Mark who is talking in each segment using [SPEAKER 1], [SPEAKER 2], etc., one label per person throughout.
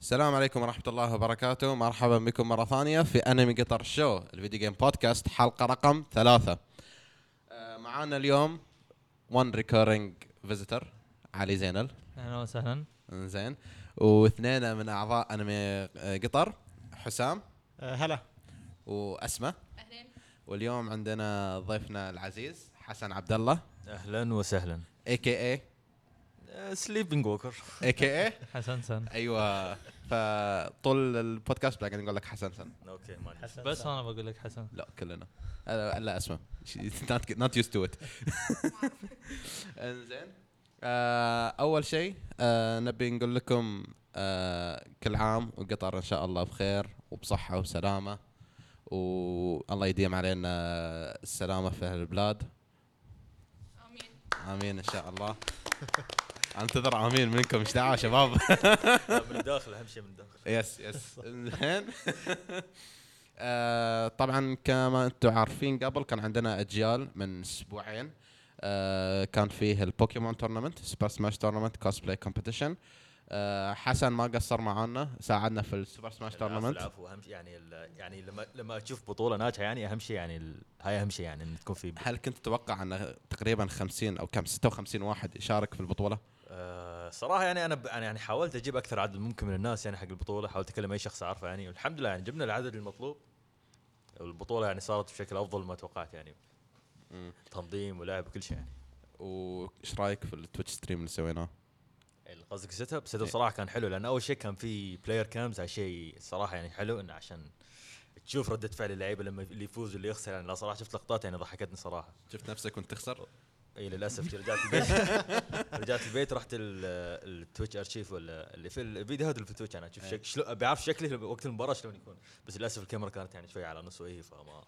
[SPEAKER 1] السلام عليكم ورحمة الله وبركاته مرحبا بكم مرة ثانية في أنمي قطر شو الفيديو جيم بودكاست حلقة رقم ثلاثة آه، معانا اليوم one recurring visitor علي زينل
[SPEAKER 2] اهلا وسهلا
[SPEAKER 1] زين واثنين من أعضاء أنمي آه، قطر حسام
[SPEAKER 3] هلا
[SPEAKER 1] وأسماء واليوم عندنا ضيفنا العزيز حسن عبد الله
[SPEAKER 4] اهلا وسهلا
[SPEAKER 1] اي كي اي
[SPEAKER 4] سليبنج ووكر
[SPEAKER 1] اي كي اي
[SPEAKER 2] حسن سن
[SPEAKER 1] ايوه فطول البودكاست بلا قاعدين نقول لك حسن سن
[SPEAKER 4] اوكي ما
[SPEAKER 2] بس انا بقول لك حسن
[SPEAKER 1] لا كلنا لا, لا اسمع نوت نوت يوز تو ات انزين آه، اول شيء آه، نبي نقول لكم آه، كل عام وقطر ان شاء الله بخير وبصحه وسلامه والله يديم علينا السلامه في هالبلاد امين امين ان شاء الله انتظر امين منكم ايش دعوه شباب
[SPEAKER 4] من الداخل اهم شيء من الداخل
[SPEAKER 1] يس يس زين آه، طبعا كما انتم عارفين قبل كان عندنا اجيال من اسبوعين آه، كان فيه البوكيمون تورنمنت سوبر سماش تورنمنت كوسبلاي كومبيتيشن آه، حسن ما قصر معانا ساعدنا في السوبر سماش تورنمنت
[SPEAKER 4] العفو اهم شيء يعني ال- يعني لما لما تشوف بطوله ناجحه يعني اهم شيء يعني ال- هاي اهم شيء يعني ان تكون في
[SPEAKER 1] هل كنت تتوقع ان تقريبا 50 او كم 56 واحد يشارك في البطوله؟
[SPEAKER 4] آه، صراحه يعني انا ب- انا يعني حاولت اجيب اكثر عدد ممكن من الناس يعني حق البطوله حاولت اكلم اي شخص اعرفه يعني والحمد لله يعني جبنا العدد المطلوب البطوله يعني صارت بشكل افضل ما توقعت يعني
[SPEAKER 1] مم.
[SPEAKER 4] تنظيم ولعب وكل شيء يعني
[SPEAKER 1] وايش رايك في التويتش ستريم اللي سويناه؟
[SPEAKER 4] يعني قصدك السيت اب
[SPEAKER 2] إيه.
[SPEAKER 4] السيت اب صراحه كان حلو لان اول شيء كان في بلاير كامز شيء صراحه يعني حلو انه عشان تشوف رده فعل اللعيبه لما اللي يفوز واللي يخسر يعني لا صراحه شفت لقطات يعني ضحكتني صراحه
[SPEAKER 1] شفت نفسك وانت تخسر؟
[SPEAKER 4] اي للاسف رجعت البيت رجعت البيت رحت ال- التويتش ارشيف ولا اللي في الفيديوهات اللي في تويتش انا اشوف شك شلو بيعرف شكلي وقت المباراه شلون يكون بس للاسف الكاميرا كانت يعني شوي على نص وجهي فما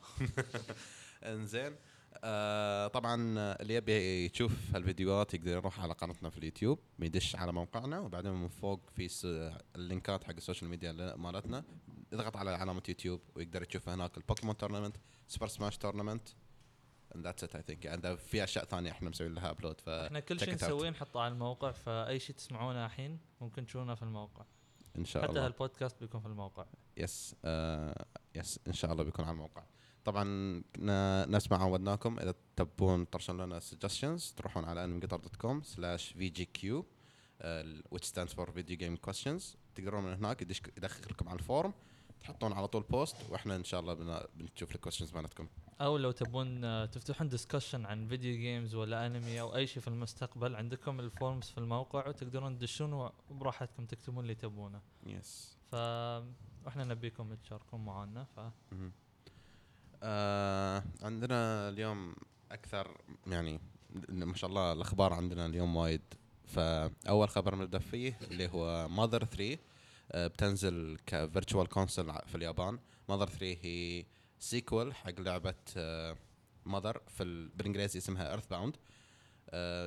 [SPEAKER 1] انزين آه طبعا اللي يبي يشوف هالفيديوهات يقدر يروح على قناتنا في اليوتيوب يدش على موقعنا وبعدين من فوق في س- اللينكات حق السوشيال ميديا ل- مالتنا يضغط على علامه يوتيوب ويقدر يشوف هناك البوكيمون تورنمنت سوبر سماش تورنمنت and that's it I think يعني في اشياء ثانيه احنا مسويين لها ابلود ف
[SPEAKER 2] احنا كل
[SPEAKER 1] check
[SPEAKER 2] شيء
[SPEAKER 1] it out.
[SPEAKER 2] نسويه نحطه على الموقع فاي شيء تسمعونه الحين ممكن تشوفونه في الموقع
[SPEAKER 1] ان شاء
[SPEAKER 2] حتى
[SPEAKER 1] الله
[SPEAKER 2] هالبودكاست بيكون في الموقع
[SPEAKER 1] يس آه يس ان شاء الله بيكون على الموقع طبعا ن- نفس ما عودناكم اذا تبون ترسلون لنا سجستشنز تروحون على انمقطر دوت كوم سلاش في جي كيو آه، which stands for video game questions تقدرون من هناك يدش- يدخلكم على الفورم تحطون على طول بوست واحنا ان شاء الله بن- بنشوف الكويشنز مالتكم
[SPEAKER 2] او لو تبون آه، تفتحون ديسكشن عن فيديو جيمز ولا انمي او اي شيء في المستقبل عندكم الفورمز في الموقع وتقدرون تدشون وبراحتكم تكتبون اللي تبونه
[SPEAKER 1] يس
[SPEAKER 2] ف واحنا نبيكم تشاركون معانا ف
[SPEAKER 1] آه عندنا اليوم اكثر يعني ما شاء الله الاخبار عندنا اليوم وايد فاول خبر نبدا فيه اللي هو ماذر 3 آه بتنزل كفيرتشوال كونسل في اليابان ماذر 3 هي سيكول حق لعبه ماذر في ال- بالانجليزي اسمها ايرث باوند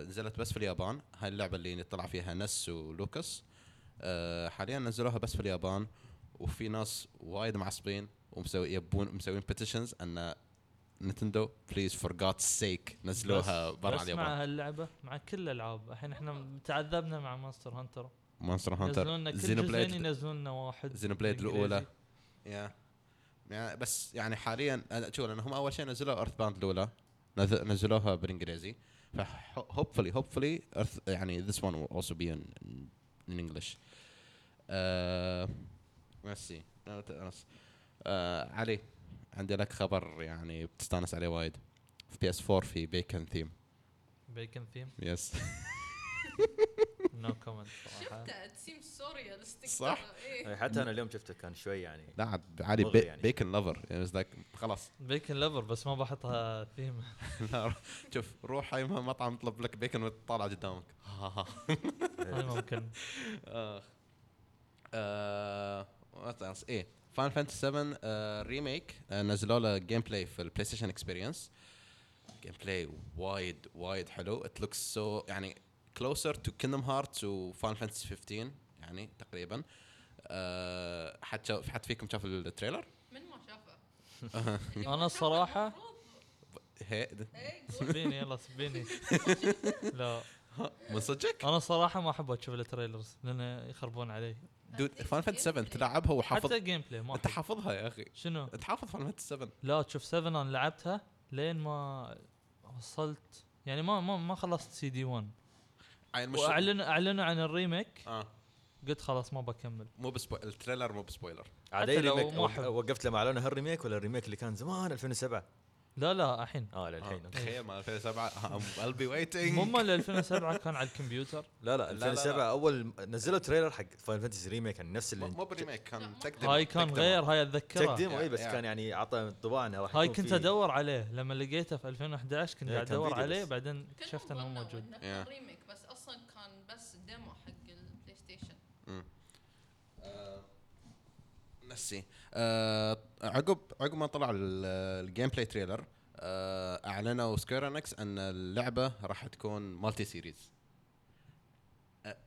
[SPEAKER 1] نزلت بس في اليابان هاي اللعبه اللي طلع فيها نس ولوكس آه حاليا نزلوها بس في اليابان وفي ناس وايد معصبين ومسوي يبون مسوين بيتيشنز ان نتندو بليز فور جاد's سيك نزلوها برا
[SPEAKER 2] بس
[SPEAKER 1] اليابان
[SPEAKER 2] مع هاللعبه مع كل الالعاب الحين احنا تعذبنا مع مونستر هانتر
[SPEAKER 1] مونستر
[SPEAKER 2] ينزلون لنا
[SPEAKER 1] هانتر
[SPEAKER 2] كل
[SPEAKER 1] زينوبليد
[SPEAKER 2] جزئين ينزلون لنا واحد
[SPEAKER 1] زينوبليد
[SPEAKER 2] بالإنجليزي.
[SPEAKER 1] الأولى. يا يعني بس يعني حاليا أنا- شوف لان هم اول شيء نزلوا ايرث باند الاولى نز- نزلوها بالانجليزي فهوبفلي هوبفلي ايرث يعني this one will also be in, in English. Uh, let's see. No, what else? Uh, علي عندي لك خبر يعني بتستانس عليه وايد في بي اس 4 في بيكن ثيم
[SPEAKER 2] بيكن ثيم
[SPEAKER 1] يس
[SPEAKER 2] نو كومنت صراحه
[SPEAKER 5] That seems so realistic.
[SPEAKER 1] صح.
[SPEAKER 5] ترى، إيه.
[SPEAKER 4] يعني حتى انا اليوم شفته كان شوي يعني
[SPEAKER 1] لا عاد علي
[SPEAKER 4] مغري
[SPEAKER 1] بي
[SPEAKER 4] يعني.
[SPEAKER 1] بيكن لافر يعني it's like خلاص
[SPEAKER 2] بيكن لفر بس ما بحطها ثيم
[SPEAKER 1] لا، شوف روح اي مطعم اطلب لك بيكن وتطالع قدامك
[SPEAKER 2] هاي ممكن
[SPEAKER 1] اخ آه، وات ايلس ايه فاين فانتسي 7 آه، ريميك آه، نزلوا له جيم بلاي في البلاي ستيشن اكسبيرينس جيم بلاي وايد وايد حلو ات لوكس سو يعني كلوزر تو كيندم هارتس وفاين فانتسي 15 يعني تقريبا آه، حد شاف- حد فيكم شاف التريلر؟
[SPEAKER 5] من ما شافه
[SPEAKER 2] انا الصراحه
[SPEAKER 1] هي
[SPEAKER 5] إيه، قول.
[SPEAKER 2] سبيني يلا سبيني لا
[SPEAKER 1] من صدقك؟
[SPEAKER 2] انا الصراحه ما احب اشوف التريلرز لان يخربون علي
[SPEAKER 1] دود فان فانت 7 تلعبها وحافظ
[SPEAKER 2] حتى جيم بلاي ما
[SPEAKER 1] انت
[SPEAKER 2] حلو.
[SPEAKER 1] حافظها يا اخي
[SPEAKER 2] شنو؟
[SPEAKER 1] انت حافظ فان فانت 7
[SPEAKER 2] لا تشوف 7 انا لعبتها لين ما وصلت يعني ما ما ما خلصت سي دي 1
[SPEAKER 1] عين مش
[SPEAKER 2] واعلنوا اعلنوا عن الريميك
[SPEAKER 1] اه
[SPEAKER 2] قلت خلاص ما بكمل
[SPEAKER 1] مو بسبو... التريلر مو بسبويلر آه.
[SPEAKER 4] عاد
[SPEAKER 2] حتى
[SPEAKER 4] أي
[SPEAKER 2] لو
[SPEAKER 4] ريميك
[SPEAKER 2] ما حلو.
[SPEAKER 4] وقفت لما اعلنوا هالريميك ولا الريميك اللي كان زمان 2007
[SPEAKER 2] لا لا الحين
[SPEAKER 4] اه للحين
[SPEAKER 1] آه.
[SPEAKER 4] أوكي.
[SPEAKER 1] تخيل مال 2007 I'll be waiting
[SPEAKER 2] هم ال 2007 كان على الكمبيوتر
[SPEAKER 4] لا لا
[SPEAKER 1] لا،
[SPEAKER 4] 2007 اول نزلوا تريلر حق فاين فانتسي ريميك كان نفس اللي
[SPEAKER 1] مو بريميك كان تقديم
[SPEAKER 2] هاي كان غير هاي اتذكرها
[SPEAKER 4] تقديم اي بس
[SPEAKER 1] يا- يا.
[SPEAKER 4] كان يعني عطى انطباع انه راح
[SPEAKER 2] هاي
[SPEAKER 4] يكون
[SPEAKER 2] كنت
[SPEAKER 4] فيه-
[SPEAKER 2] ادور عليه لما لقيته في 2011 كنت
[SPEAKER 4] إيه،
[SPEAKER 2] قاعد
[SPEAKER 4] كان
[SPEAKER 2] ادور
[SPEAKER 4] فيديو
[SPEAKER 2] عليه
[SPEAKER 4] بس.
[SPEAKER 2] بعدين اكتشفت انه مو موجود
[SPEAKER 1] يا.
[SPEAKER 5] ريميك بس اصلا كان بس ديمو حق البلاي ستيشن
[SPEAKER 1] آه، نسي آه عقب عقب ما طلع ال- الجيم بلاي تريلر آه اعلنوا سكوير انكس ان اللعبه راح تكون مالتي سيريز آه،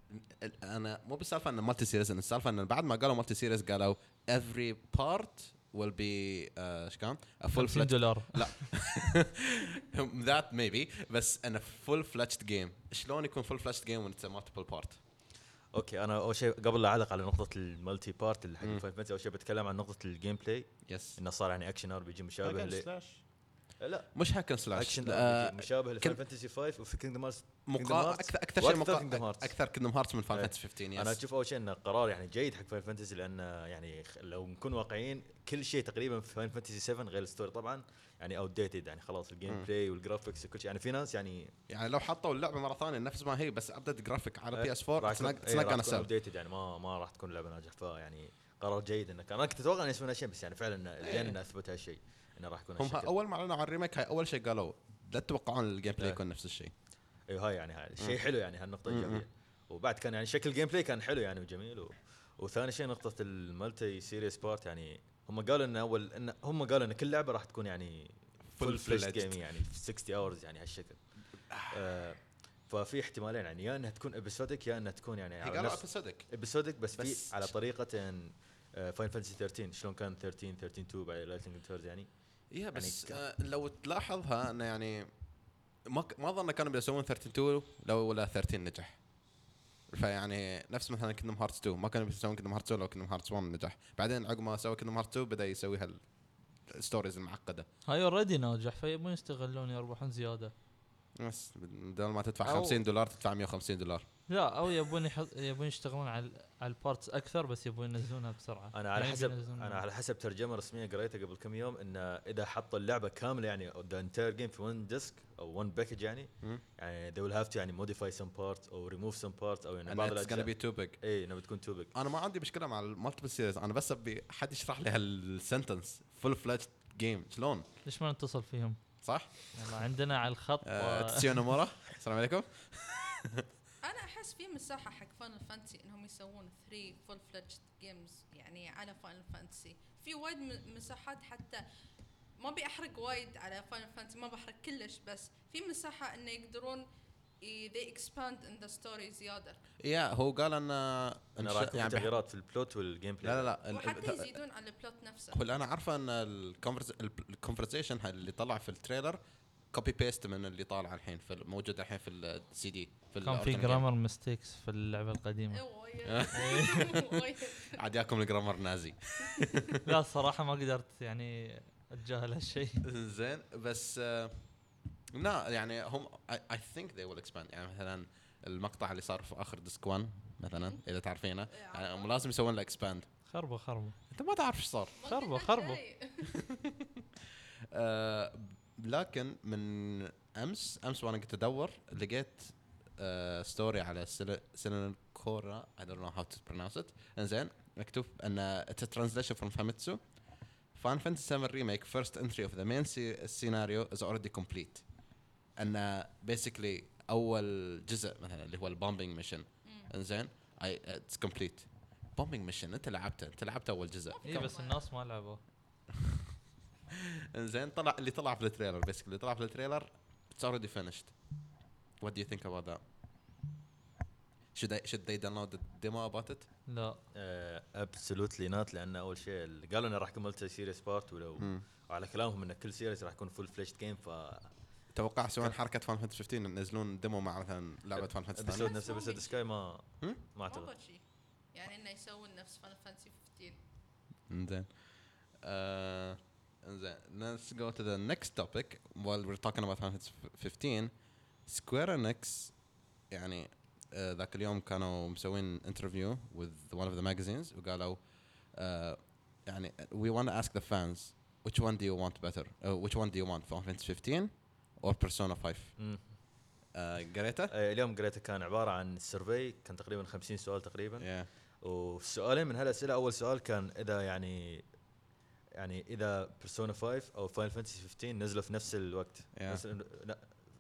[SPEAKER 1] ال- انا مو بالسالفه ان مالتي سيريز إن السالفه ان بعد ما قالوا مالتي سيريز قالوا every part will be آه، ايش كان؟ a full
[SPEAKER 2] 50
[SPEAKER 1] fledged
[SPEAKER 2] دولار
[SPEAKER 1] ذات ميبي بس انا فول فلتشد جيم شلون يكون فول فلتشد جيم وانت مالتيبل بارت
[SPEAKER 4] اوكي انا اول شيء قبل لا اعلق على نقطه المالتي بارت اللي حق
[SPEAKER 1] مم.
[SPEAKER 4] فاين فانتسي اول شيء بتكلم عن نقطه الجيم بلاي
[SPEAKER 1] يس
[SPEAKER 4] انه صار يعني اكشن ار بي جي مشابه ل- لا
[SPEAKER 1] مش هاكن سلاش
[SPEAKER 4] اكشن ار بي جي مشابه لفاين فانتسي 5 وفي كينجدم هارتس Kingdom
[SPEAKER 1] Uh, مقا
[SPEAKER 4] Hearts
[SPEAKER 1] اكثر اكثر
[SPEAKER 4] وأكثر
[SPEAKER 1] شيء
[SPEAKER 4] Kingdom
[SPEAKER 1] مقا
[SPEAKER 4] Hearts.
[SPEAKER 1] اكثر كندم هارتس من فان
[SPEAKER 4] إيه.
[SPEAKER 1] فانتسي 15
[SPEAKER 4] انا
[SPEAKER 1] يس
[SPEAKER 4] اشوف اول شيء انه قرار يعني جيد حق فاين فانتسي لانه يعني خ- لو نكون واقعيين كل شيء تقريبا في فاين فانتسي 7 غير الستوري طبعا يعني اوت ديتد يعني خلاص الجيم
[SPEAKER 1] مم.
[SPEAKER 4] بلاي والجرافكس وكل شيء يعني في ناس يعني
[SPEAKER 1] يعني لو حطوا اللعبه مره ثانيه نفس ما هي بس ابديت جرافيك على بي اس 4 تنقى
[SPEAKER 4] إيه، راح تكون
[SPEAKER 1] نفسها
[SPEAKER 4] ابديتد يعني ما ما راح تكون لعبه ناجحه فيعني يعني قرار جيد انك انا كنت اتوقع انه يسوون هالشيء بس يعني فعلا زين انه اثبت هالشيء انه راح يكون
[SPEAKER 1] إيه. هم ها-
[SPEAKER 4] هالشكل.
[SPEAKER 1] اول ما اعلنوا عن الريميك هاي اول شيء قالوا لا تتوقعون الجيم بلاي
[SPEAKER 4] إيه.
[SPEAKER 1] يكون نفس الشيء
[SPEAKER 4] ايوه هاي يعني هاي شيء
[SPEAKER 1] مم.
[SPEAKER 4] حلو يعني هالنقطه
[SPEAKER 1] مم.
[SPEAKER 4] ايجابيه وبعد كان يعني شكل الجيم بلاي كان حلو يعني وجميل و... وثاني شيء نقطه المالتي سيريس بارت يعني هم قالوا ان اول ان هم قالوا ان كل لعبه راح تكون يعني فول
[SPEAKER 1] Full
[SPEAKER 4] فليش
[SPEAKER 1] fledged.
[SPEAKER 4] جيم يعني 60 اورز يعني هالشكل آه ففي احتمالين يعني يا انها تكون ابيسودك يا انها تكون يعني
[SPEAKER 1] هي
[SPEAKER 4] على
[SPEAKER 1] قالوا
[SPEAKER 4] نفس-
[SPEAKER 1] ابيسودك
[SPEAKER 4] ابيسودك بس,
[SPEAKER 1] بس-
[SPEAKER 4] في على آه، طريقه فاين فانتسي 13 شلون كان 13 13 2 بعد لايتنج تورز يعني
[SPEAKER 1] يا بس
[SPEAKER 4] يعني-
[SPEAKER 1] آه، لو تلاحظها انه يعني ما ك- ما اظن كانوا بيسوون 32 لو ولا 30 نجح فيعني نفس مثلا كندم هارتس 2 ما كانوا بيسوون كندم هارتس 2 لو كندم هارتس 1 نجح بعدين عقب ما سوى كندم هارتس 2 بدا يسوي هال الستوريز المعقده
[SPEAKER 2] هاي اوريدي ناجح فيبون يستغلون يربحون زياده
[SPEAKER 1] بس بدل ما تدفع
[SPEAKER 2] أو-
[SPEAKER 1] 50 دولار تدفع 150 دولار
[SPEAKER 2] لا او يبون يحط يبون يشتغلون على على البارتس اكثر بس يبون ينزلونها يعني بسرعه
[SPEAKER 4] انا على
[SPEAKER 2] ما
[SPEAKER 4] حسب
[SPEAKER 2] يبون
[SPEAKER 4] انا على حسب ترجمه رسميه قريتها قبل كم يوم انه اذا حطوا اللعبه كامله يعني ذا انتاير جيم في ون ديسك او ون باكج يعني
[SPEAKER 1] مم.
[SPEAKER 4] يعني they will have to يعني modify some parts او remove some parts او يعني
[SPEAKER 1] And
[SPEAKER 4] بعض
[SPEAKER 1] it's gonna
[SPEAKER 4] الاجزاء
[SPEAKER 1] be too big
[SPEAKER 4] اي انه إيه، بتكون تو بيج
[SPEAKER 1] انا ما عندي مشكله مع المالتيبل سيريز انا بس ابي حد يشرح لي هالسنتنس فول فلتشد جيم شلون
[SPEAKER 2] ليش ما نتصل فيهم؟
[SPEAKER 1] صح؟
[SPEAKER 2] والله عندنا على الخط
[SPEAKER 1] آه،
[SPEAKER 2] و-
[SPEAKER 1] تسيو نامورا السلام عليكم
[SPEAKER 5] انا احس في مساحه حق فاينل فانتسي انهم يسوون 3 فول فلتشد جيمز يعني على فاينل فانتسي في وايد م- مساحات حتى ما بيحرق وايد على فاينل فانتسي ما بحرق كلش بس في مساحه انه يقدرون ي- they expand in the story زياده
[SPEAKER 1] يا هو قال ان
[SPEAKER 4] انه راح يكون
[SPEAKER 1] يعني بح-
[SPEAKER 4] تغييرات في البلوت والجيم بلاي
[SPEAKER 1] لا لا لا
[SPEAKER 5] وحتى
[SPEAKER 1] ال-
[SPEAKER 5] يزيدون على البلوت نفسه
[SPEAKER 1] هو اللي انا عارفه ان الكونفرسيشن اللي طلع في التريلر كوبي بيست من اللي طالع الحين في موجود الحين في السي دي في
[SPEAKER 2] كان في
[SPEAKER 1] ال original
[SPEAKER 2] جرامر ميستيكس في اللعبه
[SPEAKER 1] آه.
[SPEAKER 2] القديمه
[SPEAKER 5] إيه وايد. وايد.
[SPEAKER 1] game. عاد ياكم الجرامر نازي
[SPEAKER 2] لا الصراحه ما قدرت يعني اتجاهل هالشيء
[SPEAKER 1] زين بس آه، لا يعني هم اي ثينك ذي ويل اكسباند يعني مثلا المقطع اللي صار في اخر ديسك 1 مثلا اذا تعرفينه يعني هم لازم يسوون له اكسباند
[SPEAKER 2] خربه خربه
[SPEAKER 1] انت ما تعرف ايش صار
[SPEAKER 2] خربه- خربه.
[SPEAKER 1] آه، لكن من امس امس وانا كنت ادور لقيت آه، ستوري على سيلين كورا I don't know how to pronounce it انزين مكتوب ان it's a translation from Famitsu Final Fantasy VII Remake first entry of the main se- scenario is already complete ان basically اول جزء مثلا اللي هو البومبينج ميشن انزين I- it's complete بومبينج ميشن انت لعبته انت لعبت اول جزء
[SPEAKER 2] اي إيه، بس الناس ما لعبوا
[SPEAKER 1] انزين طلع اللي طلع في التريلر بس اللي طلع في التريلر it's already finished what do you think about that should I, should they download the demo about it
[SPEAKER 2] لا
[SPEAKER 4] آه، ابسولوتلي نات لان اول شيء ال- قالوا انه راح يكون ملتي سيريس بارت ولو وعلى كلامهم ان كل سيريس راح يكون فول فليشد جيم ف
[SPEAKER 1] توقع يسوون حركه فان فانتسي 15 ينزلون ديمو مع مثلا لعبه فان فانتسي
[SPEAKER 4] ابيسود
[SPEAKER 1] ثانيه Hmm?
[SPEAKER 4] نفس ابيسود سكاي ما
[SPEAKER 1] هم؟
[SPEAKER 4] ما اعتقد
[SPEAKER 5] شيء يعني انه يسوون نفس فان فانسي 15
[SPEAKER 1] Then, uh, and then let's go to the next topic. While we're talking about Final Fantasy 15, Square Enix يعني uh, ذاك اليوم كانوا مسوين interview with one of the magazines وقالوا uh, يعني we want to ask the fans which one do you want better? Uh, which one do you want, Final Fantasy 15 or Persona 5?
[SPEAKER 4] مم.
[SPEAKER 1] Uh, قريته؟
[SPEAKER 4] آه، اليوم قريته كان عباره عن السيرفي كان تقريبا 50 سؤال تقريبا
[SPEAKER 1] Yeah.
[SPEAKER 4] والسؤالين من هالاسئله اول سؤال كان اذا يعني يعني اذا بيرسونا 5 او فاينل فانتسي 15 نزلوا في نفس الوقت
[SPEAKER 1] Yeah.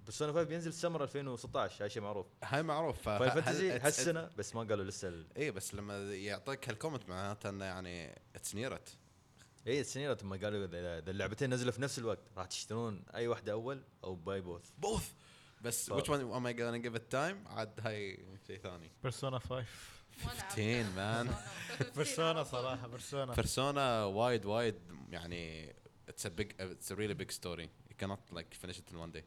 [SPEAKER 4] بيرسونا 5 بينزل سمر 2016 هاي شيء معروف
[SPEAKER 1] هاي معروف فه-
[SPEAKER 4] فاينل
[SPEAKER 1] آه، هل
[SPEAKER 4] فانتسي
[SPEAKER 1] it's-
[SPEAKER 4] هالسنه بس ما قالوا لسه ال-
[SPEAKER 1] ايه بس لما يعطيك هالكومنت معناته انه يعني اتس نيرت
[SPEAKER 4] اي إيه، السنين لما قالوا اذا إذا اللعبتين نزلوا في نفس الوقت راح تشترون اي واحده اول او باي بوث
[SPEAKER 1] بوث بس
[SPEAKER 4] ف-
[SPEAKER 1] which one am I gonna give it time عاد هاي شيء ثاني
[SPEAKER 3] بيرسونا 5
[SPEAKER 5] ما لعبت
[SPEAKER 1] 15 مان.
[SPEAKER 3] بيرسونا صراحه بيرسونا
[SPEAKER 1] بيرسونا وايد وايد يعني it's a big it's a really big story you cannot like finish it in one day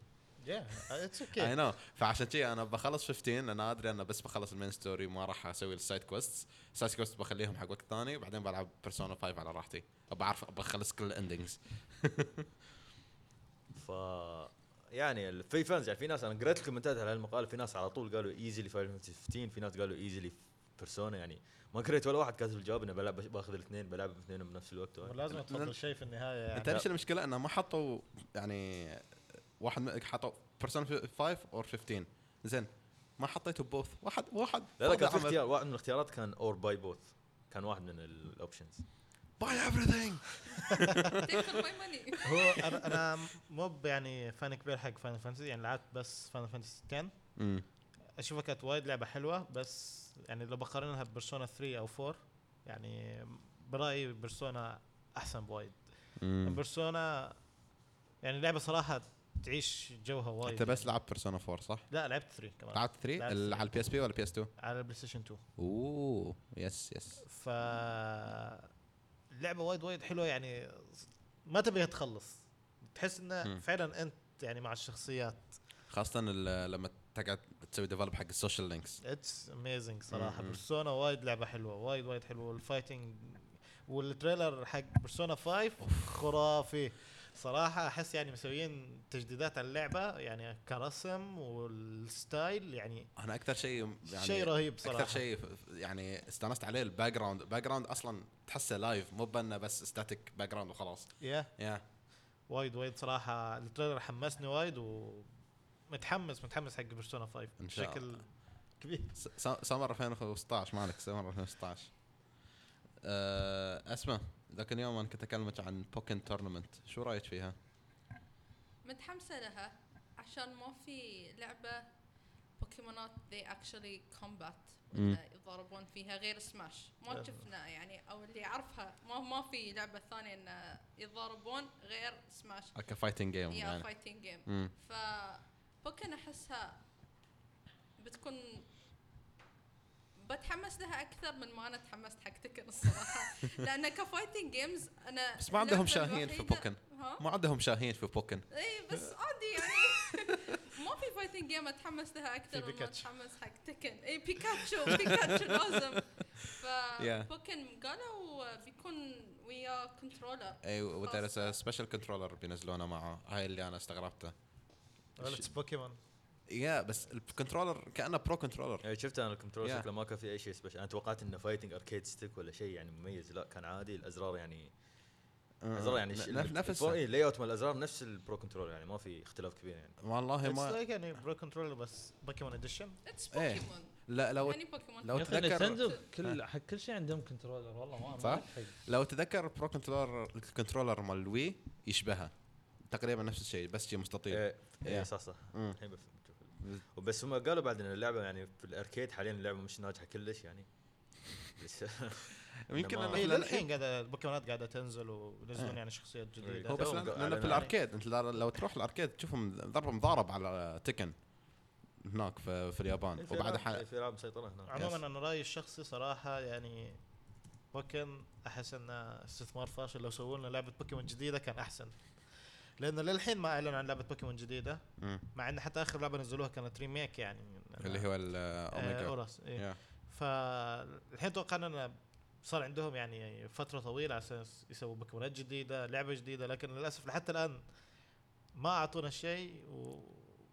[SPEAKER 3] يا اتس
[SPEAKER 1] I
[SPEAKER 3] اوكي
[SPEAKER 1] know فعشان كذي انا بخلص 15 انا ادري انا بس بخلص المين ستوري ما راح اسوي السايد كويست السايد كويست بخليهم حق وقت ثاني بعدين بلعب بيرسونا 5 على راحتي بعرف بخلص كل الاندنجز
[SPEAKER 4] ف يعني ال- في فانز يعني في ناس انا قريت الكومنتات على هالمقال في ناس على طول قالوا ايزلي فاينل فانتسي 15 في ناس قالوا ايزلي بيرسونا يعني ما قريت ولا واحد كاتب الجواب انه بلعب باخذ الاثنين بلعب الاثنين بنفس الوقت
[SPEAKER 3] لازم تفضل شيء في النهايه
[SPEAKER 1] انت
[SPEAKER 3] يعني
[SPEAKER 1] ليش المشكله انه ما حطوا يعني واحد من- حطوا بيرسونا 5 اور 15 زين ما حطيته بوث واحد واحد
[SPEAKER 4] لا لا كان في
[SPEAKER 1] فاضي عمل.
[SPEAKER 4] اختيار واحد من الاختيارات كان اور باي بوث كان واحد من الاوبشنز
[SPEAKER 1] باي everything
[SPEAKER 5] تاخذ ماي ماني
[SPEAKER 3] هو انا انا مو ب- يعني فان كبير حق فان فانتسي يعني لعبت بس فان فانتسي 10 اشوفها كانت وايد لعبه حلوه بس يعني لو بقارنها ببرسونا 3 او 4 يعني برايي برسونا احسن بوايد برسونا يعني لعبه صراحه تعيش جوها وايد
[SPEAKER 1] انت بس لعبت بيرسونا 4 صح؟
[SPEAKER 3] لا لعبت 3 كمان
[SPEAKER 1] لعبت 3
[SPEAKER 3] لعبت
[SPEAKER 1] على
[SPEAKER 3] three.
[SPEAKER 1] البي اس بي ولا بي اس 2؟
[SPEAKER 3] على البلاي ستيشن 2
[SPEAKER 1] اوه يس يس
[SPEAKER 3] ف اللعبه وايد وايد حلوه يعني ما تبيها تخلص تحس انه
[SPEAKER 1] مم.
[SPEAKER 3] فعلا انت يعني مع الشخصيات
[SPEAKER 1] خاصه ال- لما تقعد تسوي ديفلوب حق السوشيال لينكس
[SPEAKER 3] اتس اميزنج صراحه
[SPEAKER 1] مم.
[SPEAKER 3] بيرسونا وايد لعبه حلوه وايد وايد حلوه والفايتنج والتريلر حق بيرسونا 5 خرافي صراحه احس يعني مسويين تجديدات على اللعبه يعني كرسم والستايل يعني,
[SPEAKER 1] انا اكثر شيء
[SPEAKER 3] يعني
[SPEAKER 1] يعني
[SPEAKER 3] شيء رهيب صراحه
[SPEAKER 1] اكثر شيء ف- يعني استانست عليه الباك جراوند الباك جراوند اصلا تحسه لايف مو بانه بس ستاتيك باك جراوند وخلاص
[SPEAKER 3] يا
[SPEAKER 1] يا
[SPEAKER 3] وايد وايد صراحه التريلر حمسني وايد ومتحمس متحمس حق بيرسونا 5
[SPEAKER 1] إن شاء
[SPEAKER 3] بشكل
[SPEAKER 1] الله.
[SPEAKER 3] كبير
[SPEAKER 1] س- س- سمر 2015 مالك سمر 2016 أه اسمع ذاك اليوم انا كنت اكلمك عن بوكن تورنمنت شو رايك فيها؟
[SPEAKER 5] متحمسه لها عشان ما في لعبه بوكيمونات they actually combat
[SPEAKER 1] مم.
[SPEAKER 5] إنه يضربون فيها غير سماش ما
[SPEAKER 3] آه.
[SPEAKER 5] شفنا يعني او اللي اعرفها ما ما في لعبه ثانيه انه يضربون غير سماش
[SPEAKER 1] اوكي فايتنج جيم
[SPEAKER 5] يا
[SPEAKER 1] يعني
[SPEAKER 5] فايتنج جيم
[SPEAKER 1] مم.
[SPEAKER 5] ف بوكن احسها بتكون بتحمس لها اكثر من ما انا تحمست حق تكن الصراحه لان كفايتنج جيمز انا
[SPEAKER 1] بس ما عندهم
[SPEAKER 5] اللعبة
[SPEAKER 1] شاهين في
[SPEAKER 5] الوحيدة-
[SPEAKER 1] بوكن.
[SPEAKER 5] ها؟
[SPEAKER 1] ما عندهم شاهين في بوكن
[SPEAKER 5] اي بس عادي يعني ما في فايتنج جيم اتحمس لها
[SPEAKER 3] في
[SPEAKER 5] اكثر مما
[SPEAKER 3] بيكاتشو.
[SPEAKER 5] اتحمس حق تكن اي إيه، بيكاتشو بيكاتشو لازم ف
[SPEAKER 1] Yeah.
[SPEAKER 5] بوكن قالوا بيكون ويا كنترولر
[SPEAKER 1] اي وذير از
[SPEAKER 5] خاصة.
[SPEAKER 1] سبيشال كنترولر بينزلونه معه هاي اللي انا استغربته
[SPEAKER 3] اتس بوكيمون
[SPEAKER 1] يا بس الكنترولر كانه برو كنترولر
[SPEAKER 4] يعني شفت انا الكنترول
[SPEAKER 1] Yeah.
[SPEAKER 4] شكله ما كان في اي شيء سبيشل انا توقعت انه فايتنج اركيد ستيك ولا شيء يعني مميز لا كان عادي الازرار يعني الازرار يعني
[SPEAKER 1] آه. نفس
[SPEAKER 4] اللاي اوت مال الازرار نفس البرو كنترول يعني ما في اختلاف كبير يعني
[SPEAKER 1] والله
[SPEAKER 3] اتس
[SPEAKER 1] ما
[SPEAKER 3] لايك يعني برو كنترولر بس بوكيمون اديشن
[SPEAKER 5] اتس
[SPEAKER 1] إيه.
[SPEAKER 5] بوكيمون
[SPEAKER 1] لا لو
[SPEAKER 5] يعني بوكيمون
[SPEAKER 1] لو
[SPEAKER 2] يا اخي
[SPEAKER 1] تذكر-
[SPEAKER 2] نتندو كل حق كل شيء عندهم كنترولر والله ما
[SPEAKER 1] صح؟
[SPEAKER 2] ما حق.
[SPEAKER 1] لو تذكر برو كنترولر الكنترولر مال الوي يشبهها تقريبا نفس الشيء بس شيء مستطيل
[SPEAKER 4] ايه إيه،
[SPEAKER 1] Yeah.
[SPEAKER 4] صح صح
[SPEAKER 1] مم.
[SPEAKER 4] الحين بفهم شوف. وبس هم قالوا بعد ان اللعبه يعني في الاركيد حاليا اللعبه مش ناجحه كلش يعني بس
[SPEAKER 1] يمكن
[SPEAKER 4] إنما-
[SPEAKER 1] إنه
[SPEAKER 3] هي
[SPEAKER 1] إحنا-
[SPEAKER 3] للحين قاعده البوكيمونات قاعده تنزل وينزلون يعني شخصيات جديده
[SPEAKER 1] آه. طيب. هو بس
[SPEAKER 4] توهم
[SPEAKER 1] لأن-
[SPEAKER 4] قالوا
[SPEAKER 1] لانه في
[SPEAKER 4] إنه-
[SPEAKER 1] الاركيد انت لو لو تروح الاركيد تشوفهم ضربه مضارب على تكن هناك في, في اليابان
[SPEAKER 4] في
[SPEAKER 1] وبعد آه،
[SPEAKER 4] ألعاب-
[SPEAKER 1] ح...
[SPEAKER 4] في العاب مسيطره هنا
[SPEAKER 3] عموما انا رايي الشخصي صراحه يعني بوكن احس انه استثمار فاشل لو سووا لنا لعبه بوكيمون جديده كان احسن لانه للحين ما اعلنوا عن لعبه بوكيمون جديده
[SPEAKER 1] مم.
[SPEAKER 3] مع ان حتى اخر لعبه نزلوها كانت ريميك يعني من-
[SPEAKER 1] اللي هو ال-
[SPEAKER 3] آه،
[SPEAKER 1] اوميجا
[SPEAKER 3] اوراس إيه.
[SPEAKER 1] يا.
[SPEAKER 3] فالحين اتوقع اننا صار عندهم يعني فتره طويله على اساس يسووا مكونات جديده لعبه جديده لكن للاسف لحتى الان ما اعطونا شيء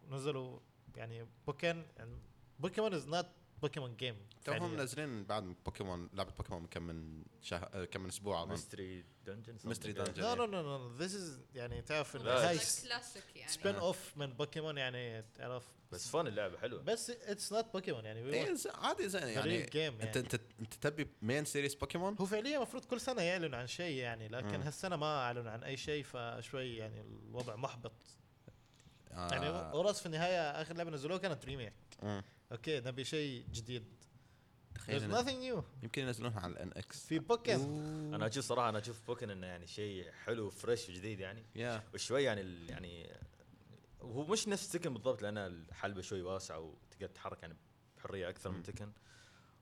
[SPEAKER 3] ونزلوا يعني بوكن يعني بوكيمون از نوت بوكيمون جيم يعني
[SPEAKER 1] توهم منزلين بعد بوكيمون لعبه بوكيمون كم من شهر آه، كم من اسبوع اظن
[SPEAKER 4] ميستري دنجن
[SPEAKER 1] Mystery Dungeon.
[SPEAKER 3] نو نو نو نو ذيس از يعني تعرف إن
[SPEAKER 4] لا.
[SPEAKER 3] هاي
[SPEAKER 5] كلاسيك
[SPEAKER 3] سبين
[SPEAKER 5] يعني
[SPEAKER 1] آه.
[SPEAKER 3] اوف من بوكيمون يعني تعرف
[SPEAKER 4] بس فن اللعبه حلوه
[SPEAKER 3] بس اتس نوت بوكيمون يعني we
[SPEAKER 1] إيه،
[SPEAKER 3] want
[SPEAKER 1] ز- عادي زين
[SPEAKER 3] the
[SPEAKER 1] يعني
[SPEAKER 3] real
[SPEAKER 1] انت
[SPEAKER 3] game يعني.
[SPEAKER 1] انت انت تبي مين سيريس بوكيمون؟
[SPEAKER 3] هو فعليا المفروض كل سنه يعلن عن شيء يعني لكن
[SPEAKER 1] مم.
[SPEAKER 3] هالسنه ما اعلنوا عن اي شيء فشوي يعني الوضع محبط
[SPEAKER 1] آه،
[SPEAKER 3] يعني اورس في النهايه اخر لعبه نزلوها كانت ريميك
[SPEAKER 1] مم.
[SPEAKER 3] اوكي نبي شيء جديد there's
[SPEAKER 1] تخيل
[SPEAKER 3] nothing new
[SPEAKER 1] يمكن ينزلونها على الان اكس
[SPEAKER 3] في بوكن
[SPEAKER 4] انا اشوف صراحه انا اشوف بوكن انه يعني شيء حلو فريش وجديد يعني
[SPEAKER 1] يا
[SPEAKER 4] وشوي يعني ال- يعني هو مش نفس تكن بالضبط لان الحلبه شوي واسعه وتقدر تتحرك يعني بحريه اكثر
[SPEAKER 1] مم.
[SPEAKER 4] من تكن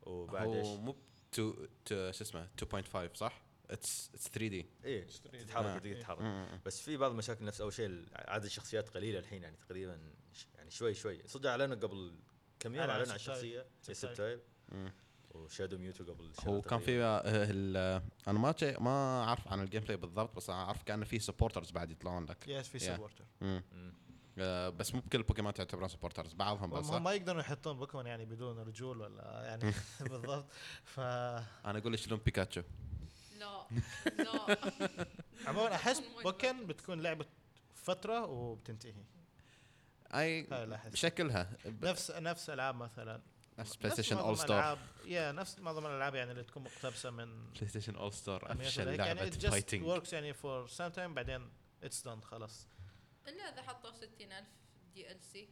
[SPEAKER 4] وبعد ايش؟
[SPEAKER 1] هو مو تو تو- شو اسمه 2.5 صح؟ اتس اتس 3 دي
[SPEAKER 4] ايه
[SPEAKER 1] آه.
[SPEAKER 4] تتحرك وتقدر تتحرك بس في بعض المشاكل نفس اول شيء ال- عدد الشخصيات قليله الحين يعني تقريبا ش- يعني شوي شوي صدق اعلنوا قبل كم يوم
[SPEAKER 3] أعلنوا
[SPEAKER 4] اعلنوا
[SPEAKER 3] عن
[SPEAKER 4] عن الشخصيه
[SPEAKER 3] سبتايل.
[SPEAKER 4] سبتايل وشادو ميوتو قبل شهر
[SPEAKER 1] هو كان في
[SPEAKER 4] تقريباً.
[SPEAKER 1] آه، ال- آه، انا ما شي- ما اعرف عن الجيم بلاي بالضبط بس أنا اعرف كان في سبورترز بعد يطلعون لك
[SPEAKER 3] يس في
[SPEAKER 1] Yeah.
[SPEAKER 3] سبورتر
[SPEAKER 1] مم.
[SPEAKER 4] مم.
[SPEAKER 1] آه، بس مو بكل البوكيمون تعتبرون سبورترز بعضهم بس
[SPEAKER 3] هم
[SPEAKER 1] صح؟
[SPEAKER 3] ما يقدرون يحطون بوكيمون يعني بدون رجول ولا يعني بالضبط ف
[SPEAKER 1] انا اقول يشيلون بيكاتشو
[SPEAKER 5] لا لا
[SPEAKER 3] عموما احس
[SPEAKER 5] بوكيمون
[SPEAKER 3] بوكن بتكون لعبه فتره وبتنتهي
[SPEAKER 1] اي
[SPEAKER 3] هاي الأحس.
[SPEAKER 1] شكلها ب-
[SPEAKER 3] نفس نفس العاب مثلا
[SPEAKER 1] نفس بلاي ستيشن اول ستار
[SPEAKER 3] يا نفس معظم الالعاب يعني اللي تكون مقتبسه من
[SPEAKER 1] بلاي ستيشن اول ستار
[SPEAKER 3] من يوتيوب.
[SPEAKER 1] افشل لعبه
[SPEAKER 3] يعني it just
[SPEAKER 1] فايتنج
[SPEAKER 3] works يعني فور سام تايم بعدين اتس دون خلاص
[SPEAKER 5] الا اذا حطوا 60000 دي ال سي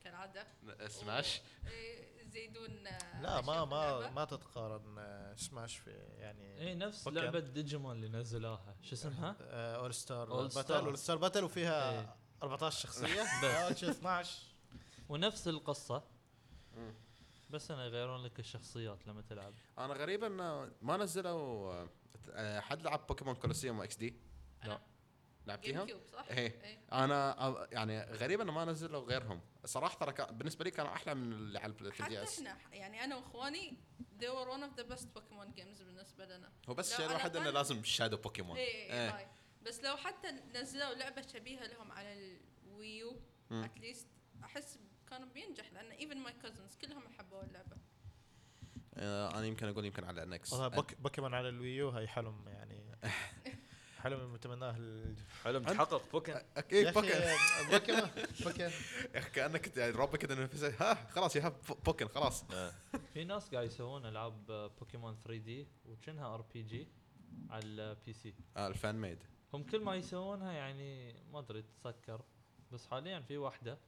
[SPEAKER 5] كالعاده
[SPEAKER 1] سماش
[SPEAKER 5] إيه، يزيدون آه،
[SPEAKER 3] لا ما
[SPEAKER 5] أشياء في
[SPEAKER 3] ما
[SPEAKER 5] اللعبة.
[SPEAKER 3] ما تتقارن آه، سماش في يعني
[SPEAKER 2] اي إيه، نفس
[SPEAKER 3] أوكي.
[SPEAKER 2] لعبه ديجيمون اللي نزلوها شو اسمها؟
[SPEAKER 3] اول ستار
[SPEAKER 2] All Star.
[SPEAKER 3] باتل اول ستار باتل وفيها آه،
[SPEAKER 2] إيه.
[SPEAKER 3] 14 شخصيه
[SPEAKER 2] بس.
[SPEAKER 3] اول شيء 12
[SPEAKER 2] ونفس القصه بس انا يغيرون لك الشخصيات لما تلعب
[SPEAKER 1] انا غريب انه ما نزلوا آه، آه، حد لعب بوكيمون كولوسيوم واكس دي؟
[SPEAKER 5] لا.
[SPEAKER 1] لعبتيهم؟
[SPEAKER 5] جيم كيوب صح؟
[SPEAKER 1] إيه.
[SPEAKER 5] إيه.
[SPEAKER 1] انا آه، يعني غريب انه ما نزلوا غيرهم صراحه ترى كان- بالنسبه لي كانوا احلى من اللي على ال 3
[SPEAKER 5] حتى
[SPEAKER 1] دي اس
[SPEAKER 5] احنا يعني انا واخواني they were one of the best Pokemon games بالنسبه لنا
[SPEAKER 1] هو بس
[SPEAKER 5] لا،
[SPEAKER 1] الشيء
[SPEAKER 5] على
[SPEAKER 1] الوحيد انه
[SPEAKER 5] الأقل-
[SPEAKER 1] لازم شادو بوكيمون
[SPEAKER 5] ايه
[SPEAKER 1] إيه.
[SPEAKER 5] إيه هاي. بس لو حتى نزلوا لعبه شبيهه لهم على الويو
[SPEAKER 1] مم.
[SPEAKER 5] اتليست احس كانوا بينجح لان ايفن ماي كوزنز كلهم حبوا اللعبه
[SPEAKER 1] آه، انا يمكن اقول يمكن على أه، انكس
[SPEAKER 3] والله بوك- بوكيمون آه، على الويو هي حلم يعني حلم المتمناه لل-
[SPEAKER 4] حلو متحقق
[SPEAKER 1] أه،
[SPEAKER 4] بوكن
[SPEAKER 3] يا
[SPEAKER 2] إيه،
[SPEAKER 1] اكيد
[SPEAKER 3] أخي،
[SPEAKER 1] بوكن
[SPEAKER 3] آه، بوكيمون بوكيمون
[SPEAKER 1] إيه، يا أخي كانك يعني ربك كذا نفسه ها خلاص يا هب بوكن خلاص
[SPEAKER 2] في ناس قاعد يسوون العاب آه، بوكيمون 3 دي وشنها ار بي جي على البي سي
[SPEAKER 1] آه، الفان ميد
[SPEAKER 2] هم كل ما يسوونها يعني ما ادري تسكر بس حاليا في واحده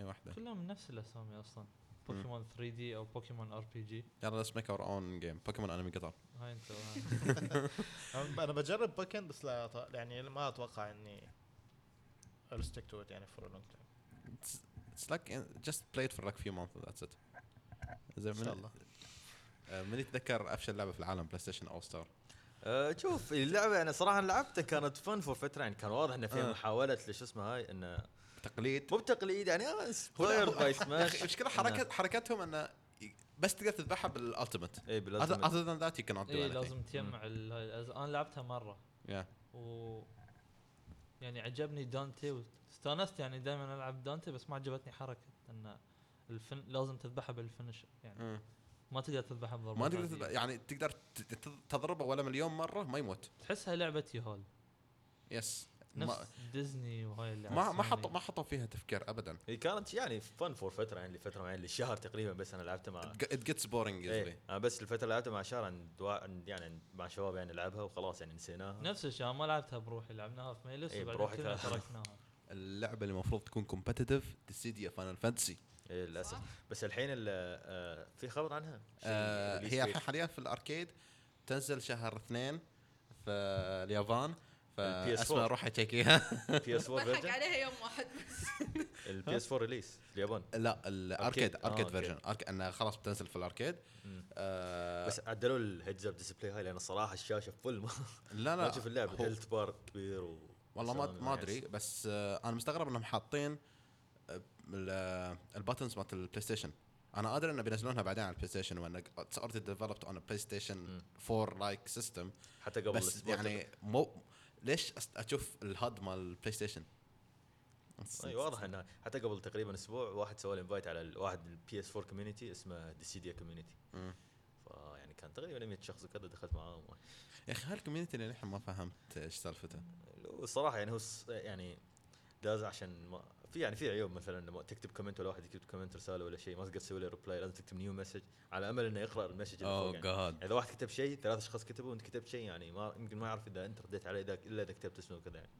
[SPEAKER 1] اي واحده
[SPEAKER 2] كلهم نفس الاسامي اصلا بوكيمون 3 دي او بوكيمون ار بي جي
[SPEAKER 1] يلا ليتس ميك اور اون جيم بوكيمون انمي قطر
[SPEAKER 2] هاي انت
[SPEAKER 3] أنا- انا بجرب بوكن بس لا أط- يعني ما اتوقع اني I'll stick to it يعني for a long time
[SPEAKER 1] اتس لايك جاست بلاي فور لايك فيو مانث ذاتس ات زين
[SPEAKER 3] ان شاء الله
[SPEAKER 1] آه، من يتذكر افشل لعبه في العالم بلاي ستيشن اول ستار
[SPEAKER 4] أه شوف اللعبه يعني صراحه لعبتها كانت فن فور فتره يعني كان واضح انه
[SPEAKER 1] آه.
[SPEAKER 4] في محاوله ليش اسمها هاي انه
[SPEAKER 1] تقليد
[SPEAKER 4] مو بتقليد يعني انسبايرد باي سماش
[SPEAKER 1] المشكله حركات حركاتهم انه ي- بس تقدر تذبحها بالالتيمت
[SPEAKER 4] اي إيه، بلازم
[SPEAKER 1] اذر ذان ذات يو كانوت دو
[SPEAKER 2] اي إيه، لازم تجمع ال- هاي الأز- انا لعبتها مره
[SPEAKER 1] يا
[SPEAKER 2] و يعني عجبني دانتي واستانست يعني دائما العب دانتي بس ما عجبتني حركه ان الفن لازم تذبحها بالفنش يعني ما تقدر تذبحها بضربه
[SPEAKER 1] ما تقدر تذب- يعني تقدر ت- ت- تضربه ولا مليون مره ما يموت
[SPEAKER 2] تحسها لعبه يهال
[SPEAKER 1] يس ما
[SPEAKER 2] نفس يعني. ديزني وهاي اللي
[SPEAKER 1] ما ما
[SPEAKER 2] عالسوني.
[SPEAKER 1] حطوا ما حطوا فيها تفكير ابدا
[SPEAKER 4] هي كانت يعني فن فور فتره يعني لفتره معينه لشهر تقريبا بس انا لعبتها
[SPEAKER 2] آه.
[SPEAKER 4] مع
[SPEAKER 1] ات جيتس بورينج
[SPEAKER 2] إيه.
[SPEAKER 4] ايه انا بس الفتره اللي لعبتها مع شهر عند وا- عند- يعني عند- مع شباب يعني نلعبها وخلاص يعني نسيناها
[SPEAKER 1] نعم.
[SPEAKER 2] نفس الشيء أنا ما لعبتها بروحي لعبناها في ميلس
[SPEAKER 4] إيه،
[SPEAKER 2] وبعدين
[SPEAKER 4] بروحي
[SPEAKER 2] كلنا
[SPEAKER 4] كان-
[SPEAKER 2] تركناها
[SPEAKER 1] اللعبه اللي المفروض تكون كومبتيتيف ديسيديا فاينل فانتسي
[SPEAKER 4] إيه للاسف
[SPEAKER 5] صح؟
[SPEAKER 4] بس الحين ال- آه، في خبر عنها شيء
[SPEAKER 1] آه،
[SPEAKER 4] release
[SPEAKER 1] هي الحين
[SPEAKER 4] date.
[SPEAKER 1] حاليا في الاركيد تنزل شهر اثنين في اليابان
[SPEAKER 4] ال PS4.
[SPEAKER 1] فاسمع روح تشيكيها
[SPEAKER 4] بي اس 4
[SPEAKER 5] بضحك
[SPEAKER 4] فيرجن
[SPEAKER 5] عليها يوم واحد بس
[SPEAKER 4] البي اس 4 ريليس في اليابان
[SPEAKER 1] لا الاركيد
[SPEAKER 4] آه،
[SPEAKER 1] اركيد
[SPEAKER 4] أوكي.
[SPEAKER 1] فيرجن أرك- انها خلاص بتنزل في الاركيد
[SPEAKER 4] مم.
[SPEAKER 1] آه،
[SPEAKER 4] بس عدلوا الهيدز اب ديسبلاي هاي لان الصراحه الشاشه فل ما
[SPEAKER 1] لا
[SPEAKER 4] ما
[SPEAKER 1] لا
[SPEAKER 4] تشوف اللعب
[SPEAKER 1] هو-
[SPEAKER 4] هيلث بار كبير و
[SPEAKER 1] والله ما
[SPEAKER 4] سلام
[SPEAKER 1] ما
[SPEAKER 4] يعني.
[SPEAKER 1] ادري بس آه، انا مستغرب انهم حاطين آه، ال- آه، الباتنز مالت البلاي ستيشن انا ادري انه بينزلونها بعدين على البلاي ستيشن وان اتس اوريدي ديفلوبد اون بلاي ستيشن
[SPEAKER 4] مم.
[SPEAKER 1] 4 لايك سيستم
[SPEAKER 4] حتى قبل
[SPEAKER 1] بس
[SPEAKER 4] الأسبوع
[SPEAKER 1] يعني مو ليش أس- اشوف الهد مال البلاي ستيشن؟
[SPEAKER 4] اي واضح انها حتى قبل تقريبا اسبوع واحد سوى لي انفايت على ال- واحد من البي اس 4 كوميونتي اسمه ديسيديا كوميونتي
[SPEAKER 1] مم.
[SPEAKER 4] فيعني يعني كان تقريبا 100 شخص وكذا دخلت معاهم
[SPEAKER 1] يا اخي هالكوميونتي اللي نحن ما فهمت ايش سالفته
[SPEAKER 4] لو- الصراحه يعني هو الص- يعني داز عشان ما في يعني في عيوب مثلا لما تكتب كومنت ولا واحد يكتب كومنت رساله ولا شيء ما تقدر تسوي له ريبلاي لازم تكتب نيو مسج على امل انه يقرا المسج اللي فوق
[SPEAKER 1] اوه
[SPEAKER 4] يعني.
[SPEAKER 1] جاد
[SPEAKER 4] اذا واحد كتب شيء ثلاث اشخاص كتبوا وانت كتبت شيء يعني ما يمكن ما يعرف اذا انت رديت عليه اذا الا اذا كتبت اسمه وكذا يعني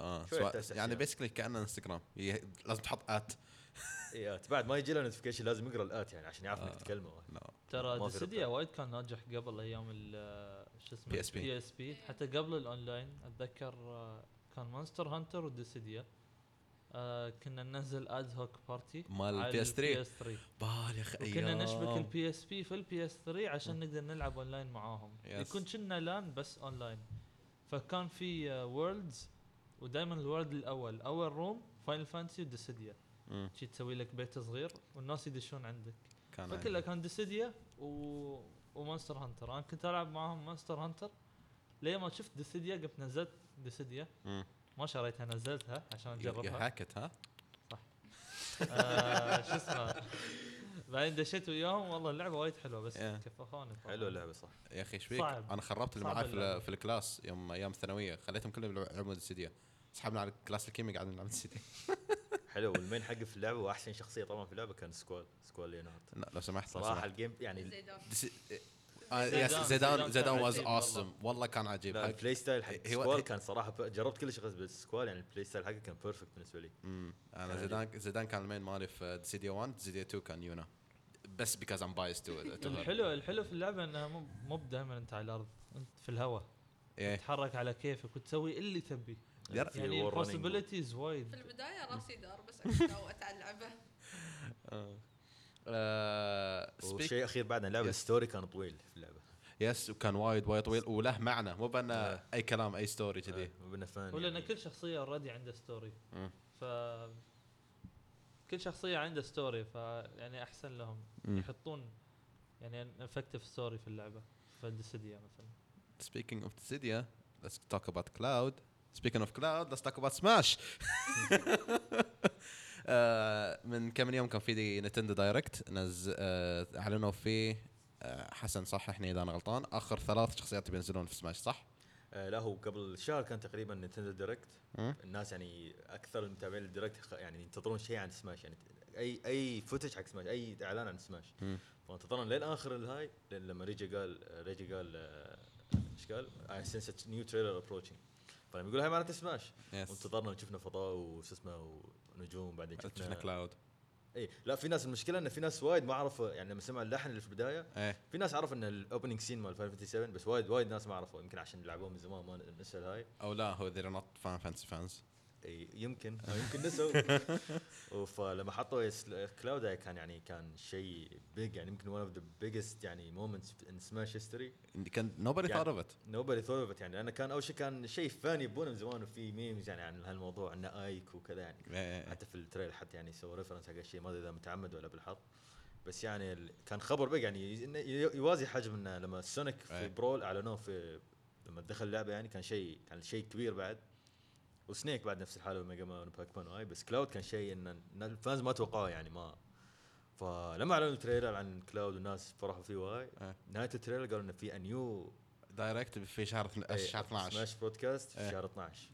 [SPEAKER 1] اه
[SPEAKER 4] شوية
[SPEAKER 1] سواء-
[SPEAKER 4] تأسف
[SPEAKER 1] يعني
[SPEAKER 4] يعني.
[SPEAKER 1] بيسكلي كانه انستغرام ي- لازم تحط ات
[SPEAKER 4] اي إيه، آت. بعد ما يجي له نوتيفيكيشن لازم يقرا الات يعني عشان يعرف
[SPEAKER 1] آه.
[SPEAKER 4] انك تكلمه
[SPEAKER 1] لا
[SPEAKER 2] ترى
[SPEAKER 4] ما في
[SPEAKER 2] ديسيديا
[SPEAKER 4] ربط.
[SPEAKER 2] وايد كان ناجح قبل ايام ال- شو اسمه
[SPEAKER 1] PSP.
[SPEAKER 2] بي اس بي حتى قبل الاونلاين اتذكر آه، كان مونستر هانتر وديسيديا آه كنا ننزل اد هوك بارتي
[SPEAKER 1] مال
[SPEAKER 2] على
[SPEAKER 1] PS3.
[SPEAKER 2] ال PS3.
[SPEAKER 1] بالي خ...
[SPEAKER 2] وكنا نشبك البي اس بي في البي اس 3 عشان نقدر نلعب اونلاين معاهم
[SPEAKER 1] Yes.
[SPEAKER 2] يكون كنا لان بس اونلاين فكان في آه، وورلدز ودائما الورد الاول اول روم فاينل فانتسي وديسيديا
[SPEAKER 1] مم.
[SPEAKER 2] شي تسوي لك بيت صغير والناس يدشون عندك
[SPEAKER 1] كان
[SPEAKER 2] فكلها
[SPEAKER 1] عندي.
[SPEAKER 2] كان ديسيديا و... ومونستر هانتر انا كنت العب معاهم مونستر هانتر ليه ما شفت ديسيديا قمت نزلت ديسيديا
[SPEAKER 1] مم.
[SPEAKER 2] ما شريتها نزلتها عشان
[SPEAKER 1] يو- يو
[SPEAKER 2] اجربها
[SPEAKER 1] هاكت ها؟
[SPEAKER 2] آه، شو اسمه بعدين دشيت وياهم والله اللعبه وايد حلوه بس
[SPEAKER 1] Yeah.
[SPEAKER 2] كفخوني طبعاً.
[SPEAKER 4] حلو اللعبه صح
[SPEAKER 1] يا اخي ايش فيك؟
[SPEAKER 2] صعب.
[SPEAKER 1] انا خربت اللي
[SPEAKER 2] صعب
[SPEAKER 1] معاي في,
[SPEAKER 2] اللعبة.
[SPEAKER 1] ال- في الكلاس يوم ايام الثانويه خليتهم كلهم يلعبون السيديا سحبنا على كلاس الكيمياء قاعدين نلعب السيديا
[SPEAKER 4] حلو والمين حقه في اللعبه واحسن شخصيه طبعا في اللعبه كان سكوال سكوال ليونارد
[SPEAKER 1] لا لو سمحت لو
[SPEAKER 4] صراحه
[SPEAKER 1] سمحت
[SPEAKER 4] الجيم يعني
[SPEAKER 5] زيدان
[SPEAKER 1] آه،
[SPEAKER 2] زيدان-
[SPEAKER 1] يس
[SPEAKER 2] زيدان
[SPEAKER 1] زيدان زيدان
[SPEAKER 2] كان
[SPEAKER 1] واز
[SPEAKER 2] عجيب والله.
[SPEAKER 1] اوسم والله كان عجيب
[SPEAKER 4] لا،
[SPEAKER 1] حق-
[SPEAKER 4] البلاي ستايل حق
[SPEAKER 1] هي- هو-
[SPEAKER 4] سكوال كان صراحه ب- جربت كل شيء بس سكوال يعني البلاي ستايل حقه كان بيرفكت بالنسبه لي
[SPEAKER 1] مم. انا
[SPEAKER 4] كان
[SPEAKER 1] زيدان زيدان كان المين مالي في ديسيديا 1 ديسيديا 2 كان يونا بس بيكوز ام بايس تو
[SPEAKER 2] الحلو الحلو في اللعبه انها مو مو دائما انت على الارض انت في الهواء
[SPEAKER 1] ايه
[SPEAKER 2] تتحرك على كيفك وتسوي اللي تبي
[SPEAKER 1] يا-
[SPEAKER 4] في
[SPEAKER 2] يعني
[SPEAKER 4] wall running.
[SPEAKER 2] البوسيبيليتيز
[SPEAKER 5] في
[SPEAKER 2] وايد
[SPEAKER 5] البدايه راسي دار بس اتعود العبه
[SPEAKER 1] آه. سبيك
[SPEAKER 4] وشيء اخير بعد اللعبه
[SPEAKER 1] Yes.
[SPEAKER 4] الستوري كان طويل في اللعبه
[SPEAKER 1] يس وكان وايد وايد طويل وله معنى مو بانه اي كلام اي ستوري كذي
[SPEAKER 4] آه، وبنا فان
[SPEAKER 2] ولان
[SPEAKER 4] يعني
[SPEAKER 2] كل شخصيه اوريدي عندها ستوري
[SPEAKER 1] مم.
[SPEAKER 2] ف كل شخصيه عندها ستوري ف يعني احسن لهم
[SPEAKER 1] مم.
[SPEAKER 2] يحطون يعني افكتيف ستوري في اللعبه فديسيديا مثلا
[SPEAKER 1] Speaking of Dissidia, let's talk about cloud. Speaking of cloud, let's talk about Smash. آه، من كم يوم كان في دي نتندو دايركت نز آه، اعلنوا فيه آه، حسن صححني اذا انا غلطان اخر ثلاث شخصيات بينزلون في سماش صح؟
[SPEAKER 4] آه، لا هو قبل شهر كان تقريبا نتندو دايركت
[SPEAKER 1] مم.
[SPEAKER 4] الناس يعني اكثر المتابعين للدايركت خ- يعني ينتظرون شيء عن سماش يعني اي اي فوتج حق سماش اي اعلان عن سماش
[SPEAKER 1] مم.
[SPEAKER 4] فانتظرنا لين اخر الهاي لين لما ريجي قال ريجي قال آه، ايش قال؟ اي سنس نيو تريلر ابروتشنج فلما يقول هاي معناته سماش وانتظرنا وشفنا فضاء وش اسمه ونجوم بعدين
[SPEAKER 1] شفنا
[SPEAKER 4] شفنا
[SPEAKER 1] كلاود
[SPEAKER 4] اي لا في ناس المشكله ان في ناس وايد ما عرفوا يعني لما سمعوا اللحن اللي في البدايه
[SPEAKER 1] ايه
[SPEAKER 4] في ناس عرفوا ان الاوبننج سين مال 557 بس وايد وايد ناس ما عرفوا يمكن عشان لعبوه من زمان ما نسى هاي
[SPEAKER 1] او لا هو they're not فان فانسي فانز
[SPEAKER 4] اي يمكن أو يمكن نسوا فلما حطوا يس- كلاود هاي كان يعني كان شيء بيج يعني يمكن ون اوف ذا بيجست يعني مومنتس ان سماش هيستوري
[SPEAKER 1] كان nobody
[SPEAKER 4] يعني-
[SPEAKER 1] thought of it
[SPEAKER 4] نوبري ثوت يعني لانه كان اول شيء كان شيء فاني يبونه من زمان وفي ميمز يعني عن هالموضوع انه ايك وكذا يعني
[SPEAKER 1] إيه، إيه، إيه.
[SPEAKER 4] حتى في التريل حتى يعني سوى ريفرنس حق الشيء ما ادري اذا متعمد ولا بالحظ بس يعني ال- كان خبر بق يعني ي- إنه ي- يوازي حجم انه لما سونيك في
[SPEAKER 1] أي.
[SPEAKER 4] برول اعلنوه في لما دخل اللعبه يعني كان شيء كان شيء كبير بعد وسنيك بعد نفس الحاله وميجا مان وباك مان واي بس كلاود كان شيء ان إن الفانز ما توقعوه يعني ما فلما اعلنوا التريلر عن كلاود والناس فرحوا فيه واي
[SPEAKER 1] أي.
[SPEAKER 4] نهايه التريلر قالوا انه في انيو
[SPEAKER 1] دايركت في شهر
[SPEAKER 4] إيه،
[SPEAKER 1] اثنا- شهر 12
[SPEAKER 4] سماش بودكاست في
[SPEAKER 1] أي.
[SPEAKER 4] شهر 12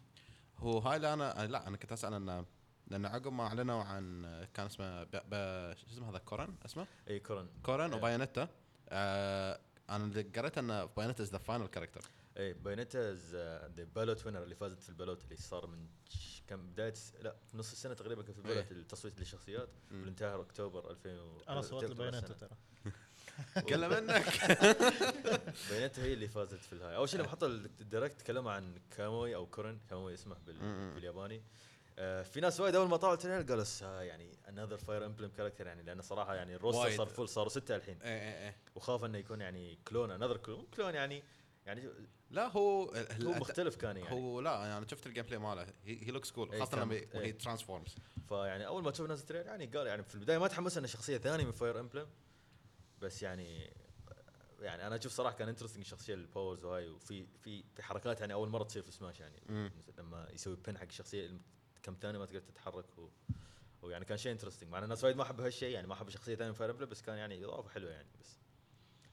[SPEAKER 1] هو هاي اللي انا أنا- لا انا كنت اسال انه لان عقب ما اعلنوا عن كان اسمه ب... ب... شو اسمه هذا كورن اسمه
[SPEAKER 4] اي كورن
[SPEAKER 1] كورن
[SPEAKER 4] إيه.
[SPEAKER 1] وبايونيتا آه انا اللي قريت ان بايونيتا از ذا فاينل كاركتر
[SPEAKER 4] اي بايونيتا از ذا بالوت وينر اللي فازت في البالوت اللي صار من ش- كم بدايه س- لا في نص السنه تقريبا كان في
[SPEAKER 1] إيه.
[SPEAKER 4] بالوت التصويت للشخصيات واللي انتهى اكتوبر 2000 و-
[SPEAKER 2] أه،
[SPEAKER 3] انا صوت
[SPEAKER 4] تقريباً
[SPEAKER 3] البيانات
[SPEAKER 4] السنة.
[SPEAKER 3] ترى
[SPEAKER 1] قال منك
[SPEAKER 4] بايونيتا هي اللي فازت في الهاي اول شيء لما حطوا ال- الدايركت تكلموا عن كاموي او كورن كاموي اسمه
[SPEAKER 1] مم.
[SPEAKER 4] بال- بالياباني آه، في ناس وايد اول ما طلعوا التريلر قالوا س- آه، يعني انذر فاير امبلم كاركتر يعني لانه صراحه يعني الروستر
[SPEAKER 1] وايد. إيه،
[SPEAKER 4] صار فل صاروا سته الحين
[SPEAKER 1] ايه ايه ايه
[SPEAKER 4] وخاف انه يكون يعني كلون انذر كلون كلون يعني يعني جو-
[SPEAKER 1] لا هو
[SPEAKER 4] هو
[SPEAKER 1] هو,
[SPEAKER 4] مختلف كان يعني
[SPEAKER 1] هو لا انا يعني شفت الجيم بلاي ماله هي لوكس كول
[SPEAKER 4] إيه،
[SPEAKER 1] خاصه لما
[SPEAKER 4] كان-
[SPEAKER 1] هي
[SPEAKER 4] إيه.
[SPEAKER 1] ترانسفورمز
[SPEAKER 4] فيعني اول ما تشوف ناس التريلر يعني قال يعني في البدايه ما تحمس انه شخصيه ثانيه من فاير امبلم بس يعني يعني انا اشوف صراحه كان انترستنج الشخصيه الباورز وهاي وفي في في حركات يعني اول مره تصير في سماش يعني
[SPEAKER 1] مم.
[SPEAKER 4] مثل لما يسوي بن حق الشخصيه الم- كم ثانيه ما تقدر تتحرك و ويعني كان شيء انترستنج مع ان الناس وايد ما حبوا هالشيء يعني ما حبوا شخصيه ثانيه من فاير امبلم بس كان يعني اضافه حلوه يعني بس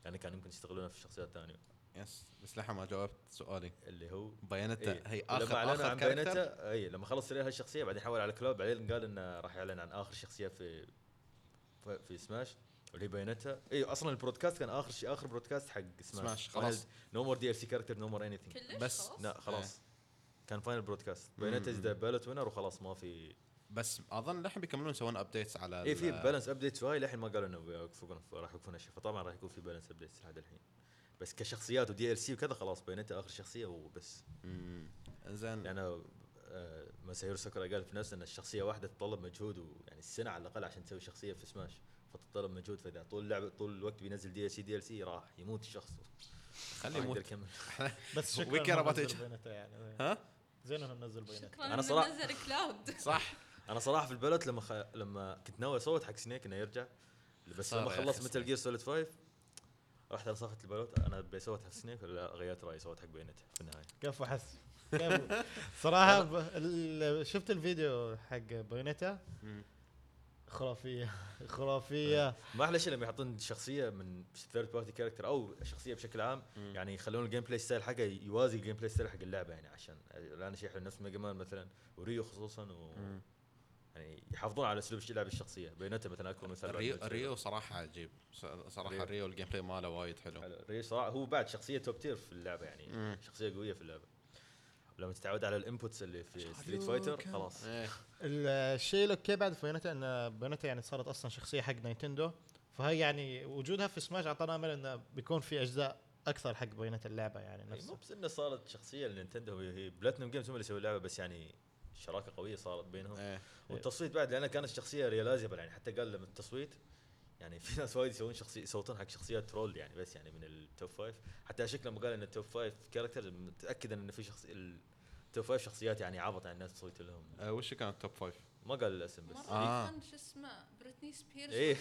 [SPEAKER 4] يعني كان يمكن يستغلونها في شخصيات ثانيه
[SPEAKER 1] يس بس لحم ما جاوبت سؤالي
[SPEAKER 4] اللي هو
[SPEAKER 1] باينتا
[SPEAKER 4] إيه.
[SPEAKER 1] هي
[SPEAKER 4] لما
[SPEAKER 1] اخر
[SPEAKER 4] اعلنوا
[SPEAKER 1] اخر
[SPEAKER 4] عن
[SPEAKER 1] كاركتر
[SPEAKER 4] بايونيتا اي لما خلص سرير هالشخصيه بعدين حول على كلوب بعدين قال انه راح يعلن عن اخر شخصيه في ف- في سماش واللي هي بايونيتا اي اصلا البرودكاست كان اخر شيء اخر برودكاست حق سماش,
[SPEAKER 1] سماش، خلاص. إيه.
[SPEAKER 4] نو مور دي ال سي كاركتر نو مور اني ثينج
[SPEAKER 5] كلش
[SPEAKER 1] بس-
[SPEAKER 5] خلاص
[SPEAKER 4] لا خلاص كان فاينل برودكاست بايونيتا از ذا بالوت وينر وخلاص ما في
[SPEAKER 1] بس اظن لحم بيكملون يسوون ابديتس على
[SPEAKER 4] اي إيه، في
[SPEAKER 1] ال-
[SPEAKER 4] بالانس ابديتس وهاي للحين ما قالوا انه بيوقفون راح يوقفون هالشيء فطبعا راح يكون في بالانس ابديتس لحد الحين بس كشخصيات ودي ال سي وكذا خلاص بايونيتا اخر شخصيه وبس
[SPEAKER 1] مم. زين
[SPEAKER 4] لانه آه، مسايرو ساكورا قال في نفسه ان الشخصيه واحده تتطلب مجهود ويعني السنه على الاقل عشان تسوي شخصيه في سماش فتتطلب مجهود فاذا طول اللعبه طول الوقت بينزل دي ال سي دي ال سي راح يموت الشخص
[SPEAKER 1] خليه
[SPEAKER 4] ما يقدر
[SPEAKER 1] يموت
[SPEAKER 4] يكمل
[SPEAKER 3] بس
[SPEAKER 1] We care
[SPEAKER 3] شكرا
[SPEAKER 1] about
[SPEAKER 3] إنهم نزلوا
[SPEAKER 1] each-
[SPEAKER 3] بينته يعني
[SPEAKER 1] ها؟
[SPEAKER 3] زين انهم نزلوا بينته
[SPEAKER 5] شكرا
[SPEAKER 4] أنا
[SPEAKER 5] انا
[SPEAKER 4] صراحة-
[SPEAKER 5] صراحه نزل كلاود
[SPEAKER 1] صح
[SPEAKER 4] انا صراحه في البلد لما خ... لما كنت ناوي اصوت حق سنيك انه يرجع بس
[SPEAKER 1] خسارة
[SPEAKER 4] لما
[SPEAKER 1] يا أخي
[SPEAKER 4] خلصت متل
[SPEAKER 1] سنيك.
[SPEAKER 4] جير سوليد 5 رحت انا صفت البلوت انا بيصوت حق سنيك ولا غيرت رايي صوت حق بينته في النهايه
[SPEAKER 3] كفو حس كفو صراحه ب... ال- شفت الفيديو حق بايونيتا
[SPEAKER 1] مم.
[SPEAKER 3] خرافيه خرافيه
[SPEAKER 4] ما احلى شيء لما يحطون شخصيه من ثيرد بارتي كاركتر او شخصيه بشكل عام
[SPEAKER 1] مم.
[SPEAKER 4] يعني يخلون الجيم بلاي ستايل حقه يوازي الجيم بلاي ستايل حق اللعبه يعني عشان الان شيء حلو نفس ميجا مان مثلا وريو خصوصا و
[SPEAKER 1] مم.
[SPEAKER 4] يعني يحافظون على اسلوب لعب الشخصيه بينته مثلا اكبر مثال بعد
[SPEAKER 1] ريو
[SPEAKER 4] الجيم.
[SPEAKER 1] ريو صراحه عجيب ص-
[SPEAKER 4] ريو.
[SPEAKER 1] صراحه ريو الجيم بلاي ماله وايد حلو
[SPEAKER 4] حلو. ريو صراحه هو بعد شخصيه توب تير في اللعبه يعني
[SPEAKER 1] مم.
[SPEAKER 4] شخصيه قويه في اللعبه لما تتعود على الانبوتس اللي في ستريت فايتر خلاص
[SPEAKER 1] إيه.
[SPEAKER 3] الشيء الاوكي بعد في بايونيتا ان بايونيتا يعني صارت اصلا شخصيه حق نينتندو فهي يعني وجودها في سماش اعطانا امل انه بيكون في اجزاء اكثر حق بايونيتا اللعبه يعني
[SPEAKER 4] يعني مو
[SPEAKER 3] نفسها
[SPEAKER 4] بس انه صارت شخصيه لنينتندو هي- هي بلاتنوم جيمز هم اللي يسووا اللعبه بس يعني شراكه قويه صارت بينهم
[SPEAKER 1] إيه.
[SPEAKER 4] والتصويت بعد لان كانت شخصيه ريلايزبل يعني حتى قال لما التصويت يعني في ناس وايد يسوون شخصيه يصوتون حق شخصيات ترول يعني بس يعني من التوب فايف حتى شكله لما قال ان التوب فايف كاركترز متاكد ان في شخص التوب فايف شخصيات يعني عبط يعني الناس تصوت لهم
[SPEAKER 1] آه، وش كان التوب فايف؟
[SPEAKER 4] ما قال الاسم بس
[SPEAKER 5] مره
[SPEAKER 1] آه.
[SPEAKER 5] كان شو اسمه بريتني سبيرز
[SPEAKER 4] إيه.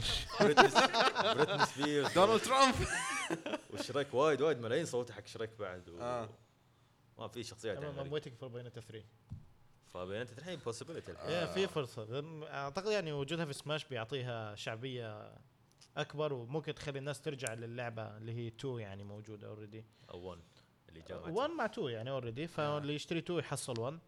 [SPEAKER 4] بريتني بريتني سبيرز
[SPEAKER 1] دونالد ترامب
[SPEAKER 4] وشريك وايد وايد ملايين صوته حق شريك بعد و...
[SPEAKER 1] آه.
[SPEAKER 4] ما في شخصيات
[SPEAKER 3] ام
[SPEAKER 4] يعني
[SPEAKER 3] ويتنج فور بايونيتا 3
[SPEAKER 4] فبين انت الحين بوسيبيليتي
[SPEAKER 1] آه.
[SPEAKER 3] إيه، في فرصه اعتقد يعني وجودها في سماش بيعطيها شعبيه اكبر وممكن تخلي الناس ترجع للعبه اللي هي 2 يعني موجوده اوريدي
[SPEAKER 4] او 1 اللي جامعته
[SPEAKER 3] 1 مع 2 يعني اوريدي
[SPEAKER 4] آه.
[SPEAKER 3] فاللي يشتري 2 يحصل 1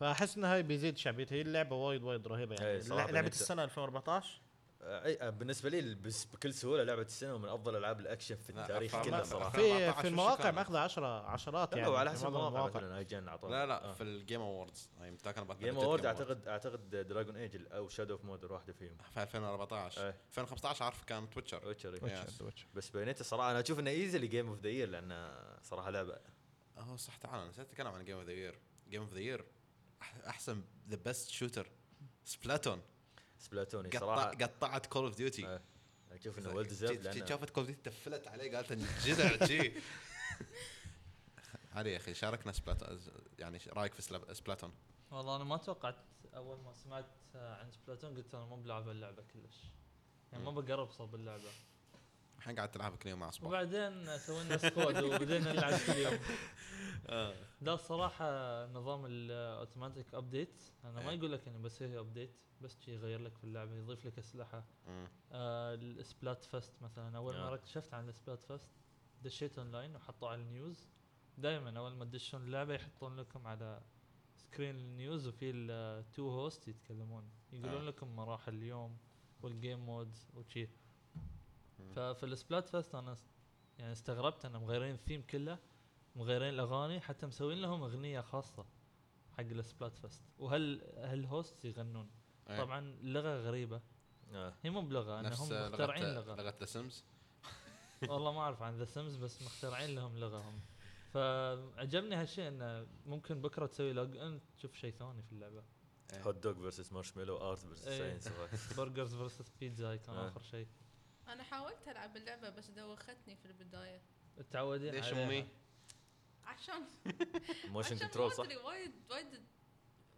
[SPEAKER 3] فاحس انها هاي بيزيد شعبيتها هي اللعبه وايد وايد رهيبه يعني
[SPEAKER 4] إيه، صراحة
[SPEAKER 3] لعبه
[SPEAKER 4] أنت-
[SPEAKER 3] السنه 2014
[SPEAKER 4] آه، أي- آه، بالنسبه لي بس بكل سهوله لعبه السنه ومن افضل العاب الاكشن في
[SPEAKER 1] لا،
[SPEAKER 4] التاريخ
[SPEAKER 1] أفهم.
[SPEAKER 4] كله
[SPEAKER 1] ما-
[SPEAKER 4] صراحه
[SPEAKER 3] في
[SPEAKER 1] 14
[SPEAKER 3] في المواقع
[SPEAKER 1] كانت.
[SPEAKER 3] ماخذه 10 عشرات
[SPEAKER 4] لا
[SPEAKER 3] يعني
[SPEAKER 4] وعلى حسب
[SPEAKER 3] في معظم
[SPEAKER 4] المواقع مثلا اي جن آه. اعطوه
[SPEAKER 1] لا لا في الجيم اووردز يعني ذاك انا بقول
[SPEAKER 4] جيم اوورد اعتقد اعتقد دراجون ايجل او شادو اوف مودر واحده فيهم
[SPEAKER 1] في 2014
[SPEAKER 4] إيه.
[SPEAKER 1] 2015 عارف كان تويتشر
[SPEAKER 4] ويتشر
[SPEAKER 1] Witcher.
[SPEAKER 4] بس بينيتا صراحه انا اشوف انه ايزلي جيم اوف ذا يير لانه صراحه لعبه
[SPEAKER 1] اه صح تعال نسيت اتكلم عن جيم اوف ذا يير جيم اوف ذا يير احسن ذا بيست شوتر سبلاتون
[SPEAKER 4] سبلاتوني صراحه
[SPEAKER 1] قطعت كول اوف ديوتي
[SPEAKER 4] آه. اشوف انه ويل ديزيرف لانه
[SPEAKER 1] شافت كول اوف ديوتي تفلت عليه قالت إن جدع جي علي يا اخي شاركنا سبلاتون يعني ش- رايك في سلا- سبلاتون
[SPEAKER 2] والله انا ما توقعت اول ما سمعت آه، عن سبلاتون قلت انا مو بلعب اللعبه كلش يعني ما بقرب صوب اللعبه
[SPEAKER 1] الحين قاعد تلعبها كل يوم مع صباح
[SPEAKER 2] وبعدين سوينا سكواد وبدينا نلعب كل يوم لا صراحة نظام الاوتوماتيك ابديت انا ما
[SPEAKER 1] إيه.
[SPEAKER 2] يقول لك انه بس هي ابديت بس شي يغير لك في اللعبة يضيف لك اسلحة آه السبلات فست مثلا اول
[SPEAKER 4] آه.
[SPEAKER 2] ما اكتشفت عن السبلات فست دشيت اونلاين وحطوا على النيوز دائما اول ما تدشون اللعبة يحطون لكم على سكرين النيوز وفي التو هوست يتكلمون يقولون
[SPEAKER 1] آه.
[SPEAKER 2] لكم مراحل اليوم والجيم مودز وشي
[SPEAKER 1] مم.
[SPEAKER 2] ففي السبلات فست انا س- يعني استغربت انه مغيرين الثيم كله مغيرين الاغاني حتى مسوين لهم اغنيه خاصه حق السبلات فست وهل هالهوست يغنون
[SPEAKER 1] إيه.
[SPEAKER 2] طبعا اللغه غريبه
[SPEAKER 4] آه.
[SPEAKER 2] هي مو بلغه انهم
[SPEAKER 1] نفس لغة-
[SPEAKER 2] مخترعين لغه
[SPEAKER 1] لغه ذا سيمز
[SPEAKER 2] والله ما اعرف عن ذا سيمز بس مخترعين لهم لغهم فعجبني هالشيء انه ممكن بكره تسوي لوج ان تشوف شيء ثاني في اللعبه
[SPEAKER 1] إيه.
[SPEAKER 4] هوت دوغ فيرسس مارشميلو ارت فيرسس
[SPEAKER 2] إيه.
[SPEAKER 4] ساينس
[SPEAKER 2] برجرز فيرسس بيتزا كان
[SPEAKER 4] آه.
[SPEAKER 2] اخر شيء
[SPEAKER 5] انا حاولت العب اللعبه بس دوختني في البدايه
[SPEAKER 2] متعودين
[SPEAKER 1] ليش
[SPEAKER 2] عليها.
[SPEAKER 1] امي؟
[SPEAKER 5] عشان
[SPEAKER 4] موشن
[SPEAKER 5] عشان
[SPEAKER 4] كنترول
[SPEAKER 5] ما
[SPEAKER 4] صح؟
[SPEAKER 5] أدري، وايد وايد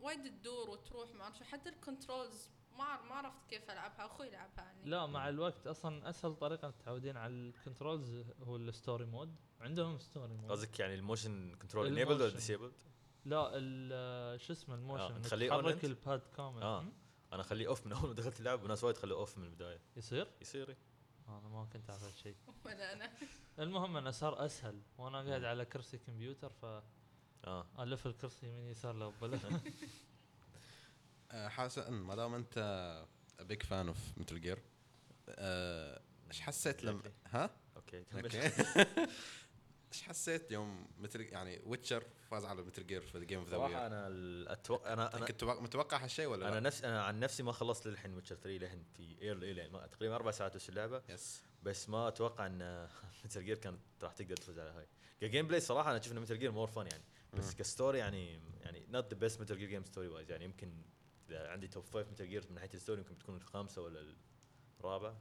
[SPEAKER 5] وايد تدور وتروح ما اعرف شو، حتى الكنترولز ما عر- ما عرفت كيف العبها اخوي لعبها يعني
[SPEAKER 2] لا مع الوقت اصلا اسهل طريقه متعودين على الكنترولز هو الستوري مود عندهم ستوري مود
[SPEAKER 4] قصدك يعني الموشن كنترول
[SPEAKER 2] الموشن.
[SPEAKER 4] انيبلد ولا ديسيبلد؟
[SPEAKER 2] لا ال- آه، شو اسمه الموشن إنك
[SPEAKER 4] تخليه on
[SPEAKER 2] تحرك
[SPEAKER 4] أنت؟
[SPEAKER 2] الباد كامل
[SPEAKER 4] آه.
[SPEAKER 2] م?
[SPEAKER 4] انا اخليه اوف من اول ما دخلت اللعب وناس وايد خلوه اوف من البدايه
[SPEAKER 2] يصير؟
[SPEAKER 4] يصير
[SPEAKER 2] انا ما كنت اعرف هالشيء
[SPEAKER 5] ولا انا
[SPEAKER 2] المهم انه صار اسهل وانا قاعد على كرسي كمبيوتر فالف
[SPEAKER 4] اه
[SPEAKER 2] الكرسي يمين يسار لأبلف
[SPEAKER 1] آه، حسن ما دام انت بيج فان اوف متل جير ايش آه، حسيت لما ها؟
[SPEAKER 4] اوكي كمل
[SPEAKER 1] اوكي ايش حسيت يوم مثل يعني ويتشر فاز على متل جير في الجيم اوف ذا
[SPEAKER 4] صراحه
[SPEAKER 1] وير
[SPEAKER 4] انا ال- اتوقع انا انا
[SPEAKER 1] كنت متوقع هالشيء ولا
[SPEAKER 4] انا
[SPEAKER 1] لا؟
[SPEAKER 4] نفسي انا عن نفسي ما خلصت للحين ويتشر 3 للحين في ايرلي لين ما- تقريبا اربع ساعات بس اللعبه
[SPEAKER 1] يس
[SPEAKER 4] بس ما اتوقع ان متل جير كانت راح تقدر تفوز على هاي كجيم بلاي صراحه انا اشوف ان متل جير مور فان يعني بس كستوري يعني يعني نوت ذا بيست متل جير جيم ستوري وايز يعني يمكن اذا عندي توب فايف متل جير من ناحيه الستوري يمكن بتكون الخامسه ولا الرابعه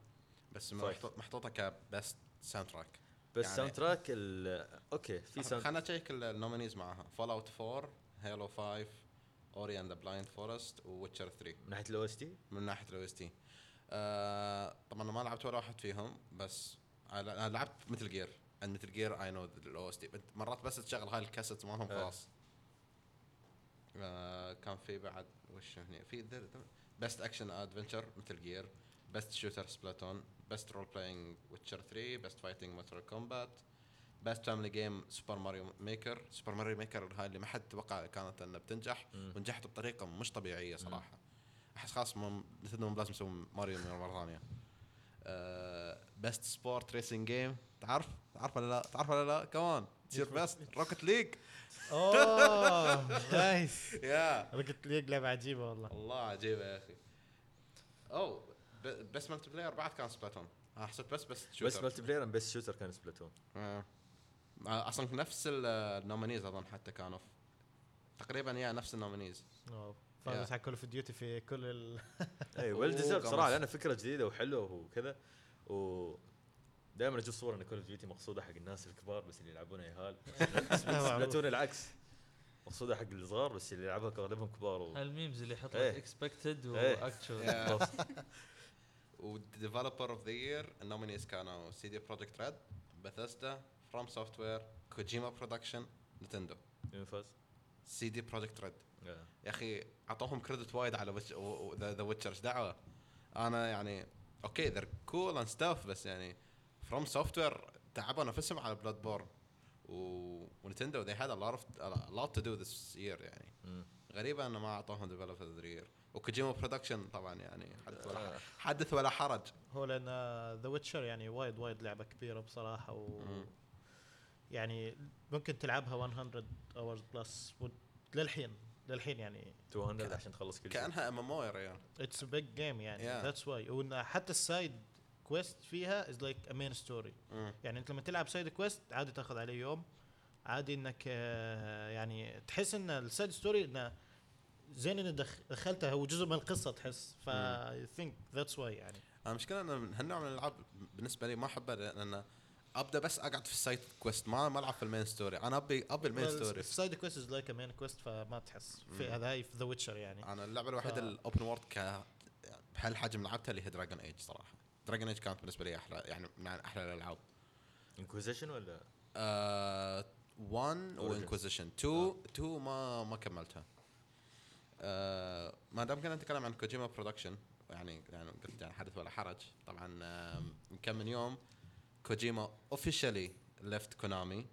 [SPEAKER 1] بس
[SPEAKER 4] صحيح.
[SPEAKER 1] محطو- محطوطه كبست ساوند تراك
[SPEAKER 4] بس
[SPEAKER 1] يعني-
[SPEAKER 4] يعني ساوند تراك ال- اوكي في ساوند
[SPEAKER 1] خلينا نشيك النومينيز معاها فول اوت 4 هيلو 5 اوري اند ذا بلايند فورست وويتشر 3
[SPEAKER 4] من ناحيه الاو اس تي
[SPEAKER 1] من ناحيه الاو اس تي طبعا أنا ما لعبت ولا واحد فيهم بس انا أنا لعبت مثل جير اند مثل جير اي نو الاو اس تي مرات بس تشغل هاي الكاسيت مالهم
[SPEAKER 4] آه.
[SPEAKER 1] خلاص آه، كان في بعد وش هنا في بيست اكشن ادفنتشر مثل جير بيست شوتر سبلاتون بيست رول بلاينج ويتشر 3 بيست فايتنج ماتر كومبات بيست فاميلي جيم سوبر ماريو ميكر سوبر ماريو ميكر هاي اللي ما حد توقع كانت انها بتنجح
[SPEAKER 4] مم.
[SPEAKER 1] ونجحت بطريقه مش طبيعيه صراحه احس خلاص مم- نتندو مو لازم يسوون ماريو مره ثانيه بيست سبورت ريسنج جيم تعرف تعرف ولا لا تعرف ولا لا كمان تصير بيست روكت ليج
[SPEAKER 3] اوه نايس
[SPEAKER 1] يا
[SPEAKER 3] ركت ليج لعبه عجيبه والله
[SPEAKER 1] الله عجيبه يا Oh, اخي او ب- بس ملتي بلاير بعد كان سبلاتون انا حسيت بس بس شوتر
[SPEAKER 4] بس ملتي بلاير بس شوتر كان سبلاتون
[SPEAKER 1] آه. آه، اصلا نفس ال- النومينيز اظن حتى كانوا في- تقريبا يا نفس النومينيز
[SPEAKER 3] أوه.
[SPEAKER 1] يا.
[SPEAKER 3] فاز على كول اوف ديوتي في كل ال...
[SPEAKER 4] اي
[SPEAKER 1] أوه،
[SPEAKER 4] ويل ديزيرف
[SPEAKER 1] كان
[SPEAKER 4] صراحه
[SPEAKER 1] مس-
[SPEAKER 4] لانها فكره جديده وحلوه وكذا و دائما اشوف صور ان كول اوف ديوتي مقصوده حق الناس الكبار بس اللي يلعبونها يهال سبلاتون العكس مقصوده حق الصغار بس اللي يلعبها اغلبهم كبار و...
[SPEAKER 2] الميمز اللي يحط لك
[SPEAKER 4] إيه.
[SPEAKER 2] اكسبكتد
[SPEAKER 4] إيه.
[SPEAKER 2] واكشوال
[SPEAKER 1] يا. وديفلوبر اوف ذا يير النومينيز كانوا سي دي بروجكت ريد بثيستا فروم سوفت وير كوجيما برودكشن نتندو
[SPEAKER 4] مين فاز؟
[SPEAKER 1] سي دي بروجكت ريد
[SPEAKER 4] آه.
[SPEAKER 1] يا اخي اعطوهم كريدت وايد على ذا ويتشر ايش دعوه انا يعني اوكي ذير كول اند ستاف بس يعني فروم سوفت وير تعبوا نفسهم على بلاد بورن و ونتندو they had a lot of a lot to do this year يعني
[SPEAKER 4] مم.
[SPEAKER 1] غريبة انه ما اعطوهم ديفلوبر ذا يير وكوجيما برودكشن طبعا يعني حدث ولا
[SPEAKER 4] آه.
[SPEAKER 1] حدث ولا حرج
[SPEAKER 3] هو لان ذا ويتشر يعني وايد وايد لعبه كبيره بصراحه و
[SPEAKER 1] مم.
[SPEAKER 3] يعني ممكن تلعبها 100 اورز بلس للحين للحين يعني
[SPEAKER 4] 200 عشان تخلص كل شيء
[SPEAKER 1] كانها ام ام او يا ريال
[SPEAKER 3] اتس بيج جيم يعني
[SPEAKER 1] Yeah.
[SPEAKER 3] ذاتس واي وان حتى السايد كويست فيها از لايك ا مين ستوري
[SPEAKER 1] مم.
[SPEAKER 3] يعني انت لما تلعب سايد كويست عادي تاخذ عليه يوم عادي انك آه، يعني تحس ان السايد ستوري انه زين اني دخ- دخلتها هو جزء من القصه تحس ف ثينك ذاتس واي يعني
[SPEAKER 1] انا المشكله انا من هالنوع من الالعاب بالنسبه لي ما احبها لان ابدا بس اقعد في السايد كويست ما ما العب في المين ستوري انا ابي ابي المين ستوري
[SPEAKER 3] السايد كويست از لايك مين كويست فما تحس في
[SPEAKER 1] مم. Ah,
[SPEAKER 3] هذا هاي في ذا ويتشر يعني
[SPEAKER 1] انا اللعبه الوحيده
[SPEAKER 3] ف-
[SPEAKER 1] الاوبن وورد ك بهالحجم لعبتها اللي هي دراجون ايج صراحه دراجون ايج كانت بالنسبه لي احلى يعني من احلى الالعاب
[SPEAKER 4] انكوزيشن ولا
[SPEAKER 1] آه، 1
[SPEAKER 4] Origins.
[SPEAKER 1] وانكوزيشن 2 2 ما ما كملتها آه، ما دام كنا نتكلم عن كوجيما برودكشن يعني يعني قلت يعني حدث ولا حرج طبعا آم، من كم من يوم كوجيما اوفيشلي ليفت كونامي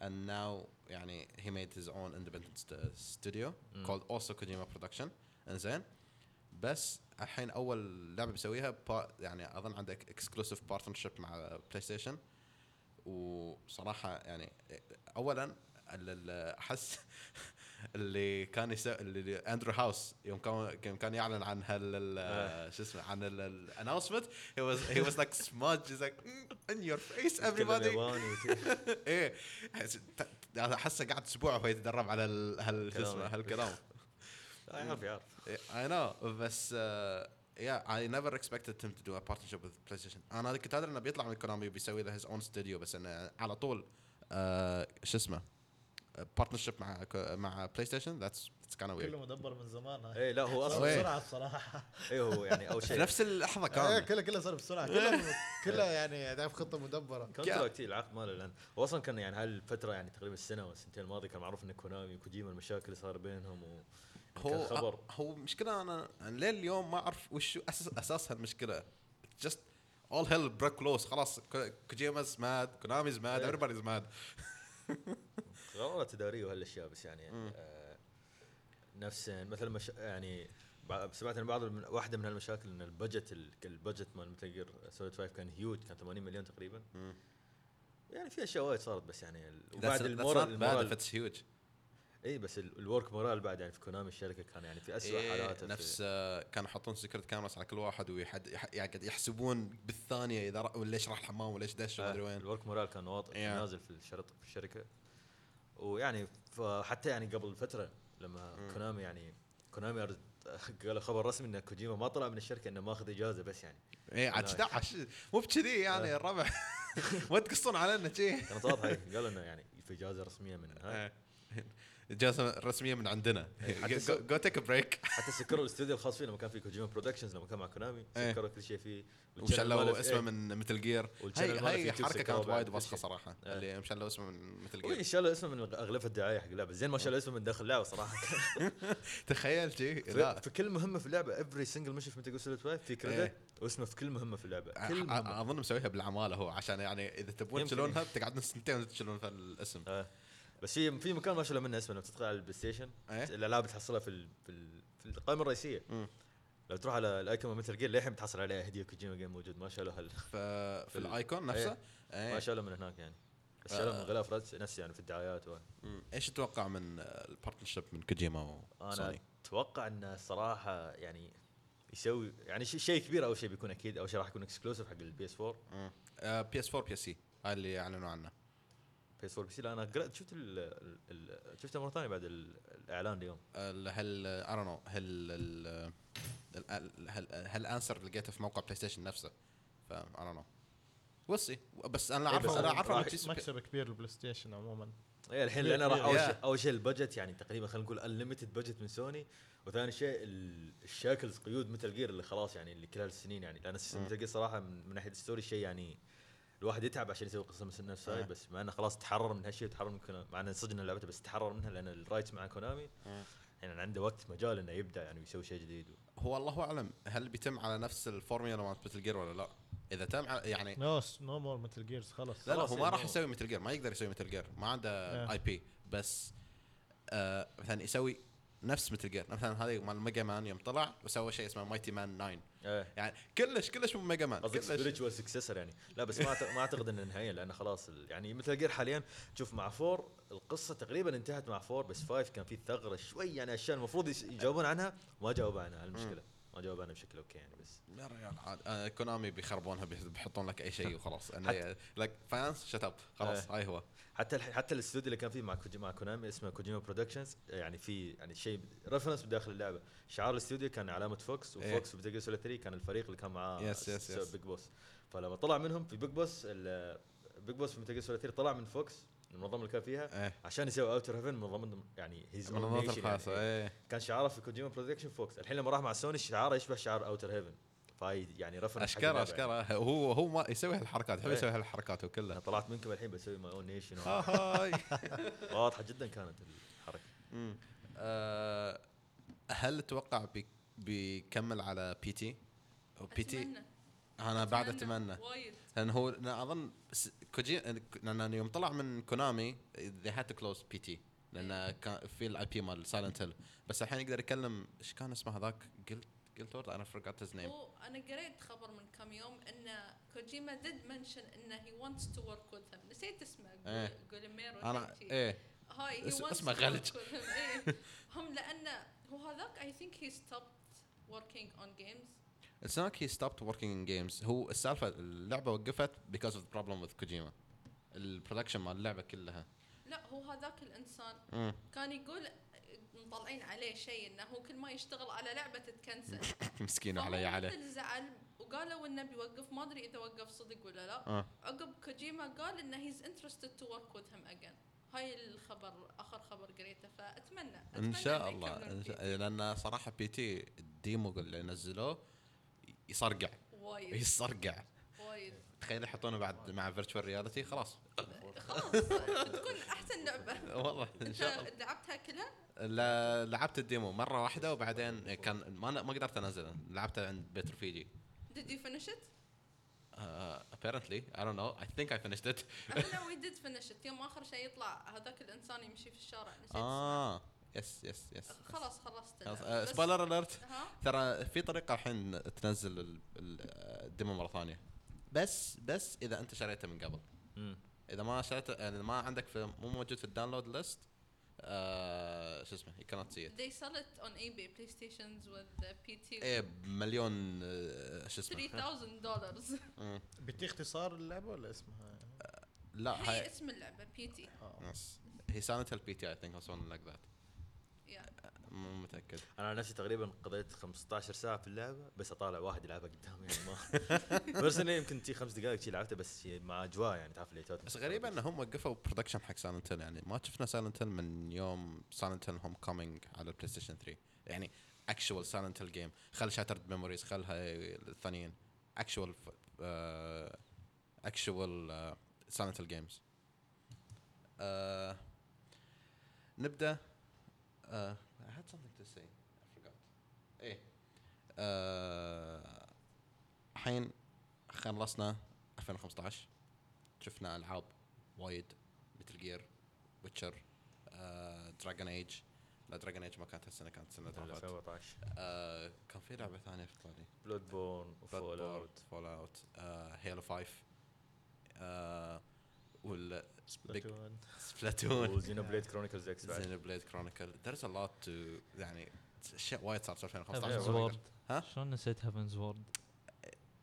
[SPEAKER 1] and now يعني he made his own independent st- studio
[SPEAKER 4] Mm.
[SPEAKER 1] called also Kojima Production انزين بس الحين اول لعبه بيسويها با يعني اظن عنده اكسكلوسيف بارتنرشيب مع بلاي ستيشن وصراحه يعني اولا ال- ال- احس اللي كان يسوي اللي اندرو هاوس يوم كان يوم كان يعلن عن هال ال- شو اسمه عن الانونسمنت he was he was like smudge he's like "Mm, in your face everybody
[SPEAKER 4] ياباني وكذا.
[SPEAKER 1] ايه حس- ت- انا احسه قاعد اسبوع وهو يتدرب على ال- هال شو اسمه
[SPEAKER 4] كلامي.
[SPEAKER 1] هالكلام
[SPEAKER 4] لا، يعرف يعرف
[SPEAKER 1] اي نو بس آه، yeah, I never expected him to do a partnership with PlayStation. انا كنت ادري انه بيطلع من كونامي وبيسوي له his own studio بس انه على طول آه شو اسمه بارتنرشيب مع كو- مع بلاي ستيشن ذاتس اتس كان
[SPEAKER 3] كله
[SPEAKER 1] ويرد
[SPEAKER 3] مدبر من زمان
[SPEAKER 1] إيه،
[SPEAKER 3] هاي.
[SPEAKER 4] اي إيه، لا هو
[SPEAKER 3] صار
[SPEAKER 4] اصلا
[SPEAKER 1] وين؟
[SPEAKER 3] بسرعه بصراحه
[SPEAKER 4] اي هو يعني اول
[SPEAKER 1] في
[SPEAKER 4] شيء
[SPEAKER 1] نفس اللحظه
[SPEAKER 3] ايه
[SPEAKER 1] كان
[SPEAKER 3] كله كله صار بسرعه كله كله يعني تعرف خطه مدبره
[SPEAKER 4] كونتراكت العقد ماله لان هو اصلا كان يعني هالفتره يعني تقريبا السنه والسنتين الماضيه كان معروف ان كونامي وكوجيما المشاكل اللي صار بينهم و
[SPEAKER 1] هو
[SPEAKER 4] كان خبر
[SPEAKER 1] هو مشكله انا أنا لين اليوم ما اعرف وش اساس اساس هالمشكله جست all hell broke loose خلاص كو- كوجيما's mad كونامي's mad
[SPEAKER 4] إيه.
[SPEAKER 1] everybody's mad
[SPEAKER 4] قرارات اداريه وهالاشياء بس يعني
[SPEAKER 1] مم.
[SPEAKER 4] آه نفسيا مثلا مش يعني بع- سمعت ان بعض من واحده من هالمشاكل ان البجت ال- البجت مال متل جير سوليد 5 كان هيوج كان 80 مليون تقريبا
[SPEAKER 1] مم.
[SPEAKER 4] يعني في اشياء وايد صارت بس يعني ال-
[SPEAKER 1] That's-
[SPEAKER 4] وبعد
[SPEAKER 1] that's
[SPEAKER 4] المورال
[SPEAKER 1] not bad if
[SPEAKER 4] المورال
[SPEAKER 1] it's huge
[SPEAKER 4] اي بس ال- الورك مورال بعد يعني في كونامي الشركه كان يعني في اسوء
[SPEAKER 1] إيه،
[SPEAKER 4] حالاته في-
[SPEAKER 1] نفس آه، كانوا يحطون سكرت كاميراس على كل واحد ويحد يح- يعني يحسبون بالثانيه اذا را- ليش راح الحمام وليش دش وما ادري وين
[SPEAKER 4] الورك مورال كان واطي
[SPEAKER 1] Yeah.
[SPEAKER 4] كان نازل في الشرط في الشركه ويعني فحتى يعني قبل فتره لما
[SPEAKER 1] Mm.
[SPEAKER 4] كونامي يعني كونامي أرد- قالوا خبر رسمي ان كوجيما ما طلع من الشركه انه ماخذ اجازه بس يعني
[SPEAKER 1] اي إيه، عاد شدا- عش- مو بكذي يعني
[SPEAKER 4] آه.
[SPEAKER 1] الربع ما تقصون علينا شي
[SPEAKER 4] كانت واضحه هي. قالوا انه يعني في اجازه رسميه من هاي
[SPEAKER 1] آه. اجازه رسميه من عندنا
[SPEAKER 4] إيه، حتى سو-
[SPEAKER 1] جو تيك بريك
[SPEAKER 4] حتى سكروا الاستوديو الخاص فيه لما كان في كوجيما برودكشنز لما كان مع كونامي
[SPEAKER 1] إيه.
[SPEAKER 4] سكروا كل شيء فيه إيه.
[SPEAKER 1] وشلوا اسمه من مثل جير هاي
[SPEAKER 4] والشانل ماله في
[SPEAKER 1] هاي
[SPEAKER 4] يوتيوب
[SPEAKER 1] حركه
[SPEAKER 4] سكروا
[SPEAKER 1] كانت
[SPEAKER 4] بعد
[SPEAKER 1] وايد
[SPEAKER 4] كل
[SPEAKER 1] وسخه
[SPEAKER 4] شيء.
[SPEAKER 1] صراحه
[SPEAKER 4] آه. إيه.
[SPEAKER 1] اللي مشلوا اسمه من مثل
[SPEAKER 4] وان
[SPEAKER 1] جير
[SPEAKER 4] شاء الله اسمه من اغلفه الدعايه حق اللعبه زين ما شاء
[SPEAKER 1] إيه.
[SPEAKER 4] الله اسمه من داخل اللعبه صراحه
[SPEAKER 1] تخيل شي
[SPEAKER 4] في,
[SPEAKER 1] لا
[SPEAKER 4] في كل مهمه في اللعبه افري سنجل مشن في متل سوليد 5 في كريدت
[SPEAKER 1] إيه. آه،
[SPEAKER 4] واسمه في كل مهمه في اللعبه
[SPEAKER 1] أ-
[SPEAKER 4] كل مهمه
[SPEAKER 1] اظن مسويها بالعماله هو عشان يعني اذا تبون
[SPEAKER 4] يمكن.
[SPEAKER 1] تشيلونها بتقعدون سنتين تشيلون في الاسم
[SPEAKER 4] آه. بس هي في مكان ما شالوا منه اسمه لما تدخل على البلاي ستيشن
[SPEAKER 1] إيه.
[SPEAKER 4] الالعاب تحصلها في ال- في, ال- في القائمه الرئيسيه
[SPEAKER 1] مم.
[SPEAKER 4] لو تروح على الايكون مثل جير للحين بتحصل عليها هديه كوجيما جيم موجود ما شالوا هال
[SPEAKER 1] ف- في
[SPEAKER 4] ال-
[SPEAKER 1] الايكون نفسه إيه.
[SPEAKER 4] ما شالوا من هناك يعني بس
[SPEAKER 1] آه.
[SPEAKER 4] شالوا من غلاف رد نفسه يعني في الدعايات و...
[SPEAKER 1] مم. ايش تتوقع من البارتنرشيب من كوجيما
[SPEAKER 4] انا
[SPEAKER 1] وسوني؟
[SPEAKER 4] اتوقع انه صراحه يعني يسوي يعني شيء شي كبير اول شيء بيكون اكيد اول شيء راح يكون اكسكلوسيف حق البي اس 4
[SPEAKER 1] آه، بي اس 4 بي اس سي هاي اللي اعلنوا عنه
[SPEAKER 4] بي اس 4 بي سي لأن انا قرأت شفت ال ال شفته مره ثانيه بعد ال- الاعلان اليوم
[SPEAKER 1] ال- هل اي دونت نو هل ال- ال- ال- هل هل انسر لقيته في موقع بلاي ستيشن نفسه ف اي دونت نو ويل سي بس انا
[SPEAKER 4] إيه، بس
[SPEAKER 1] عارفه انا
[SPEAKER 4] راح-
[SPEAKER 1] عارفه إنه شي-
[SPEAKER 3] مكسب كبير للبلاي ستيشن عموما
[SPEAKER 4] ايه الحين
[SPEAKER 3] كبير
[SPEAKER 4] لان راح
[SPEAKER 1] كبير.
[SPEAKER 4] اول
[SPEAKER 1] Yeah.
[SPEAKER 4] شيء اول شيء البجت يعني تقريبا خلينا نقول انليمتد بجت من سوني وثاني شيء ال- الشاكلز قيود متل جير اللي خلاص يعني اللي خلال السنين يعني لان
[SPEAKER 1] مم.
[SPEAKER 4] متل جير صراحه من من ناحيه الستوري شيء يعني الواحد يتعب عشان يسوي قصه مثل نفس
[SPEAKER 1] آه.
[SPEAKER 4] هاي بس مع انه خلاص تحرر من هالشيء وتحرر من كونامي مع انه صدق إنه لعبته بس تحرر منها لان الرايتس مع كونامي
[SPEAKER 1] آه.
[SPEAKER 4] يعني عنده وقت مجال انه يبدا يعني ويسوي شيء جديد
[SPEAKER 1] هو الله اعلم هل بيتم على نفس الفورميلا مالت مثل جير ولا لا؟ اذا تم على- يعني
[SPEAKER 3] نو نو مور متل جيرز خلص
[SPEAKER 1] لا لا
[SPEAKER 4] خلاص
[SPEAKER 1] هو ما
[SPEAKER 4] يعني
[SPEAKER 1] راح
[SPEAKER 4] هو-
[SPEAKER 1] يسوي مثل جير ما يقدر يسوي مثل جير ما عنده
[SPEAKER 3] آه.
[SPEAKER 1] اي بي بس آه مثلا يسوي نفس مثل جير مثلا هذه مال ميجا مان يوم طلع وسوى شيء اسمه مايتي مان 9
[SPEAKER 4] ايه
[SPEAKER 1] يعني كلش كلش من ميجا مان
[SPEAKER 4] قصدك
[SPEAKER 1] كلش
[SPEAKER 4] سبيريتشوال سكسسر يعني لا بس ما أعت- ما اعتقد انه نهائيا لانه خلاص ال- يعني مثل جير حاليا شوف مع فور القصه تقريبا انتهت مع فور بس فايف كان في ثغره شوي يعني اشياء المفروض يس- يجاوبون عنها ما جاوبوا عنها المشكله ما جاوبوا عنها بشكل اوكي يعني بس
[SPEAKER 1] يا ريال عاد آه كونامي بيخربونها بيح- بيحطون لك اي شيء وخلاص يعني
[SPEAKER 4] حتى-
[SPEAKER 1] لك فانس شت اب خلاص
[SPEAKER 4] آه.
[SPEAKER 1] هاي هو
[SPEAKER 4] حتى الح- حتى الاستوديو اللي كان فيه مع كوجي مع كونامي اسمه كوجيما برودكشنز يعني في يعني شيء ريفرنس بداخل اللعبه شعار الاستوديو كان علامه فوكس
[SPEAKER 1] إيه.
[SPEAKER 4] وفوكس في بتلقى 3 كان الفريق اللي كان معاه
[SPEAKER 1] Yes, yes, yes.
[SPEAKER 4] بيج بوس فلما طلع منهم في بيج بوس ال- بيج بوس في متل 3 طلع من فوكس المنظمه اللي كان فيها
[SPEAKER 1] ايه
[SPEAKER 4] عشان يسوي اوتر هيفن من ضمن يعني هيز
[SPEAKER 1] المنظمات الخاصه
[SPEAKER 4] يعني
[SPEAKER 1] ايه
[SPEAKER 4] كان شعاره في كوجيما برودكشن فوكس الحين لما راح مع سوني شعاره يشبه شعار اوتر هيفن فهاي يعني رفرنس
[SPEAKER 1] اشكره اشكره هو هو ما يسوي هالحركات يحب
[SPEAKER 4] إيه.
[SPEAKER 1] يسوي هالحركات وكلها
[SPEAKER 4] انا طلعت منكم الحين بسوي ماي اون نيشن
[SPEAKER 1] آه، هاي
[SPEAKER 4] واضحه جدا كانت الحركه
[SPEAKER 1] مم. آه، هل تتوقع بي- بيكمل على بي تي؟ بي تي
[SPEAKER 5] أتمنى-
[SPEAKER 1] انا بعد اتمنى
[SPEAKER 5] وايد
[SPEAKER 1] لان هو أنا اظن س- كوجي لان يوم طلع من كونامي they had to close بي تي لان كان في الاي بي مال سايلنت هيل بس الحين يقدر يكلم ايش كان اسمه هذاك قلت قلت ورد انا forgot his name
[SPEAKER 5] هو انا قريت خبر من كم يوم ان كوجيما ديد منشن انه هي wants to work with him نسيت اسمه
[SPEAKER 1] إيه.
[SPEAKER 5] جو- جوليميرو
[SPEAKER 1] انا
[SPEAKER 5] شيء.
[SPEAKER 1] ايه
[SPEAKER 5] هاي he
[SPEAKER 1] اس-
[SPEAKER 5] wants
[SPEAKER 1] اسمه
[SPEAKER 5] to
[SPEAKER 1] غلج.
[SPEAKER 5] work with him. إيه. هم لانه هو هذاك اي ثينك هي stopped working on games
[SPEAKER 1] It's not he stopped working in games هو السالفه اللعبه وقفت because of the problem with كوجيما البرودكشن مال اللعبه كلها
[SPEAKER 5] لا هو هذاك الانسان
[SPEAKER 1] مم.
[SPEAKER 5] كان يقول مطلعين عليه شيء انه هو كل ما يشتغل على لعبه تتكنسل
[SPEAKER 1] مسكين علي
[SPEAKER 5] فهو
[SPEAKER 1] علي
[SPEAKER 5] مثل زعل وقالوا انه بيوقف ما ادري اذا وقف صدق ولا لا
[SPEAKER 1] اه
[SPEAKER 5] عقب كوجيما قال انه هيز انترستد تو ورك وذ هيم اجين هاي الخبر اخر خبر قريته فاتمنى
[SPEAKER 1] ان
[SPEAKER 5] أتمنى إنه
[SPEAKER 1] شاء الله
[SPEAKER 5] يكملون
[SPEAKER 1] إن شاء-
[SPEAKER 5] فيه.
[SPEAKER 1] لان صراحه بي تي الديمو اللي نزلوه يصرقع إيه.
[SPEAKER 5] وايد
[SPEAKER 1] يصرقع
[SPEAKER 5] وايد
[SPEAKER 1] تخيل يحطونه بعد مع فيرتشوال رياليتي خلاص
[SPEAKER 5] خلاص بتكون احسن لعبه
[SPEAKER 1] والله ان
[SPEAKER 5] انت
[SPEAKER 1] شاء الله
[SPEAKER 5] لعبتها كلها؟
[SPEAKER 1] لا لعبت الديمو مره واحده وبعدين كان ما ما قدرت انزله لعبته عند بيت رفيجي
[SPEAKER 5] Did you finish it?
[SPEAKER 1] Uh, apparently I don't know I think I finished it
[SPEAKER 5] احنا we did finish it يوم اخر شيء يطلع هذاك الانسان يمشي في الشارع نسيت اسمه.
[SPEAKER 1] اه يس يس يس
[SPEAKER 5] خلاص خلصت
[SPEAKER 1] خلاص آه،
[SPEAKER 5] اللعبة. بس-
[SPEAKER 1] سبويلر اليرت
[SPEAKER 5] ها
[SPEAKER 1] ترى في طريقه الحين تنزل ال- ال- آه، الديمو مره ثانيه بس بس اذا انت شريته من قبل
[SPEAKER 4] مم.
[SPEAKER 1] اذا ما شريته يعني ما عندك في مو موجود في الداونلود ليست آه شو اسمه يو كانت سي
[SPEAKER 5] they sell it on eBay PlayStations with the PT
[SPEAKER 1] ايه بمليون آه، شو اسمه
[SPEAKER 5] 3000 دولارز
[SPEAKER 1] مم.
[SPEAKER 3] بدي اختصار اللعبه ولا اسمها؟
[SPEAKER 1] لا
[SPEAKER 5] هي
[SPEAKER 1] آه، هاي
[SPEAKER 5] اسم اللعبة PT
[SPEAKER 3] اه
[SPEAKER 1] يس هي سانت البي تي اي ثينك او something like that
[SPEAKER 5] yeah.
[SPEAKER 1] مو متاكد
[SPEAKER 4] انا عن نفسي تقريبا قضيت 15 ساعه في اللعبه بس اطالع واحد يلعبها قدامي يعني ما بيرسونلي يمكن تي خمس دقائق شي لعبتها بس شي مع اجواء يعني تعرف اللي توت-
[SPEAKER 1] بس غريبة انهم وقفوا برودكشن حق سايلنت هيل يعني ما شفنا سايلنت هيل من يوم سايلنت هيل هوم كومينج على البلاي ستيشن 3 يعني اكشوال سايلنت هيل جيم خل شاترد ميموريز خل هاي الثانيين آه، اكشوال اكشوال سايلنت هيل جيمز نبدا آه I had something to say I forgot ايه آه، الحين خلصنا 2015 شفنا العاب وايد مثل جير ويتشر دراجون ايج آه، لا دراجون ايج ما كانت هالسنه كانت السنه اللي طافت
[SPEAKER 4] 2014
[SPEAKER 1] آه، كان في لعبه ثانيه في بالي
[SPEAKER 4] بلود بورن وفول اوت
[SPEAKER 1] فول اوت هيلو 5 آه، وال
[SPEAKER 3] سبلاتون
[SPEAKER 1] آه. سبلاتون
[SPEAKER 4] وزينو بليد كرونيكلز اكس بعد
[SPEAKER 1] زين بليد كرونيكل there's a lot to يعني اشياء وايد صارت في
[SPEAKER 2] هافنز
[SPEAKER 1] 2015
[SPEAKER 2] وورد
[SPEAKER 1] ها؟
[SPEAKER 2] شلون نسيت هافنز وورد؟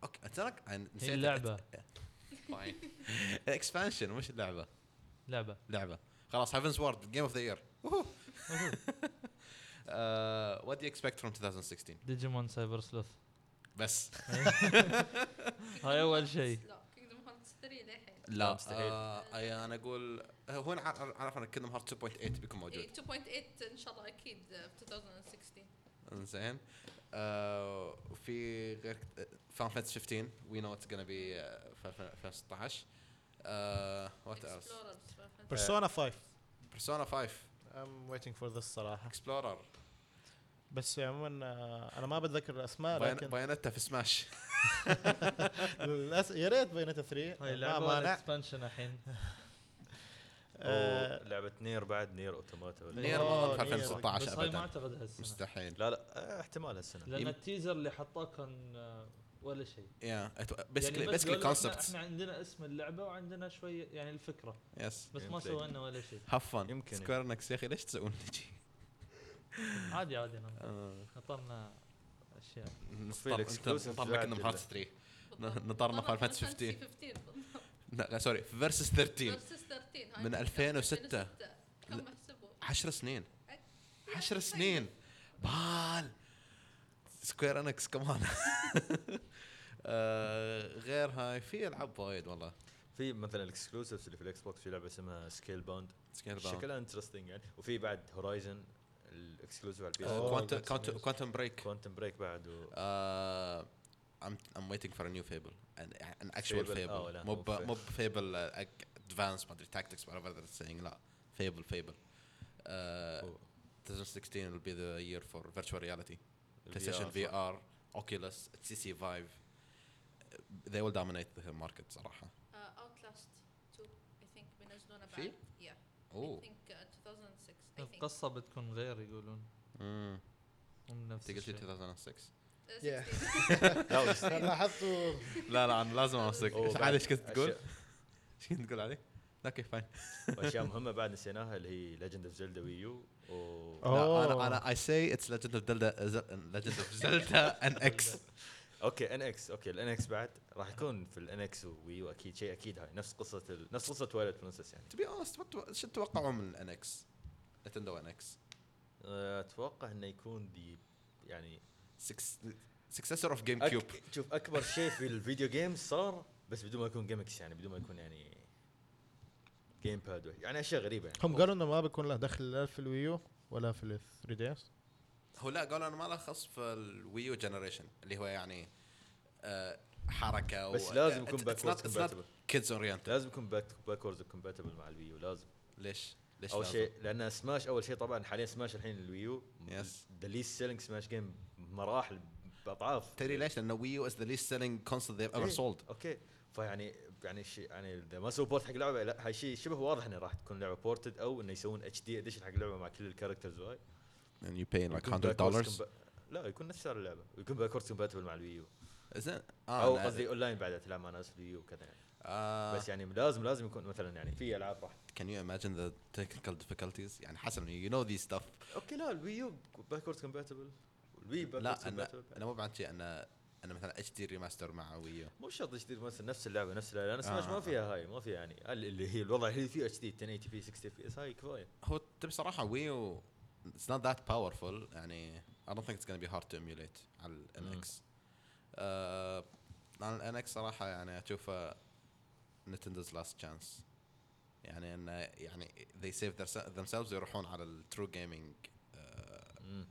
[SPEAKER 1] اوكي تراك أنا نسيت
[SPEAKER 2] هي اللعبه
[SPEAKER 1] اكسبانشن مش اللعبه
[SPEAKER 2] لعبه
[SPEAKER 1] لعبه خلاص هافنز وورد جيم اوف ذا يير وات دو اكسبكت فروم 2016
[SPEAKER 2] ديجيمون سايبر سلوث
[SPEAKER 1] بس
[SPEAKER 2] هاي أول شيء.
[SPEAKER 5] لا كينجدم هارتس 3 للحين
[SPEAKER 1] لا
[SPEAKER 4] مستحيل.
[SPEAKER 1] آه، أي- انا اقول هو أنا عار- عارف ان كيندم هارت 2.8 بيكون موجود
[SPEAKER 5] إيه، 2.8 ان شاء الله اكيد آه، ب 2016
[SPEAKER 1] زين آه، وفي غير فان فانتسي 15 وي نو اتس gonna آه، بي في 2016 وات ايلس
[SPEAKER 5] Explorers، فاهم؟
[SPEAKER 3] بيرسونا 5
[SPEAKER 1] بيرسونا 5
[SPEAKER 3] I'm waiting for this صراحه
[SPEAKER 1] اكسبلورر
[SPEAKER 3] بس عموما آه، انا ما بتذكر الاسماء لكن
[SPEAKER 1] بايونيتا في سماش
[SPEAKER 3] للأس- يا ريت بينتا 3
[SPEAKER 2] هاي
[SPEAKER 3] ما
[SPEAKER 2] لعبه
[SPEAKER 3] مانع
[SPEAKER 2] اكسبانشن الحين
[SPEAKER 3] آه،
[SPEAKER 4] لعبه نير بعد نير اوتوماتا ولا
[SPEAKER 1] نير ما
[SPEAKER 3] أوه،
[SPEAKER 1] أظن في
[SPEAKER 3] نير.
[SPEAKER 2] إيه، بس
[SPEAKER 1] 2016
[SPEAKER 2] هاي ما
[SPEAKER 1] ابدا
[SPEAKER 2] اعتقد هالسنه
[SPEAKER 1] مستحيل
[SPEAKER 4] لا لا آه، احتمال هالسنه
[SPEAKER 2] لان
[SPEAKER 1] يم-
[SPEAKER 2] التيزر اللي حطاه كان آه، ولا شيء
[SPEAKER 1] يا
[SPEAKER 2] يعني
[SPEAKER 1] بيسكلي
[SPEAKER 2] بس
[SPEAKER 1] بيسكلي
[SPEAKER 2] قالوا إحنا-
[SPEAKER 1] كونسبت
[SPEAKER 2] احنا عندنا اسم اللعبه وعندنا شويه يعني الفكره
[SPEAKER 1] يس
[SPEAKER 2] بس ما
[SPEAKER 4] Gameplay.
[SPEAKER 2] سوينا ولا شيء
[SPEAKER 1] هاف فن
[SPEAKER 4] يمكن.
[SPEAKER 1] سكوير نكس يا اخي ليش تسوون نجي؟
[SPEAKER 2] عادي عادي أنا نطرنا اشياء
[SPEAKER 4] في آه، exclusive
[SPEAKER 1] نطرنا
[SPEAKER 4] بعد
[SPEAKER 1] كيندم
[SPEAKER 4] ال-
[SPEAKER 1] هارتس 3
[SPEAKER 5] بالضبط.
[SPEAKER 1] نطرنا Final
[SPEAKER 5] طلع
[SPEAKER 1] Fantasy 15.
[SPEAKER 5] 15
[SPEAKER 1] لا لا سوري فيرسس 13
[SPEAKER 5] versus 13 هاي
[SPEAKER 1] من
[SPEAKER 5] كم-
[SPEAKER 1] 2006.
[SPEAKER 5] 2006.
[SPEAKER 1] لا.
[SPEAKER 5] كم حسبوا
[SPEAKER 1] 10 سنين 10 سنين بال سكوير انكس كمان آه، غير هاي في العاب وايد والله
[SPEAKER 4] في مثلا الاكسكلوسيفز اللي في الاكس بوكس في لعبه اسمها سكيل باوند
[SPEAKER 1] سكيل داون
[SPEAKER 4] شكلها انترستنج يعني وفي بعد هورايزن الاكسكلوسيف على
[SPEAKER 1] آه،
[SPEAKER 4] البي اس
[SPEAKER 3] أوه. that's amazing.
[SPEAKER 1] كوانتم بريك
[SPEAKER 4] كوانتم بريك بعد و
[SPEAKER 1] Uh, I'm I'm waiting for a new Fable an, an actual
[SPEAKER 4] Fable.
[SPEAKER 1] Fable
[SPEAKER 4] Oh, لا،
[SPEAKER 1] مو ب-
[SPEAKER 4] مو
[SPEAKER 1] مو Fable uh, like advanced ما ادري tactics whatever they're saying لا Fable Fable uh,
[SPEAKER 4] و-
[SPEAKER 1] 2016 will be the year for virtual reality PlayStation
[SPEAKER 4] VR.
[SPEAKER 1] VR Oculus HTC Vive they will dominate the market صراحة
[SPEAKER 5] اوتلاست 2 Uh, I think بينزلونه
[SPEAKER 1] في؟
[SPEAKER 5] بعد yeah I
[SPEAKER 1] اوه
[SPEAKER 5] think uh, 2006 I think
[SPEAKER 2] القصه بتكون غير يقولون
[SPEAKER 1] امم
[SPEAKER 2] مو من نفس
[SPEAKER 1] انت قلت لي
[SPEAKER 2] الشيء
[SPEAKER 1] 2006
[SPEAKER 5] Uh,
[SPEAKER 3] Yeah.
[SPEAKER 5] 16.
[SPEAKER 3] لاحظتوا
[SPEAKER 1] لا لا انا لازم امسك
[SPEAKER 4] أوه،
[SPEAKER 1] إيش-
[SPEAKER 4] بعد
[SPEAKER 1] عادي ايش كنت تقول؟
[SPEAKER 4] أشياء-
[SPEAKER 1] ايش كنت تقول علي؟ اوكي فاين
[SPEAKER 4] واشياء مهمه بعد نسيناها اللي هي ليجند اوف زلدا وي يو و
[SPEAKER 1] لا
[SPEAKER 3] أوه.
[SPEAKER 1] انا انا اي سي اتس ليجند اوف دلدا ليجند اوف زلدا ان اكس
[SPEAKER 4] اوكي ان اكس اوكي الان اكس بعد راح يكون في الان اكس وي يو اكيد شيء اكيد هاي نفس قصه ال... نفس قصه تويلايت برنسس يعني
[SPEAKER 1] تو بي اونست شو تتوقعون من ان اكس؟ نتندو ان اكس
[SPEAKER 4] آه، اتوقع انه يكون دي يعني
[SPEAKER 1] سكسسور اوف جيم كيوب
[SPEAKER 4] أك... شوف اكبر شيء في الفيديو جيمز صار بس بدون ما يكون جيمكس يعني بدون ما يكون يعني جيم باد يعني اشياء غريبه يعني
[SPEAKER 3] هم قالوا انه ما بيكون له دخل لا في الويو ولا في ال 3 دي اس
[SPEAKER 1] هو لا قالوا انا ما له خص في الويو جنريشن اللي هو يعني آه، حركه
[SPEAKER 4] بس لازم يكون backwards
[SPEAKER 1] باكورد كيدز اورينتد
[SPEAKER 4] لازم يكون باكوردز كومباتبل مع الويو لازم
[SPEAKER 1] ليش؟ ليش
[SPEAKER 4] اول
[SPEAKER 1] لازم؟
[SPEAKER 4] شيء لان سماش اول شيء طبعا حاليا سماش الحين الويو
[SPEAKER 1] Yes.
[SPEAKER 4] ذا ليست سيلينج سماش جيم بمراحل باضعاف
[SPEAKER 1] تدري ليش؟ لان ويو از ذا ليست سيلينج كونسول ذيف ايفر
[SPEAKER 4] إيه،
[SPEAKER 1] سولد
[SPEAKER 4] اوكي فيعني يعني شيء يعني اذا ما سووا بورت حق لعبه لا هاي شيء شبه واضح انه راح تكون لعبه بورتد او انه يسوون اتش دي اديشن حق لعبه مع كل الكاركترز وهاي
[SPEAKER 1] and you paying like
[SPEAKER 4] يكون
[SPEAKER 1] 100
[SPEAKER 4] backwards
[SPEAKER 1] dollars
[SPEAKER 4] compa- لا يكون نفس سعر اللعبه ويكون باكورد كومباتبل مع الويو
[SPEAKER 1] زين آه،
[SPEAKER 4] او قصدي اونلاين بعد تلعب مع ناس الويو وكذا يعني بس
[SPEAKER 1] بس
[SPEAKER 4] يعني لازم لازم يكون مثلا يعني في العاب راح
[SPEAKER 1] آه، can you imagine the technical difficulties يعني حسن you know these stuff
[SPEAKER 4] اوكي لا الويو باكورد كومباتبل الوي باكورد
[SPEAKER 1] لا انا
[SPEAKER 4] كومباتبل
[SPEAKER 1] انا مو بعد شيء انا انا مثلا اتش دي ريماستر مع ويو
[SPEAKER 4] مو شرط جديد مثلا نفس اللعبه نفس اللعبه لان سماش
[SPEAKER 1] آه.
[SPEAKER 4] ما فيها هاي ما فيها يعني ال- اللي هي الوضع اللي فيه اتش دي 1080 بي 60 بي اس هاي كفايه
[SPEAKER 1] هو تبي صراحه ويو it's not that powerful يعني I don't think it's gonna be hard to emulate على ال
[SPEAKER 4] مم.
[SPEAKER 1] NX آه، أنا ال NX صراحة يعني أشوفه Nintendo's last chance يعني إنه يعني they save their themselves يروحون على ال true gaming آه،
[SPEAKER 4] مم.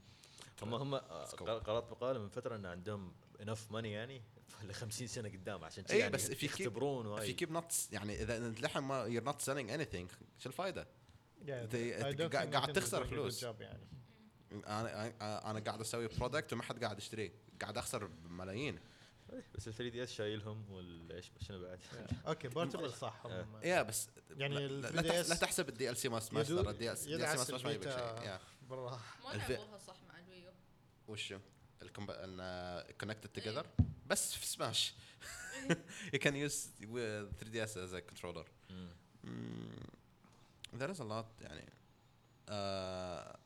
[SPEAKER 4] هم هم آه،
[SPEAKER 1] Scope.
[SPEAKER 4] قر- قرات مقاله من فتره ان عندهم انف ماني يعني ل 50 سنه قدام عشان كذا
[SPEAKER 1] إيه،
[SPEAKER 4] يعني
[SPEAKER 1] بس if you keep-
[SPEAKER 4] يختبرون
[SPEAKER 1] if
[SPEAKER 4] وهاي
[SPEAKER 1] you keep not يعني اذا انت لحم ما you're not selling anything شو الفائده؟ They- قاعد- قاعد تخسر فلوس.
[SPEAKER 3] يعني
[SPEAKER 5] Mm.
[SPEAKER 1] انا يعني انا انا قاعد اسوي برودكت وما حد قاعد يشتريه قاعد اخسر ملايين
[SPEAKER 4] إيه، بس ال 3 دي اس شايلهم وال ايش شنو بعد
[SPEAKER 3] اوكي بورتبل صح هم.
[SPEAKER 4] آه.
[SPEAKER 1] يا بس
[SPEAKER 3] يعني
[SPEAKER 1] لا-
[SPEAKER 3] ال
[SPEAKER 1] لا, تحس-
[SPEAKER 3] 3DS
[SPEAKER 1] لا تحسب الدي ال سي ما سماش
[SPEAKER 3] يدو-
[SPEAKER 1] ترى الدي ال سي ما
[SPEAKER 3] يدعس آه.
[SPEAKER 1] سماش ما يبي
[SPEAKER 3] البيتا.
[SPEAKER 1] شيء يا.
[SPEAKER 3] برا
[SPEAKER 5] ما
[SPEAKER 1] الف-
[SPEAKER 5] لعبوها صح مع الويو
[SPEAKER 1] وشو؟ كونكتد
[SPEAKER 5] إيه.
[SPEAKER 1] توجذر آه،
[SPEAKER 5] Uh,
[SPEAKER 1] بس في سماش you can use with 3ds as a controller
[SPEAKER 4] مم.
[SPEAKER 1] Mm, there is a lot يعني آه،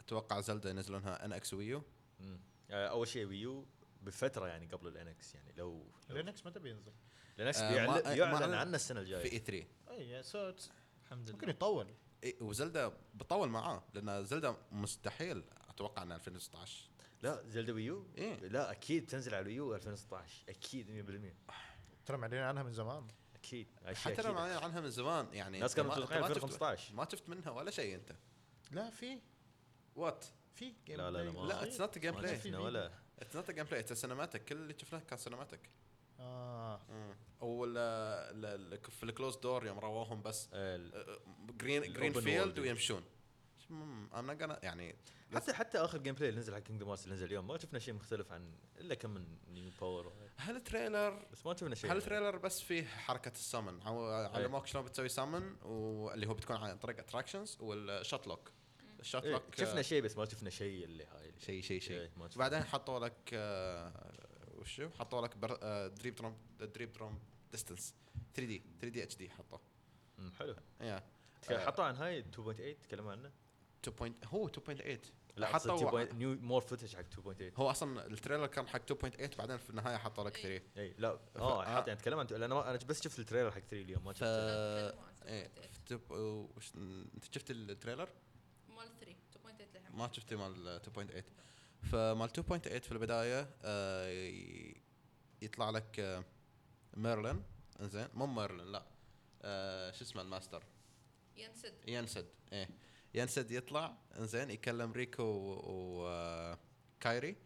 [SPEAKER 1] اتوقع زلدا ينزلونها ان اكس ويو
[SPEAKER 4] مم. آه، اول شيء ويو بفتره يعني قبل الانكس يعني لو
[SPEAKER 3] لينكس متى بينزل؟
[SPEAKER 4] الانكس
[SPEAKER 1] آه، ما- آه، ما
[SPEAKER 4] بيعلن
[SPEAKER 1] أعلن-
[SPEAKER 4] عنه السنه
[SPEAKER 1] في
[SPEAKER 4] الجايه
[SPEAKER 1] اي 3
[SPEAKER 3] اي سو
[SPEAKER 2] الحمد
[SPEAKER 3] ممكن
[SPEAKER 2] لله
[SPEAKER 3] يطول
[SPEAKER 1] E إيه، وزلدا بطول معاه لان زلدا مستحيل اتوقع ان 2016
[SPEAKER 4] لا زلدا ويو
[SPEAKER 1] إيه.
[SPEAKER 4] لا اكيد تنزل على الويو 2016 اكيد 100%
[SPEAKER 3] ترى معلنين عنها من زمان
[SPEAKER 4] اكيد هاي شيء
[SPEAKER 1] حتى لو
[SPEAKER 4] أكيد.
[SPEAKER 1] معلن عنها من زمان يعني
[SPEAKER 4] الناس
[SPEAKER 1] أنت
[SPEAKER 4] كانوا
[SPEAKER 1] ما-
[SPEAKER 4] متوقعين
[SPEAKER 1] أنت ما شفت-
[SPEAKER 4] 2015
[SPEAKER 1] ما شفت منها ولا شيء انت
[SPEAKER 3] لا في
[SPEAKER 1] وات
[SPEAKER 3] في جيم
[SPEAKER 4] لا، لا، لا، ما-
[SPEAKER 1] لا اتس نوت جيم
[SPEAKER 4] ما
[SPEAKER 1] بلاي
[SPEAKER 4] شفنا ولا
[SPEAKER 1] اتس نوت جيم بلاي اتس سينماتيك كل اللي شفناه كان سينماتيك
[SPEAKER 3] اه
[SPEAKER 1] او ال- ال- ال- في الكلوز دور يوم رووهم بس أه،
[SPEAKER 4] ال-
[SPEAKER 1] جرين
[SPEAKER 4] ال
[SPEAKER 1] جرين
[SPEAKER 4] open
[SPEAKER 1] فيلد
[SPEAKER 4] world.
[SPEAKER 1] ويمشون انا gonna يعني
[SPEAKER 4] حتى حتى اخر جيم بلاي اللي نزل حق كينجدم هارتس اللي نزل اليوم ما شفنا شيء مختلف عن الا كم من نيو باور وهاي.
[SPEAKER 1] هل تريلر
[SPEAKER 4] بس ما شفنا شيء
[SPEAKER 1] هل
[SPEAKER 4] يعني. إيه.
[SPEAKER 1] تريلر بس فيه حركه السمن عو- علموك شلون بتسوي سمن واللي هو بتكون عن طريق اتراكشنز والشوت لوك الشوت
[SPEAKER 4] إيه،
[SPEAKER 1] لوك
[SPEAKER 4] شفنا شيء بس ما شفنا شيء اللي هاي اللي-
[SPEAKER 1] شيء شيء شيء
[SPEAKER 4] إيه، ما شفنا.
[SPEAKER 1] بعدين حطوا لك آه، وشو حطوا لك بر- آه، دريب دروم دريب دروم ديستنس 3 دي 3 دي اتش دي حطوا
[SPEAKER 4] أمم، حلو
[SPEAKER 1] يا آه.
[SPEAKER 4] حطوا عن هاي 2.8 تكلموا عنه
[SPEAKER 1] 2. هو 2.8
[SPEAKER 4] لا
[SPEAKER 1] حطوا
[SPEAKER 4] حطوا نيو مور فوتج حق 2.8
[SPEAKER 1] هو اصلا التريلر كان حق 2.8 بعدين في النهايه حطوا لك 3
[SPEAKER 4] اي لا
[SPEAKER 1] ف-
[SPEAKER 4] اه
[SPEAKER 1] آه.
[SPEAKER 4] حاط يعني تكلم عن لان ما- انا بس شفت التريلر حق 3 اليوم ما
[SPEAKER 1] ف
[SPEAKER 4] شفت eh.
[SPEAKER 1] ايه ف- تب- وش- انت شفت التريلر؟
[SPEAKER 5] مال 3 2.8 للحين
[SPEAKER 1] ما شفتي مال 2.8 فمال 2.8 في البدايه آه، ي- يطلع لك آه، ميرلين زين مو ميرلين لا آه، شو اسمه الماستر
[SPEAKER 5] ينسد
[SPEAKER 1] ينسد ايه ينسد يطلع انزين يكلم ريكو آه، وكايري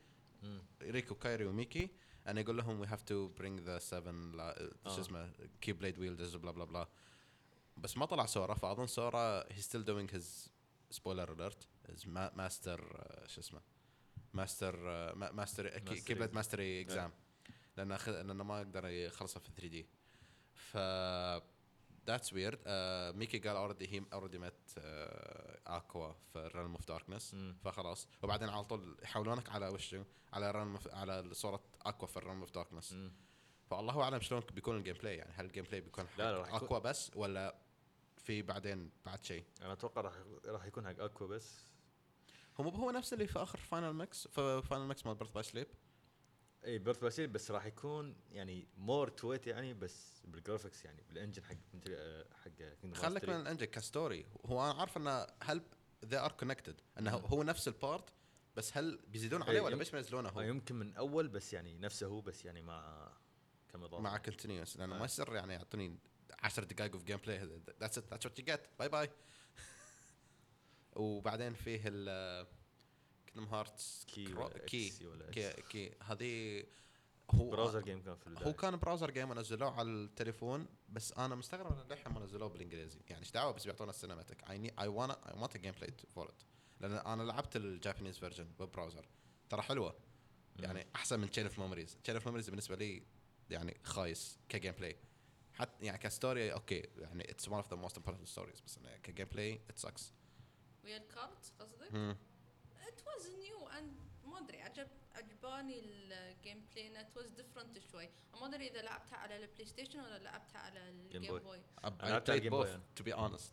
[SPEAKER 4] مم.
[SPEAKER 1] ريكو كايري وميكي انا يقول لهم وي هاف تو برينج ذا 7 شو
[SPEAKER 4] آه.
[SPEAKER 1] اسمه كي بليد ويلدرز بلا بلا بلا بس ما طلع سورا فاظن سورا هي ستيل دوينج هيز سبويلر اليرت هيز ماستر uh, شو اسمه uh, ماستر ماستر
[SPEAKER 4] Mastery
[SPEAKER 1] كي بليد
[SPEAKER 4] exam.
[SPEAKER 1] ماستري اكزام لانه خ- لانه ما يقدر يخلصها في 3 دي ف Uh, ذاتس ويرد ميكي قال اوريدي هي اوريدي مات اكوا في ريلم اوف داركنس
[SPEAKER 4] مم.
[SPEAKER 1] فخلاص وبعدين على طول يحولونك على وشه على رن على صوره اكوا في الرن اوف داركنس
[SPEAKER 4] مم.
[SPEAKER 1] فالله اعلم شلون بيكون الجيم بلاي يعني هل الجيم بلاي بيكون حق
[SPEAKER 4] لا، لا، راح يكون-
[SPEAKER 1] اكوا بس ولا في بعدين بعد شيء
[SPEAKER 4] انا اتوقع راح راح يكون حق اكوا بس
[SPEAKER 1] هو مو هو نفس اللي في اخر فاينل ميكس في فاينل ميكس مال بيرث باي سليب
[SPEAKER 4] اي إيه، بيرث باي سليب بس راح يكون يعني مور تويت يعني بس بالجرافكس يعني بالانجن حق مثل- آه، حق Kingdom Hearts
[SPEAKER 1] خليك
[SPEAKER 4] 3.
[SPEAKER 1] من الانجن كستوري هو انا عارف انه هل they are connected انه هو- هو نفس البارت بس هل بيزيدون عليه
[SPEAKER 4] إيه،
[SPEAKER 1] ولا
[SPEAKER 4] يم-
[SPEAKER 1] بس بينزلونه
[SPEAKER 4] آه،
[SPEAKER 1] هو
[SPEAKER 4] يمكن من اول بس يعني نفسه هو بس يعني مع كم اضافه
[SPEAKER 1] مع كونتينيوس لانه
[SPEAKER 4] آه.
[SPEAKER 1] ما يصير يعني يعطوني 10 دقائق اوف جيم بلاي ذاتس ات ذاتس وات يو جيت باي باي وبعدين فيه ال كينوم هارتس
[SPEAKER 4] كي ولا
[SPEAKER 1] كي
[SPEAKER 4] إكس ولا
[SPEAKER 1] كي
[SPEAKER 4] إكس.
[SPEAKER 1] كي هذه هو
[SPEAKER 4] براوزر جيم كان في
[SPEAKER 1] هو
[SPEAKER 4] البدايه
[SPEAKER 1] كان براوزر جيم ونزلوه على التليفون بس انا مستغرب ان للحين ما نزلوه بالانجليزي يعني ايش دعوه بس بيعطونا السينماتيك اي اي وانا اي ونت جيم بلاي فور ات لان انا لعبت الجابانيز فيرجن بالبراوزر ترى حلوه يعني احسن من تشين اوف ميموريز تشين اوف ميموريز بالنسبه لي يعني خايس كجيم بلاي حتى يعني كستوري اوكي يعني اتس ون اوف ذا موست امبورتنت ستوريز بس إنه كجيم بلاي ات سكس
[SPEAKER 5] ويا الكارت قصدك؟ ات واز نيو اند ما ادري عجب عجباني الجيم بلاي انه ات واز ديفرنت شوي ما ادري اذا لعبتها على البلاي ستيشن ولا لعبتها على
[SPEAKER 4] Game
[SPEAKER 5] الجيم
[SPEAKER 4] Boy.
[SPEAKER 5] بوي
[SPEAKER 1] اي
[SPEAKER 4] لعبت
[SPEAKER 1] بلاي
[SPEAKER 4] على Game Boy
[SPEAKER 1] بوث
[SPEAKER 4] أنا.
[SPEAKER 1] تو بي اونست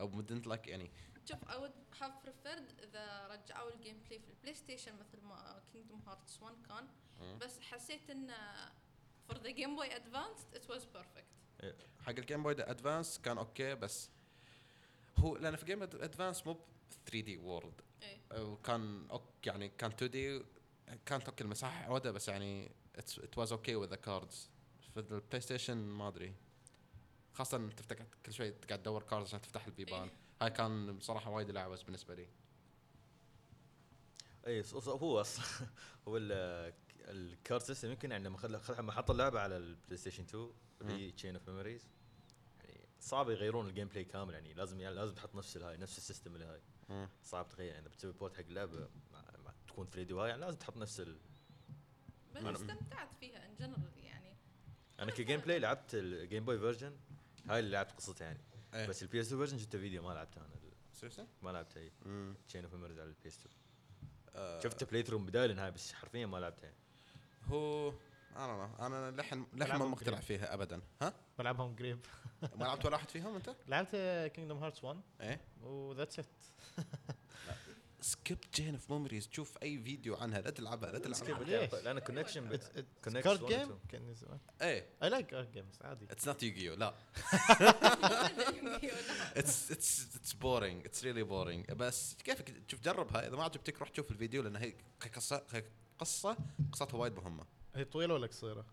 [SPEAKER 1] او didn't like any
[SPEAKER 5] شوف اي وود هاف بريفيرد اذا رجعوا الجيم بلاي في البلاي ستيشن مثل ما كينجدوم هارتس 1 كان
[SPEAKER 1] مم.
[SPEAKER 5] بس حسيت انه فور ذا جيم بوي ادفانسد ات واز بيرفكت
[SPEAKER 1] حق الجيم بوي ادفانس كان اوكي بس هو لان في جيم ادفانس مو 3 دي وورلد
[SPEAKER 5] ايه
[SPEAKER 1] وكان أوك يعني كان 2 دي كانت اوكي المساحه عوده بس يعني ات واز اوكي وذ ذا كاردز في البلاي ستيشن ما ادري خاصه تفتح كل شوي قاعد تدور كاردز عشان تفتح البيبان
[SPEAKER 5] إيه.
[SPEAKER 1] هاي كان بصراحه وايد العوز بالنسبه لي
[SPEAKER 4] اي إيه، ص- ص- هو اصلا هو ال- الكارت سيستم يمكن يعني لما خل- خل- لما حطوا اللعبه على البلاي ستيشن 2 اللي هي تشين اوف ميموريز يعني صعب يغيرون الجيم بلاي كامل يعني لازم يعني لازم تحط نفس الهاي نفس السيستم الهاي صعب تغير يعني اذا بتسوي بورت حق اللعبه مع مع تكون 3 دي وهاي يعني لازم تحط نفس ال...
[SPEAKER 5] بس
[SPEAKER 1] أنا-
[SPEAKER 5] استمتعت فيها ان جنرال يعني
[SPEAKER 4] انا كجيم بلاي لعبت الجيم بوي فيرجن هاي اللي لعبت قصتها يعني
[SPEAKER 1] إيه.
[SPEAKER 4] بس البي اس 2 فيرجن شفته فيديو ما لعبته انا
[SPEAKER 1] سيريسلي؟
[SPEAKER 4] ما لعبته اي تشين اوف ميموريز على البي اس
[SPEAKER 1] آه.
[SPEAKER 4] 2 شفت بلاي ثرو من بدايه للنهايه بس حرفيا ما لعبته يعني
[SPEAKER 1] هو انا انا لحن لحن ما
[SPEAKER 3] ألعابهم
[SPEAKER 1] مقتنع
[SPEAKER 3] قريب.
[SPEAKER 1] فيها ابدا ها
[SPEAKER 3] بلعبهم قريب
[SPEAKER 1] ما لعبت ولا واحد فيهم انت؟
[SPEAKER 3] لعبت كينجدم هارتس 1
[SPEAKER 1] ايه
[SPEAKER 3] وذاتس ات
[SPEAKER 1] سكيب جين اوف ميموريز شوف اي فيديو عنها لا تلعبها لا تلعبها
[SPEAKER 3] ليش؟
[SPEAKER 4] لان كونكشن Connects
[SPEAKER 3] كارد
[SPEAKER 4] one
[SPEAKER 3] جيم
[SPEAKER 4] and
[SPEAKER 1] ايه
[SPEAKER 3] اي لايك كارد جيمز عادي
[SPEAKER 1] اتس نوت يوغيو لا اتس اتس اتس بورينج اتس ريلي بورينج بس كيفك شوف جربها اذا ما عجبتك روح شوف الفيديو لان هي قصه قصه قصتها وايد مهمه
[SPEAKER 3] هي طويله ولا قصيره؟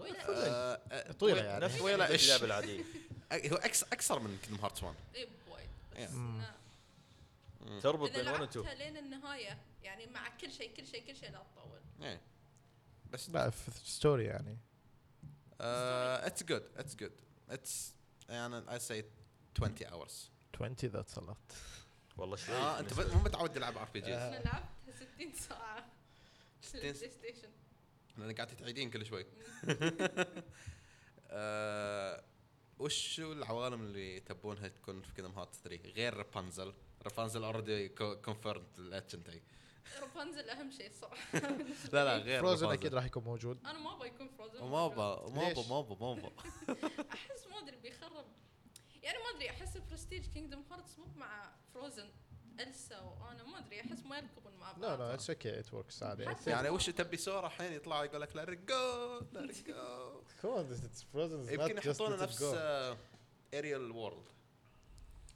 [SPEAKER 1] آه، آه،
[SPEAKER 3] طويلة يعني.
[SPEAKER 1] نفس طويله
[SPEAKER 4] نفس
[SPEAKER 1] ايش
[SPEAKER 4] اللعبه العاديه
[SPEAKER 1] آه، هو أكس- اكثر من كينجدم هارتس 1
[SPEAKER 5] اي إيه، وايد بس
[SPEAKER 1] Yeah.
[SPEAKER 5] إنه
[SPEAKER 4] تربط
[SPEAKER 5] اذا
[SPEAKER 4] بين 1 و 2
[SPEAKER 5] لعبتها لين النهايه يعني مع كل شيء كل شيء كل شيء لا تطول
[SPEAKER 1] إيه. بس آه،
[SPEAKER 3] لا في ستوري يعني
[SPEAKER 1] اتس جود اتس جود اتس انا اي سي 20 اورز
[SPEAKER 3] 20 ذاتس لوت
[SPEAKER 4] والله شيء
[SPEAKER 3] آه،
[SPEAKER 1] اه انت ب- مو متعود تلعب ار بي جيز
[SPEAKER 5] انا لعبتها 60 ساعه في البلاي ستيشن
[SPEAKER 1] لان قاعد تتعيدين كل شوي آه، وش العوالم اللي تبونها تكون في كذا هارت 3 غير رابنزل رابنزل اوريدي كونفيرم الاتشنتي
[SPEAKER 5] رابنزل اهم شيء الصراحه
[SPEAKER 1] لا لا غير
[SPEAKER 3] فروزن
[SPEAKER 1] Rapunzel.
[SPEAKER 3] اكيد راح يكون موجود
[SPEAKER 5] انا ما ابغى يكون فروزن
[SPEAKER 1] وما با ما
[SPEAKER 3] ليش؟
[SPEAKER 1] با ما با ما با
[SPEAKER 5] احس ما ادري بيخرب يعني ما ادري احس برستيج كينجدم هارتس مو مع فروزن السا وانا ما ادري احس ما يركبون مع بعض
[SPEAKER 3] لا لا اتس اوكي ات وركس عادي
[SPEAKER 5] حتى-
[SPEAKER 1] يعني وش تبي سورا الحين يطلع يقول لك لاري جو لاري جو
[SPEAKER 3] كون اتس فروزن
[SPEAKER 1] يمكن يحطون نفس آه، اريال وورلد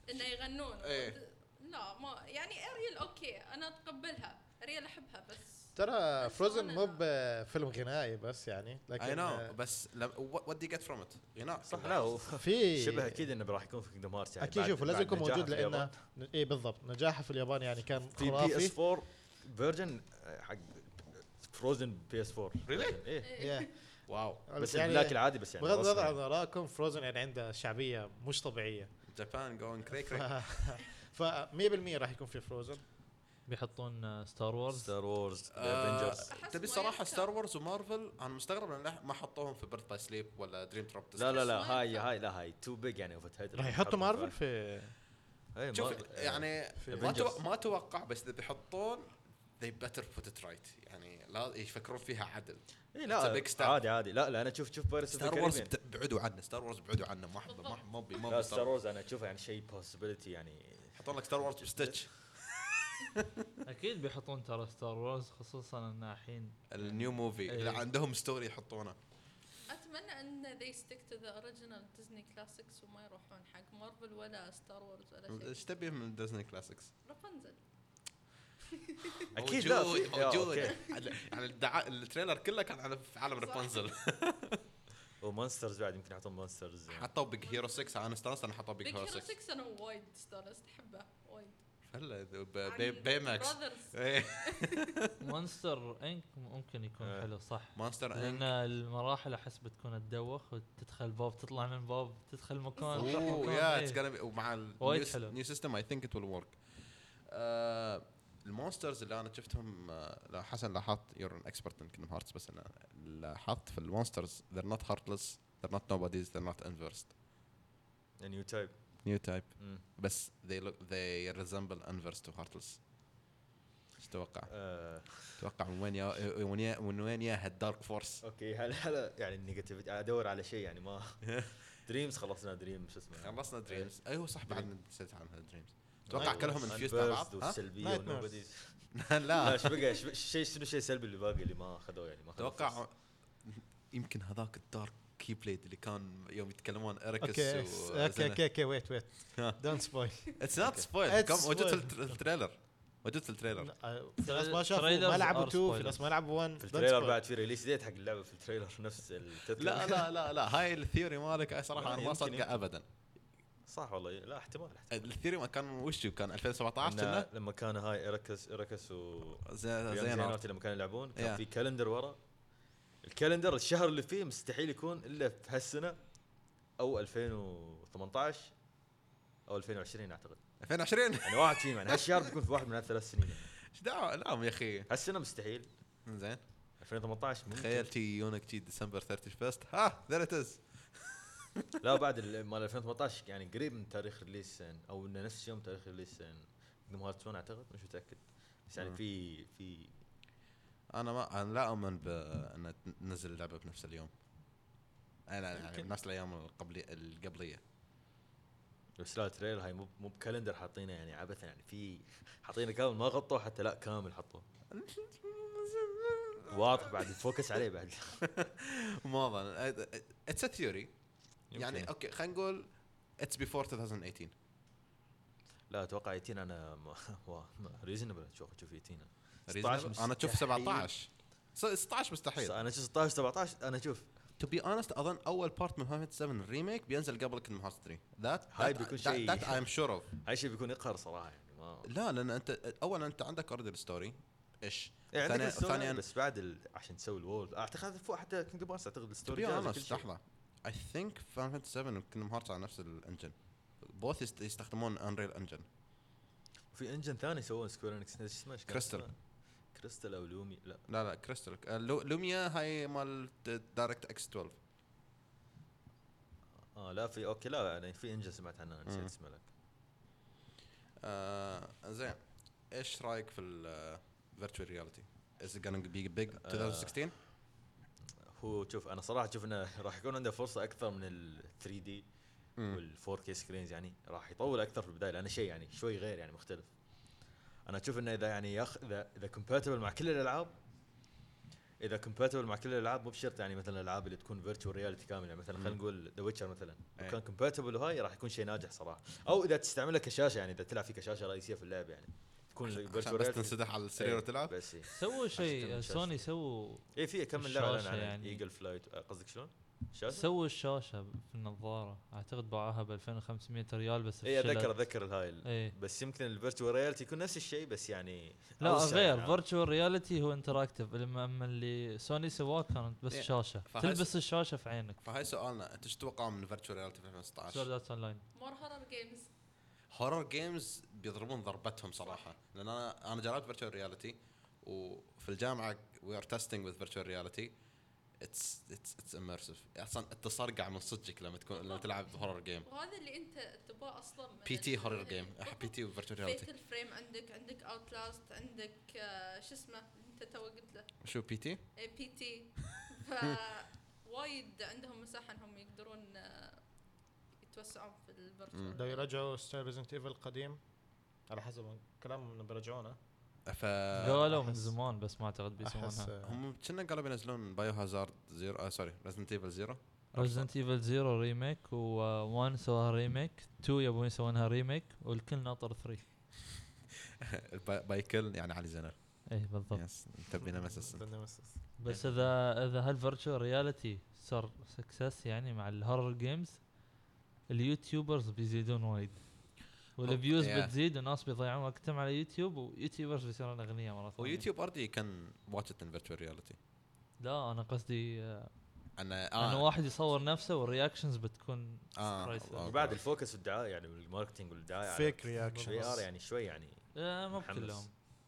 [SPEAKER 5] انه يغنون
[SPEAKER 1] إيه.
[SPEAKER 5] لا ما يعني اريل اوكي انا اتقبلها اريل احبها بس
[SPEAKER 3] ترى
[SPEAKER 5] بس أنا-
[SPEAKER 3] فروزن مو بفيلم غنائي بس يعني لكن
[SPEAKER 1] اي نو
[SPEAKER 3] آه،
[SPEAKER 1] بس وات دي جيت فروم ات غناء
[SPEAKER 4] صح لا هو
[SPEAKER 3] في
[SPEAKER 4] شبه اكيد انه راح يكون في كينجدم هارتس يعني
[SPEAKER 3] اكيد
[SPEAKER 4] بعد-
[SPEAKER 3] إيه. شوف لازم
[SPEAKER 4] بعد
[SPEAKER 3] يكون
[SPEAKER 4] نجاحه
[SPEAKER 3] موجود
[SPEAKER 4] في اليابان.
[SPEAKER 3] لانه اي بالضبط نجاحه في اليابان يعني كان
[SPEAKER 4] في بي
[SPEAKER 3] خرافي
[SPEAKER 4] اس 4 فيرجن آه، حق فروزن بي اس 4
[SPEAKER 1] Really؟
[SPEAKER 4] ايه
[SPEAKER 3] Yeah.
[SPEAKER 1] واو
[SPEAKER 4] بس
[SPEAKER 3] يعني
[SPEAKER 4] البلاك العادي بس يعني
[SPEAKER 3] بغض النظر عن
[SPEAKER 4] غصب.
[SPEAKER 3] ارائكم فروزن يعني عنده شعبيه مش طبيعيه
[SPEAKER 1] جابان جوين كري
[SPEAKER 3] ف
[SPEAKER 1] كري
[SPEAKER 3] ف 100% راح يكون في فروزن
[SPEAKER 2] بيحطون آه، ستار وورز
[SPEAKER 4] ستار وورز
[SPEAKER 1] آه،
[SPEAKER 4] افنجرز
[SPEAKER 1] تبي صراحه ستار وورز ومارفل انا مستغرب ان لا- ما حطوهم في بيرث باي سليب ولا دريم تروب
[SPEAKER 4] لا لا لا
[SPEAKER 5] Disney.
[SPEAKER 4] هاي هاي لا هاي تو بيج يعني اوفر
[SPEAKER 3] راح يحطوا مارفل في
[SPEAKER 1] شوف يعني ما,
[SPEAKER 4] آه، Avengers.
[SPEAKER 1] تو... ما توقع بس اذا بيحطون they better put it right يعني لا يفكرون فيها عدل It's a
[SPEAKER 4] اي إيه، لا
[SPEAKER 1] big step.
[SPEAKER 4] عادي عادي لا لا انا شوف شوف بايرتس
[SPEAKER 1] ستار وورز بعدوا عنه ستار وورز بعدوا عنه ما احبه ما ما بي ما
[SPEAKER 4] لا
[SPEAKER 1] بي
[SPEAKER 4] ستار
[SPEAKER 1] ستار وورز
[SPEAKER 4] وورز انا اشوفه يعني شيء بوسيبيلتي يعني
[SPEAKER 1] يحطون لك ستار وورز بستitch
[SPEAKER 2] اكيد بيحطون ترى ستار وورز خصوصا انه الحين
[SPEAKER 1] النيو موفي
[SPEAKER 2] إيه.
[SPEAKER 1] اذا عندهم ستوري يحطونه
[SPEAKER 5] اتمنى اتمنى ان they stick to the original Disney classics وما يروحون حق مارفل ولا ستار وورز ولا شيء
[SPEAKER 1] ايش تبي من ديزني كلاسيكس؟
[SPEAKER 5] رابنزل
[SPEAKER 4] اكيد لا
[SPEAKER 1] موجود
[SPEAKER 4] في- آه،
[SPEAKER 1] موجود
[SPEAKER 4] أوكي.
[SPEAKER 1] على- على الدعا... التريلر كله كان على في عالم
[SPEAKER 5] صح.
[SPEAKER 1] رابنزل
[SPEAKER 4] ومونسترز بعد يمكن يعني. يحطون مونسترز
[SPEAKER 1] حطوا بيج هيرو 6 انا استانست انا حطوا بيج
[SPEAKER 5] بيج
[SPEAKER 1] هيرو
[SPEAKER 5] هيرو
[SPEAKER 1] 6
[SPEAKER 5] 6 انا وايد استانست احبه وايد
[SPEAKER 1] هلا ب- بي- بيماكس إيه.
[SPEAKER 2] مونستر انك ممكن يكون
[SPEAKER 4] آه.
[SPEAKER 2] حلو صح
[SPEAKER 1] مونستر
[SPEAKER 2] لان
[SPEAKER 1] انك
[SPEAKER 2] المراحل احس بتكون تدوخ وتدخل باب تطلع من باب تدخل مكان تروح
[SPEAKER 1] اوه
[SPEAKER 2] مكان،
[SPEAKER 1] يا
[SPEAKER 2] إيه.
[SPEAKER 1] اتس gonna be ومع
[SPEAKER 2] وايد حلو.
[SPEAKER 1] النيو سيستم اي ثينك ات ويل ورك آه، المونسترز اللي انا شفتهم آه، لا حسن لاحظت يور ان اكسبرت ان كيندم هارتس بس انا لاحظت في المونسترز they're not heartless they're not nobodies they're not inversed
[SPEAKER 4] نيو تايب
[SPEAKER 1] new type بس they look they resemble inverse to heartless ايش تتوقع؟
[SPEAKER 4] آه،
[SPEAKER 1] تتوقع من وين يا من وين- من وين يا هالدارك فورس؟
[SPEAKER 4] اوكي هلا هلا يعني النيجاتيفيتي ادور على شيء يعني ما دريمز خلصنا دريم شو اسمه
[SPEAKER 1] خلصنا دريمز ايوه صح بعد
[SPEAKER 4] Dream.
[SPEAKER 1] نسيت عنها دريمز اتوقع كلهم
[SPEAKER 4] Unversed
[SPEAKER 1] انفيوز ها؟
[SPEAKER 4] والسلبيه
[SPEAKER 3] Nightmares.
[SPEAKER 4] والنوبدي لا
[SPEAKER 1] لا
[SPEAKER 4] ايش بقى إيش بقى- شيء شنو شيء سلبي اللي باقي اللي ما اخذوه يعني ما أخذوه
[SPEAKER 1] اتوقع
[SPEAKER 4] فرصة.
[SPEAKER 1] يمكن هذاك الدارك كي بليد اللي كان يوم يتكلمون اريكس
[SPEAKER 3] اوكي اوكي اوكي اوكي ويت ويت
[SPEAKER 1] ها.
[SPEAKER 3] دونت سبويل
[SPEAKER 1] اتس نوت
[SPEAKER 4] Okay.
[SPEAKER 1] سبويل
[SPEAKER 3] It's
[SPEAKER 1] موجود في
[SPEAKER 3] spoiled.
[SPEAKER 1] التر- التريلر موجود في التريلر
[SPEAKER 3] في ناس ما شافوا
[SPEAKER 2] Trailers
[SPEAKER 3] ما لعبوا
[SPEAKER 2] are
[SPEAKER 3] 2 في
[SPEAKER 2] spoilers.
[SPEAKER 3] ناس ما لعبوا 1
[SPEAKER 4] في التريلر بعد في ريليس ديت حق اللعبه في التريلر نفس التتر
[SPEAKER 1] لا لا لا لا هاي الثيوري مالك أي صراحه انا ما
[SPEAKER 4] يمكن-
[SPEAKER 1] صدقه ابدا
[SPEAKER 4] صح والله لا احتمال احتمال
[SPEAKER 1] الثيوري ما كان وشو كان 2017
[SPEAKER 4] إنه
[SPEAKER 1] كنا
[SPEAKER 4] لما كان هاي اركس اركس و
[SPEAKER 1] زي-
[SPEAKER 4] رياض
[SPEAKER 1] زينارد
[SPEAKER 4] زينات لما كانوا يلعبون كان
[SPEAKER 1] Yeah.
[SPEAKER 4] في كالندر ورا الكالندر الشهر اللي فيه مستحيل يكون الا في هالسنه او 2018 او 2020 اعتقد
[SPEAKER 1] 2020
[SPEAKER 4] يعني واحد فيهم يعني هالشهر بيكون في واحد من هالثلاث سنين يعني.
[SPEAKER 1] ايش دعوه لا يا اخي
[SPEAKER 4] هالسنه مستحيل
[SPEAKER 1] زين
[SPEAKER 4] 2018 ممكن.
[SPEAKER 1] تخيل تي يونك جي ديسمبر 31 ها ذير ات از
[SPEAKER 4] لا بعد ال- مال 2018 يعني قريب من تاريخ ريليس إن- او انه نفس يوم تاريخ يعني. ريليس كينجدم هارتس 1 اعتقد مش متاكد بس يعني
[SPEAKER 1] مم.
[SPEAKER 4] في في
[SPEAKER 1] انا ما انا لا اؤمن بان تنزل اللعبه بنفس اليوم انا يعني
[SPEAKER 3] يمكن.
[SPEAKER 1] نفس الايام القبليه القبليه
[SPEAKER 4] بس لا التريلر هاي مو مو بكالندر حاطينه يعني عبثا يعني في حاطينه كامل ما غطوه حتى لا كامل حطوه واضح بعد الفوكس عليه بعد
[SPEAKER 1] ما اظن اتس ا ثيوري يعني
[SPEAKER 4] يمكن.
[SPEAKER 1] اوكي خلينا نقول اتس بيفور 2018
[SPEAKER 4] لا اتوقع يتين انا ريزونبل اتوقع تشوف يتين
[SPEAKER 1] Reasonable. انا اشوف 17 س- 16
[SPEAKER 4] بس
[SPEAKER 1] مستحيل
[SPEAKER 4] انا اشوف 16 17 انا اشوف
[SPEAKER 1] تو بي اونست اظن اول بارت من فاينل 7 ريميك بينزل قبل كيندم هارت 3 ذات
[SPEAKER 4] هاي بيكون شيء-
[SPEAKER 1] ذات اي ام شور اوف
[SPEAKER 4] هاي شيء بيكون يقهر صراحه يعني ما
[SPEAKER 1] لا لان انت اولا انت عندك اوريدي الستوري ايش
[SPEAKER 4] يعني عندك
[SPEAKER 1] ثانياً-
[SPEAKER 4] الستوري
[SPEAKER 1] ثانياً-
[SPEAKER 4] بس بعد ال... عشان تسوي الوورد اعتقد هذا فوق حتى كينج بارس اعتقد
[SPEAKER 1] تو
[SPEAKER 4] الستوري
[SPEAKER 1] بي
[SPEAKER 4] جاهز وكل
[SPEAKER 1] اونست
[SPEAKER 4] شيء.
[SPEAKER 1] لحظه اي ثينك فان فانتسي 7 وكيندم هارتس على نفس الانجن بوث يست- يستخدمون انريل انجن
[SPEAKER 4] في انجن ثاني سووه سكوير انكس اسمه إيش كان
[SPEAKER 1] كريستال.
[SPEAKER 4] اسمه؟ كريستال او لومي لا
[SPEAKER 1] لا لا كريستال آه، لو- لوميا هاي مال دايركت اكس 12
[SPEAKER 4] اه لا في اوكي لا يعني في انجن سمعت عنها نسيت
[SPEAKER 1] مم.
[SPEAKER 4] اسمه لك
[SPEAKER 1] آه زين ايش رايك في آه، الفيرتشوال رياليتي؟ از gonna بي بيج
[SPEAKER 4] آه.
[SPEAKER 1] 2016
[SPEAKER 4] هو شوف انا صراحه اشوف انه راح يكون عنده فرصه اكثر من ال 3 دي وال 4 كي سكرينز يعني راح يطول اكثر في البدايه لانه شيء يعني شوي غير يعني مختلف انا اشوف انه اذا يعني يخ... اذا اذا كومباتبل مع كل الالعاب اذا كومباتبل مع كل الالعاب مو بشرط يعني مثلا الالعاب اللي تكون فيرتشوال رياليتي كامله يعني مثلا خلينا
[SPEAKER 1] مم. إيه.
[SPEAKER 4] نقول ذا ويتشر مثلا
[SPEAKER 1] أي.
[SPEAKER 4] لو كان كومباتبل وهاي راح يكون شيء ناجح صراحه او اذا تستعملها كشاشه يعني اذا تلعب في كشاشه رئيسيه في اللعبه يعني تكون
[SPEAKER 1] عشان
[SPEAKER 4] virtual
[SPEAKER 1] بس
[SPEAKER 4] reality.
[SPEAKER 1] تنسدح على
[SPEAKER 4] إيه،
[SPEAKER 1] السرير وتلعب
[SPEAKER 4] بس إيه.
[SPEAKER 2] سووا
[SPEAKER 4] كان
[SPEAKER 2] شيء
[SPEAKER 4] مشاش.
[SPEAKER 2] سوني سووا
[SPEAKER 4] اي في كم من لعبه
[SPEAKER 2] الشاشة
[SPEAKER 4] يعني
[SPEAKER 2] يعني.
[SPEAKER 4] ايجل فلايت قصدك شلون؟ شاشه؟
[SPEAKER 2] سووا الشاشه في النظاره اعتقد باعوها ب 2500 ريال بس
[SPEAKER 4] اي
[SPEAKER 2] فشلت.
[SPEAKER 4] اتذكر اتذكر الهاي ال-
[SPEAKER 2] ايه
[SPEAKER 4] بس يمكن الفيرتشوال ريالتي يكون نفس الشيء بس يعني
[SPEAKER 2] لا
[SPEAKER 4] أوسع
[SPEAKER 2] غير
[SPEAKER 4] يعني.
[SPEAKER 2] فيرتشوال رياليتي هو انتراكتيف اما أما اللي سوني سواه كانت بس
[SPEAKER 1] إيه،
[SPEAKER 2] شاشه
[SPEAKER 1] فحس-
[SPEAKER 2] تلبس الشاشه في عينك
[SPEAKER 1] فهاي سؤالنا انت ايش تتوقعون من فيرتشوال رياليتي في 2016؟
[SPEAKER 2] سورد اون لاين
[SPEAKER 5] مور هورر جيمز
[SPEAKER 1] هورر جيمز بيضربون ضربتهم صراحه لان انا انا جربت فيرتشوال رياليتي وفي الجامعه وي ار تيستنج وذ فيرتشوال رياليتي اتس اتس اتس اميرسيف اصلا انت صرقع من صدقك لما تكون لما تلعب هورر جيم
[SPEAKER 5] وهذا اللي انت تباه اصلا من
[SPEAKER 1] بي تي
[SPEAKER 5] ال-
[SPEAKER 1] هورر جيم بي تي وفيرتشوال رياليتي
[SPEAKER 5] فيتل فريم عندك عندك اوتلاست عندك آه، شو اسمه انت تو قلت له
[SPEAKER 1] شو بي تي؟
[SPEAKER 5] بي تي ف وايد عندهم مساحه انهم يقدرون آه، يتوسعون في الفيرتشوال
[SPEAKER 3] لو يرجعوا ستايل ريزنت ايفل القديم على حسب كلامهم انه بيرجعونه
[SPEAKER 1] ف
[SPEAKER 2] قالوا من
[SPEAKER 3] أحس-
[SPEAKER 2] زمان بس ما اعتقد
[SPEAKER 3] احس
[SPEAKER 2] بيسوونها
[SPEAKER 1] هم كنا قالوا بينزلون بايو هازارد زيرو آه سوري ريزنت ايفل زيرو
[SPEAKER 2] ريزنت ايفل زيرو ريميك و1 سواها ريميك 2 يبون يسوونها ريميك والكل ناطر 3
[SPEAKER 1] البا- بايكل يعني علي زينب
[SPEAKER 2] اي إيه، بالضبط
[SPEAKER 1] يس تبينا مسس
[SPEAKER 3] نمسس
[SPEAKER 2] بس اذا اذا هالفيرتشوال رياليتي صار سكسس يعني مع الهورر جيمز اليوتيوبرز بيزيدون وايد والفيوز
[SPEAKER 1] يا.
[SPEAKER 2] بتزيد والناس بيضيعون وقتهم على يوتيوب ويوتيوبرز بيصيرون اغنياء مره ثانيه
[SPEAKER 1] ويوتيوب اردي كان واتشت ان فيرتشوال رياليتي
[SPEAKER 2] لا انا قصدي آه
[SPEAKER 1] انا
[SPEAKER 2] انه
[SPEAKER 1] اه
[SPEAKER 2] واحد يصور نفسه والرياكشنز بتكون
[SPEAKER 1] آه،
[SPEAKER 2] surprise.
[SPEAKER 1] أوكي.
[SPEAKER 4] وبعد الفوكس في الدعايه يعني والماركتينج والدعايه
[SPEAKER 3] فيك رياكشن
[SPEAKER 4] شوي ار يعني شوي يعني
[SPEAKER 2] آه مو
[SPEAKER 4] متحمس.
[SPEAKER 2] كلهم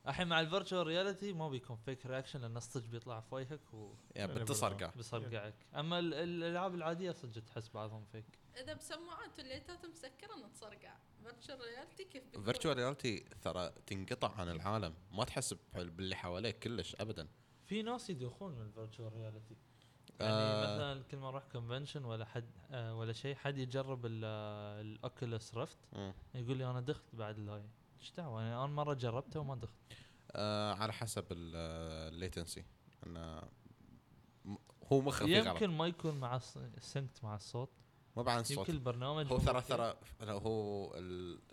[SPEAKER 2] الحين مع الفيرتشوال رياليتي ما بيكون فيك رياكشن لان الصج بيطلع في وجهك و
[SPEAKER 1] يا بتصرقه
[SPEAKER 2] بيصرقعك اما ال- الالعاب العاديه صدق تحس بعضهم فيك
[SPEAKER 5] اذا بسماعات والليتات مسكره نتصرقع فيرتشوال ريالتي كيف بيكون؟
[SPEAKER 1] فيرتشوال رياليتي ترى تنقطع عن العالم ما تحس بح- باللي حواليك كلش ابدا
[SPEAKER 2] في ناس يدوخون من الفيرتشوال رياليتي يعني
[SPEAKER 1] آه.
[SPEAKER 2] مثلا كل ما اروح كونفنشن ولا حد آه ولا شيء حد يجرب آه، الاوكيولس رفت
[SPEAKER 1] مم.
[SPEAKER 2] يقول لي انا دخت بعد الهاي ايش دعوه انا اول مره يعني جربته وما دخت
[SPEAKER 1] آه على حسب الليتنسي انه م- هو مخه في غلط
[SPEAKER 2] يمكن ما يكون مع الص- سنكت مع الصوت
[SPEAKER 1] ما بعد الصوت
[SPEAKER 2] يمكن البرنامج
[SPEAKER 1] هو
[SPEAKER 2] مو
[SPEAKER 1] ترى
[SPEAKER 2] أوكي.
[SPEAKER 1] ترى لو هو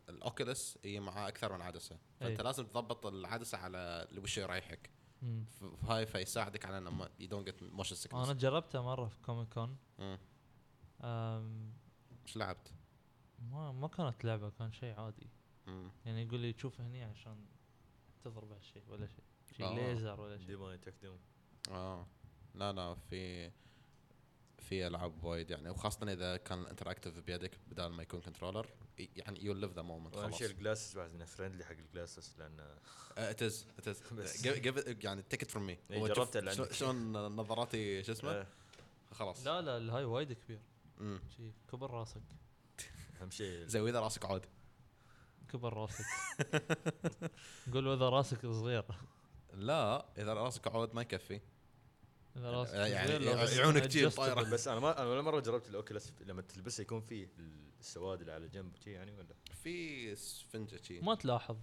[SPEAKER 1] الاوكيلس هي معاه اكثر من عدسه فانت
[SPEAKER 2] أي.
[SPEAKER 1] لازم تضبط العدسه على اللي وش يريحك
[SPEAKER 2] مم.
[SPEAKER 1] ف- فهاي فيساعدك على انه يو دونت جيت موشن
[SPEAKER 2] انا
[SPEAKER 1] سيكنس
[SPEAKER 2] جربته مره في كوميك كون أم،
[SPEAKER 1] ايش لعبت؟
[SPEAKER 2] ما ما كانت لعبه كان شيء عادي
[SPEAKER 1] مم.
[SPEAKER 2] يعني يقول لي شوف هني عشان تضرب هالشيء ولا شيء شيء
[SPEAKER 1] آه.
[SPEAKER 2] ليزر ولا شيء
[SPEAKER 4] ديمون تكدم
[SPEAKER 1] اه لا لا في في العاب وايد يعني وخاصه اذا كان الانتراكتيف بيدك بدال ما يكون كنترولر يعني يو ليف ذا مومنت
[SPEAKER 4] واهم
[SPEAKER 1] خلاص Uh,
[SPEAKER 4] شيء الجلاسز بعد انه فريندلي حق الجلاسز لان
[SPEAKER 1] ات از ات
[SPEAKER 4] بس.
[SPEAKER 1] از يعني تيك ات فروم مي
[SPEAKER 4] إيه، جربته اللي عندك.
[SPEAKER 1] شلون نظراتي شو اسمه
[SPEAKER 4] آه،
[SPEAKER 1] خلاص
[SPEAKER 2] لا لا الهاي وايد كبير
[SPEAKER 1] مم.
[SPEAKER 2] شي كبر راسك
[SPEAKER 4] اهم شيء
[SPEAKER 1] زي واذا راسك عود
[SPEAKER 2] كبر راسك قول اذا راسك صغير
[SPEAKER 1] لا اذا راسك عود ما يكفي
[SPEAKER 2] اذا راسك
[SPEAKER 1] يعني
[SPEAKER 2] صغير، لو بس
[SPEAKER 1] عيونك جيب
[SPEAKER 2] adjustable.
[SPEAKER 1] طايره
[SPEAKER 4] بس انا ما انا ولا مره جربت الاوكيلس لما تلبسه يكون فيه السواد اللي على جنب شي يعني ولا
[SPEAKER 1] في سفنجه شي
[SPEAKER 2] ما تلاحظ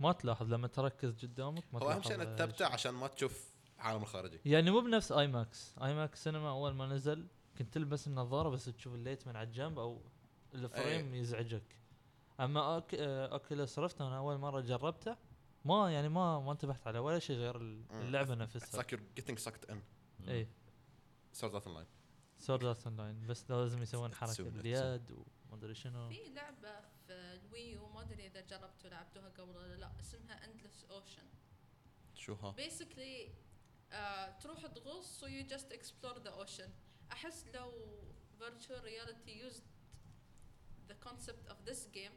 [SPEAKER 2] ما تلاحظ لما تركز قدامك ما
[SPEAKER 1] هو اهم
[SPEAKER 2] تلاحظ
[SPEAKER 1] شيء انك
[SPEAKER 2] هالشيء.
[SPEAKER 1] تتبتع عشان ما تشوف العالم الخارجي
[SPEAKER 2] يعني مو بنفس اي ماكس اي ماكس سينما اول ما نزل كنت تلبس النظاره بس تشوف الليت من على الجنب او الفريم يزعجك اما أوك... آه، اوكيلس رفت انا اول مره جربته ما يعني ما ما انتبهت على ولا شيء غير ال- اللعبه
[SPEAKER 1] اتس
[SPEAKER 2] نفسها إيه.
[SPEAKER 1] لايك يور جيتنج سكت ان
[SPEAKER 2] اي
[SPEAKER 4] إيه،
[SPEAKER 1] سورد اوت لاين
[SPEAKER 2] سورد ارت لاين بس لازم يسوون حركه
[SPEAKER 1] تسوي-
[SPEAKER 2] باليد وما ادري شنو
[SPEAKER 5] في لعبة في الويو ما ادري اذا جربتوا لعبتوها قبل ولا لا اسمها اندلس اوشن
[SPEAKER 1] شو ها
[SPEAKER 5] بيسكلي uh, تروح تغوص ويو جاست اكسبلور ذا اوشن احس لو فيرتشوال رياليتي يوزد ذا كونسبت اوف ذيس جيم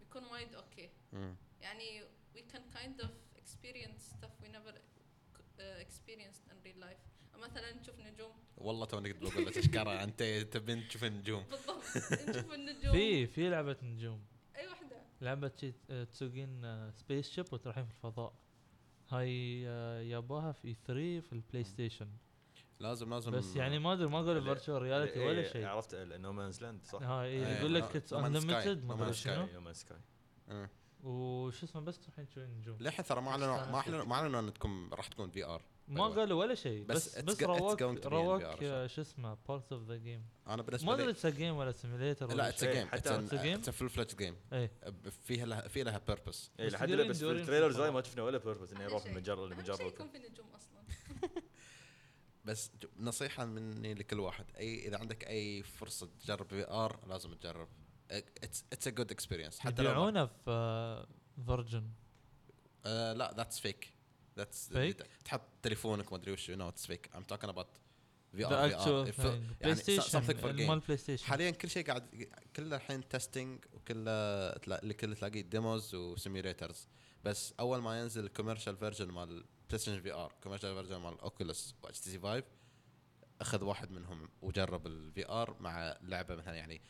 [SPEAKER 5] بيكون وايد اوكي
[SPEAKER 1] مم.
[SPEAKER 5] يعني we can kind of experience stuff we never uh, experienced in real life مثلا نشوف نجوم
[SPEAKER 1] والله توني كنت بقول له تشكره انت تبين تشوف النجوم
[SPEAKER 5] بالضبط نشوف النجوم
[SPEAKER 2] في في لعبه نجوم
[SPEAKER 5] اي وحده
[SPEAKER 2] لعبه شي آه، تسوقين آه، سبيس شيب وتروحين في الفضاء هاي آه، ياباها في 3 في البلاي ستيشن
[SPEAKER 1] لازم لازم
[SPEAKER 2] بس يعني ما ادري ما اقول فيرتشوال رياليتي ولا
[SPEAKER 4] إيه،
[SPEAKER 2] شيء
[SPEAKER 4] عرفت نو مانز لاند صح؟
[SPEAKER 2] هاي
[SPEAKER 1] إيه،
[SPEAKER 2] إيه، يقول لك
[SPEAKER 1] No-
[SPEAKER 2] اتس
[SPEAKER 1] No Man's Sky.
[SPEAKER 2] انليمتد ما
[SPEAKER 1] No
[SPEAKER 2] ادري
[SPEAKER 1] Man's
[SPEAKER 2] شنو
[SPEAKER 4] نو مان سكاي
[SPEAKER 1] مم.
[SPEAKER 2] وش اسمه بس تروحين تشوفين نجوم
[SPEAKER 1] آه. للحين ترى ما اعلنوا ما اعلنوا ما اعلنوا انكم راح تكون في ار
[SPEAKER 2] ما
[SPEAKER 1] way.
[SPEAKER 2] قالوا ولا شيء
[SPEAKER 1] بس
[SPEAKER 2] بس
[SPEAKER 1] it's
[SPEAKER 2] بس
[SPEAKER 1] go- it's
[SPEAKER 2] رواك
[SPEAKER 1] going to be in
[SPEAKER 2] رواك
[SPEAKER 1] VR
[SPEAKER 2] آه، شو اسمه بارت اوف ذا جيم
[SPEAKER 1] انا
[SPEAKER 2] ما
[SPEAKER 1] بالنسبه
[SPEAKER 2] ادري
[SPEAKER 1] لي
[SPEAKER 2] اتس جيم ولا سيميليتر
[SPEAKER 1] لا
[SPEAKER 2] ولا
[SPEAKER 1] اتس
[SPEAKER 2] شيء
[SPEAKER 4] شيء.
[SPEAKER 1] جيم
[SPEAKER 4] حتى
[SPEAKER 2] it's a game.
[SPEAKER 1] اتس فول فلتش جيم
[SPEAKER 2] ايه
[SPEAKER 1] فيها لها في لها بيربس
[SPEAKER 4] اي
[SPEAKER 2] بس
[SPEAKER 4] إيه، لحد
[SPEAKER 2] دورين-
[SPEAKER 4] الان بس في
[SPEAKER 2] دورين
[SPEAKER 4] التريلر
[SPEAKER 2] في
[SPEAKER 4] زي
[SPEAKER 2] الفضاء.
[SPEAKER 4] ما شفنا ولا بيربز انه
[SPEAKER 5] هذا
[SPEAKER 4] يروح
[SPEAKER 5] شيء.
[SPEAKER 4] مجرد
[SPEAKER 5] اهم شيء يكون
[SPEAKER 4] مجرد
[SPEAKER 5] في نجوم اصلا
[SPEAKER 1] بس ج- نصيحة مني لكل واحد اي اذا عندك اي فرصة تجرب في ار لازم تجرب إيه، اتس اتس ا جود اكسبيرينس حتى لو ما-
[SPEAKER 2] يبيعونه في فيرجن
[SPEAKER 1] آه لا ذاتس فيك ذاتس
[SPEAKER 2] Fake؟
[SPEAKER 1] تحط تليفونك ما ادري وش نو اتس فيك ام توكن اباوت آه، في
[SPEAKER 2] ذا
[SPEAKER 1] ار
[SPEAKER 2] اكتشوال
[SPEAKER 1] في ار
[SPEAKER 2] بلاي
[SPEAKER 1] يعني something
[SPEAKER 2] ستيشن
[SPEAKER 1] for game.
[SPEAKER 2] مال بلاي ستيشن
[SPEAKER 1] حاليا كل شيء قاعد كله الحين تيستنج وكله تلا- اللي كله تلاقيه ديموز وسيميليترز بس اول ما ينزل الكوميرشال فيرجن مال بلايستيشن في ار كوميرشال فيرجن مال اوكيولس واتش تي سي 5 اخذ واحد منهم وجرب الفي ار مع لعبه مثلا يعني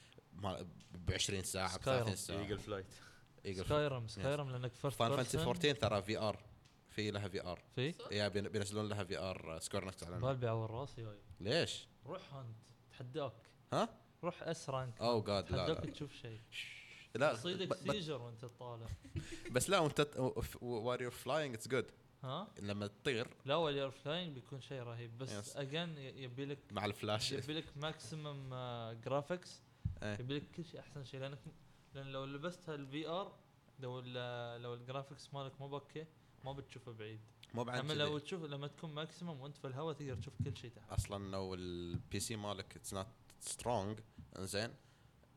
[SPEAKER 1] ب 20 ساعه ب 30
[SPEAKER 2] Skyrim.
[SPEAKER 1] ساعه
[SPEAKER 4] ايجل فلايت
[SPEAKER 1] ايجل
[SPEAKER 2] سكايرم سكايرم لانك فيرست
[SPEAKER 1] فان فانتسي 14 ترى في ار في لها في ار
[SPEAKER 2] في
[SPEAKER 5] صح؟
[SPEAKER 1] يا بين- بينزلون لها uh, في ار سكوير نكس
[SPEAKER 2] بال بيعور راسي هاي
[SPEAKER 1] ليش؟
[SPEAKER 2] روح هانت تحداك
[SPEAKER 1] ها؟
[SPEAKER 2] روح اس رانك
[SPEAKER 1] اوه جاد لا
[SPEAKER 2] تحداك
[SPEAKER 1] لا
[SPEAKER 2] تشوف شيء
[SPEAKER 1] لا
[SPEAKER 2] يصيدك
[SPEAKER 1] ب- ب-
[SPEAKER 2] سيجر وانت طالع
[SPEAKER 1] بس لا وانت وار يور فلاينج اتس جود
[SPEAKER 2] ها
[SPEAKER 1] لما تطير
[SPEAKER 2] لا والير فلاينج بيكون شيء رهيب
[SPEAKER 1] Yes.
[SPEAKER 2] بس اجان يبي لك
[SPEAKER 1] مع الفلاش
[SPEAKER 2] يبي لك ماكسيمم جرافيكس
[SPEAKER 1] إيه.
[SPEAKER 2] يبي لك كل شيء احسن شيء لانك لان لو لبست الفي ار لو ال- لو الجرافيكس مالك مو بكي ما بتشوفه بعيد
[SPEAKER 1] مو بعد
[SPEAKER 2] اما
[SPEAKER 1] كذي.
[SPEAKER 2] لو تشوف لما تكون ماكسيمم وانت في الهواء تقدر تشوف كل شيء تحت
[SPEAKER 1] اصلا لو البي سي مالك اتس نوت سترونج انزين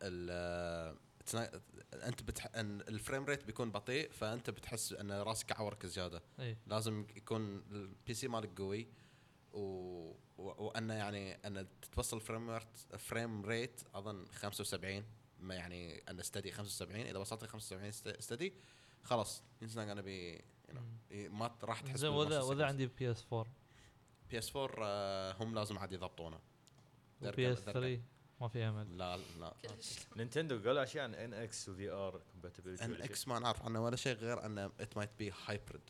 [SPEAKER 1] ال آه، it's not- انت بتح... ان الفريم ريت بيكون بطيء فانت بتحس ان راسك عورك زياده
[SPEAKER 2] اي
[SPEAKER 1] لازم يكون البي سي مالك قوي و... و... وانه يعني ان تتوصل فريم ريت فريم ريت اظن 75 ما يعني ان استدي 75 اذا وصلت ل 75 ستدي خلاص it's not gonna be you know ما ت- راح تحس
[SPEAKER 2] زين وذا وذا عندي بي اس 4
[SPEAKER 1] بي اس 4 هم لازم عاد يضبطونه
[SPEAKER 2] وبي اس 3 ما في امل
[SPEAKER 1] لا لا
[SPEAKER 5] كلش
[SPEAKER 4] نينتندو قالوا اشياء عن ان اكس وفي ار كومباتيبلتي
[SPEAKER 1] ان اكس ما نعرف عنه ولا شيء غير انه ات مايت بي هايبرد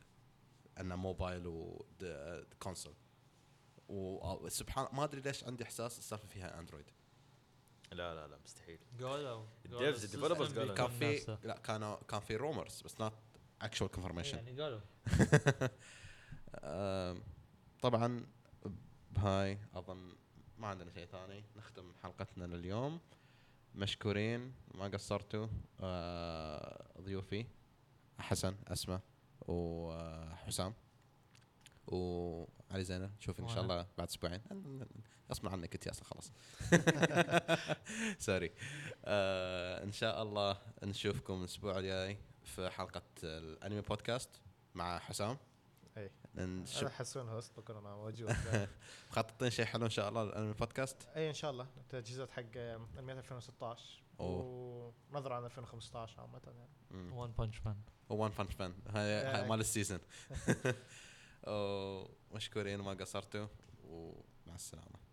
[SPEAKER 1] انه موبايل وكونسول وسبحان آه، ما ادري ليش عندي احساس السالفه فيها اندرويد
[SPEAKER 4] لا لا لا مستحيل
[SPEAKER 2] قالوا
[SPEAKER 4] الديفز، الديفلوبرز قالوا.
[SPEAKER 1] كان في لا كانوا كان في رومرز بس نوت اكشوال كونفرميشن
[SPEAKER 2] يعني قالوا
[SPEAKER 1] آه، طبعا بهاي اظن ما عندنا شيء ثاني نختم حلقتنا لليوم مشكورين ما قصرتوا آه، ضيوفي حسن اسماء وحسام وعلي زينب نشوف ان شاء
[SPEAKER 2] وأنا.
[SPEAKER 1] الله بعد اسبوعين غصبا عنك انت اصلا خلاص سوري آه ان شاء الله نشوفكم الاسبوع الجاي في حلقه الانمي بودكاست مع حسام
[SPEAKER 3] اي
[SPEAKER 1] نشوف
[SPEAKER 3] انا حسون هوست بكون انا موجود
[SPEAKER 1] مخططين شيء حلو ان شاء الله للانمي بودكاست
[SPEAKER 3] اي ان إيه، شاء الله تجهيزات حق انميات 2016 ونظره عن 2015 عامه يعني
[SPEAKER 2] وان بانش مان
[SPEAKER 1] وان بانش مان هاي هاي مال السيزون ومشكورين ما قصرتوا ومع السلامه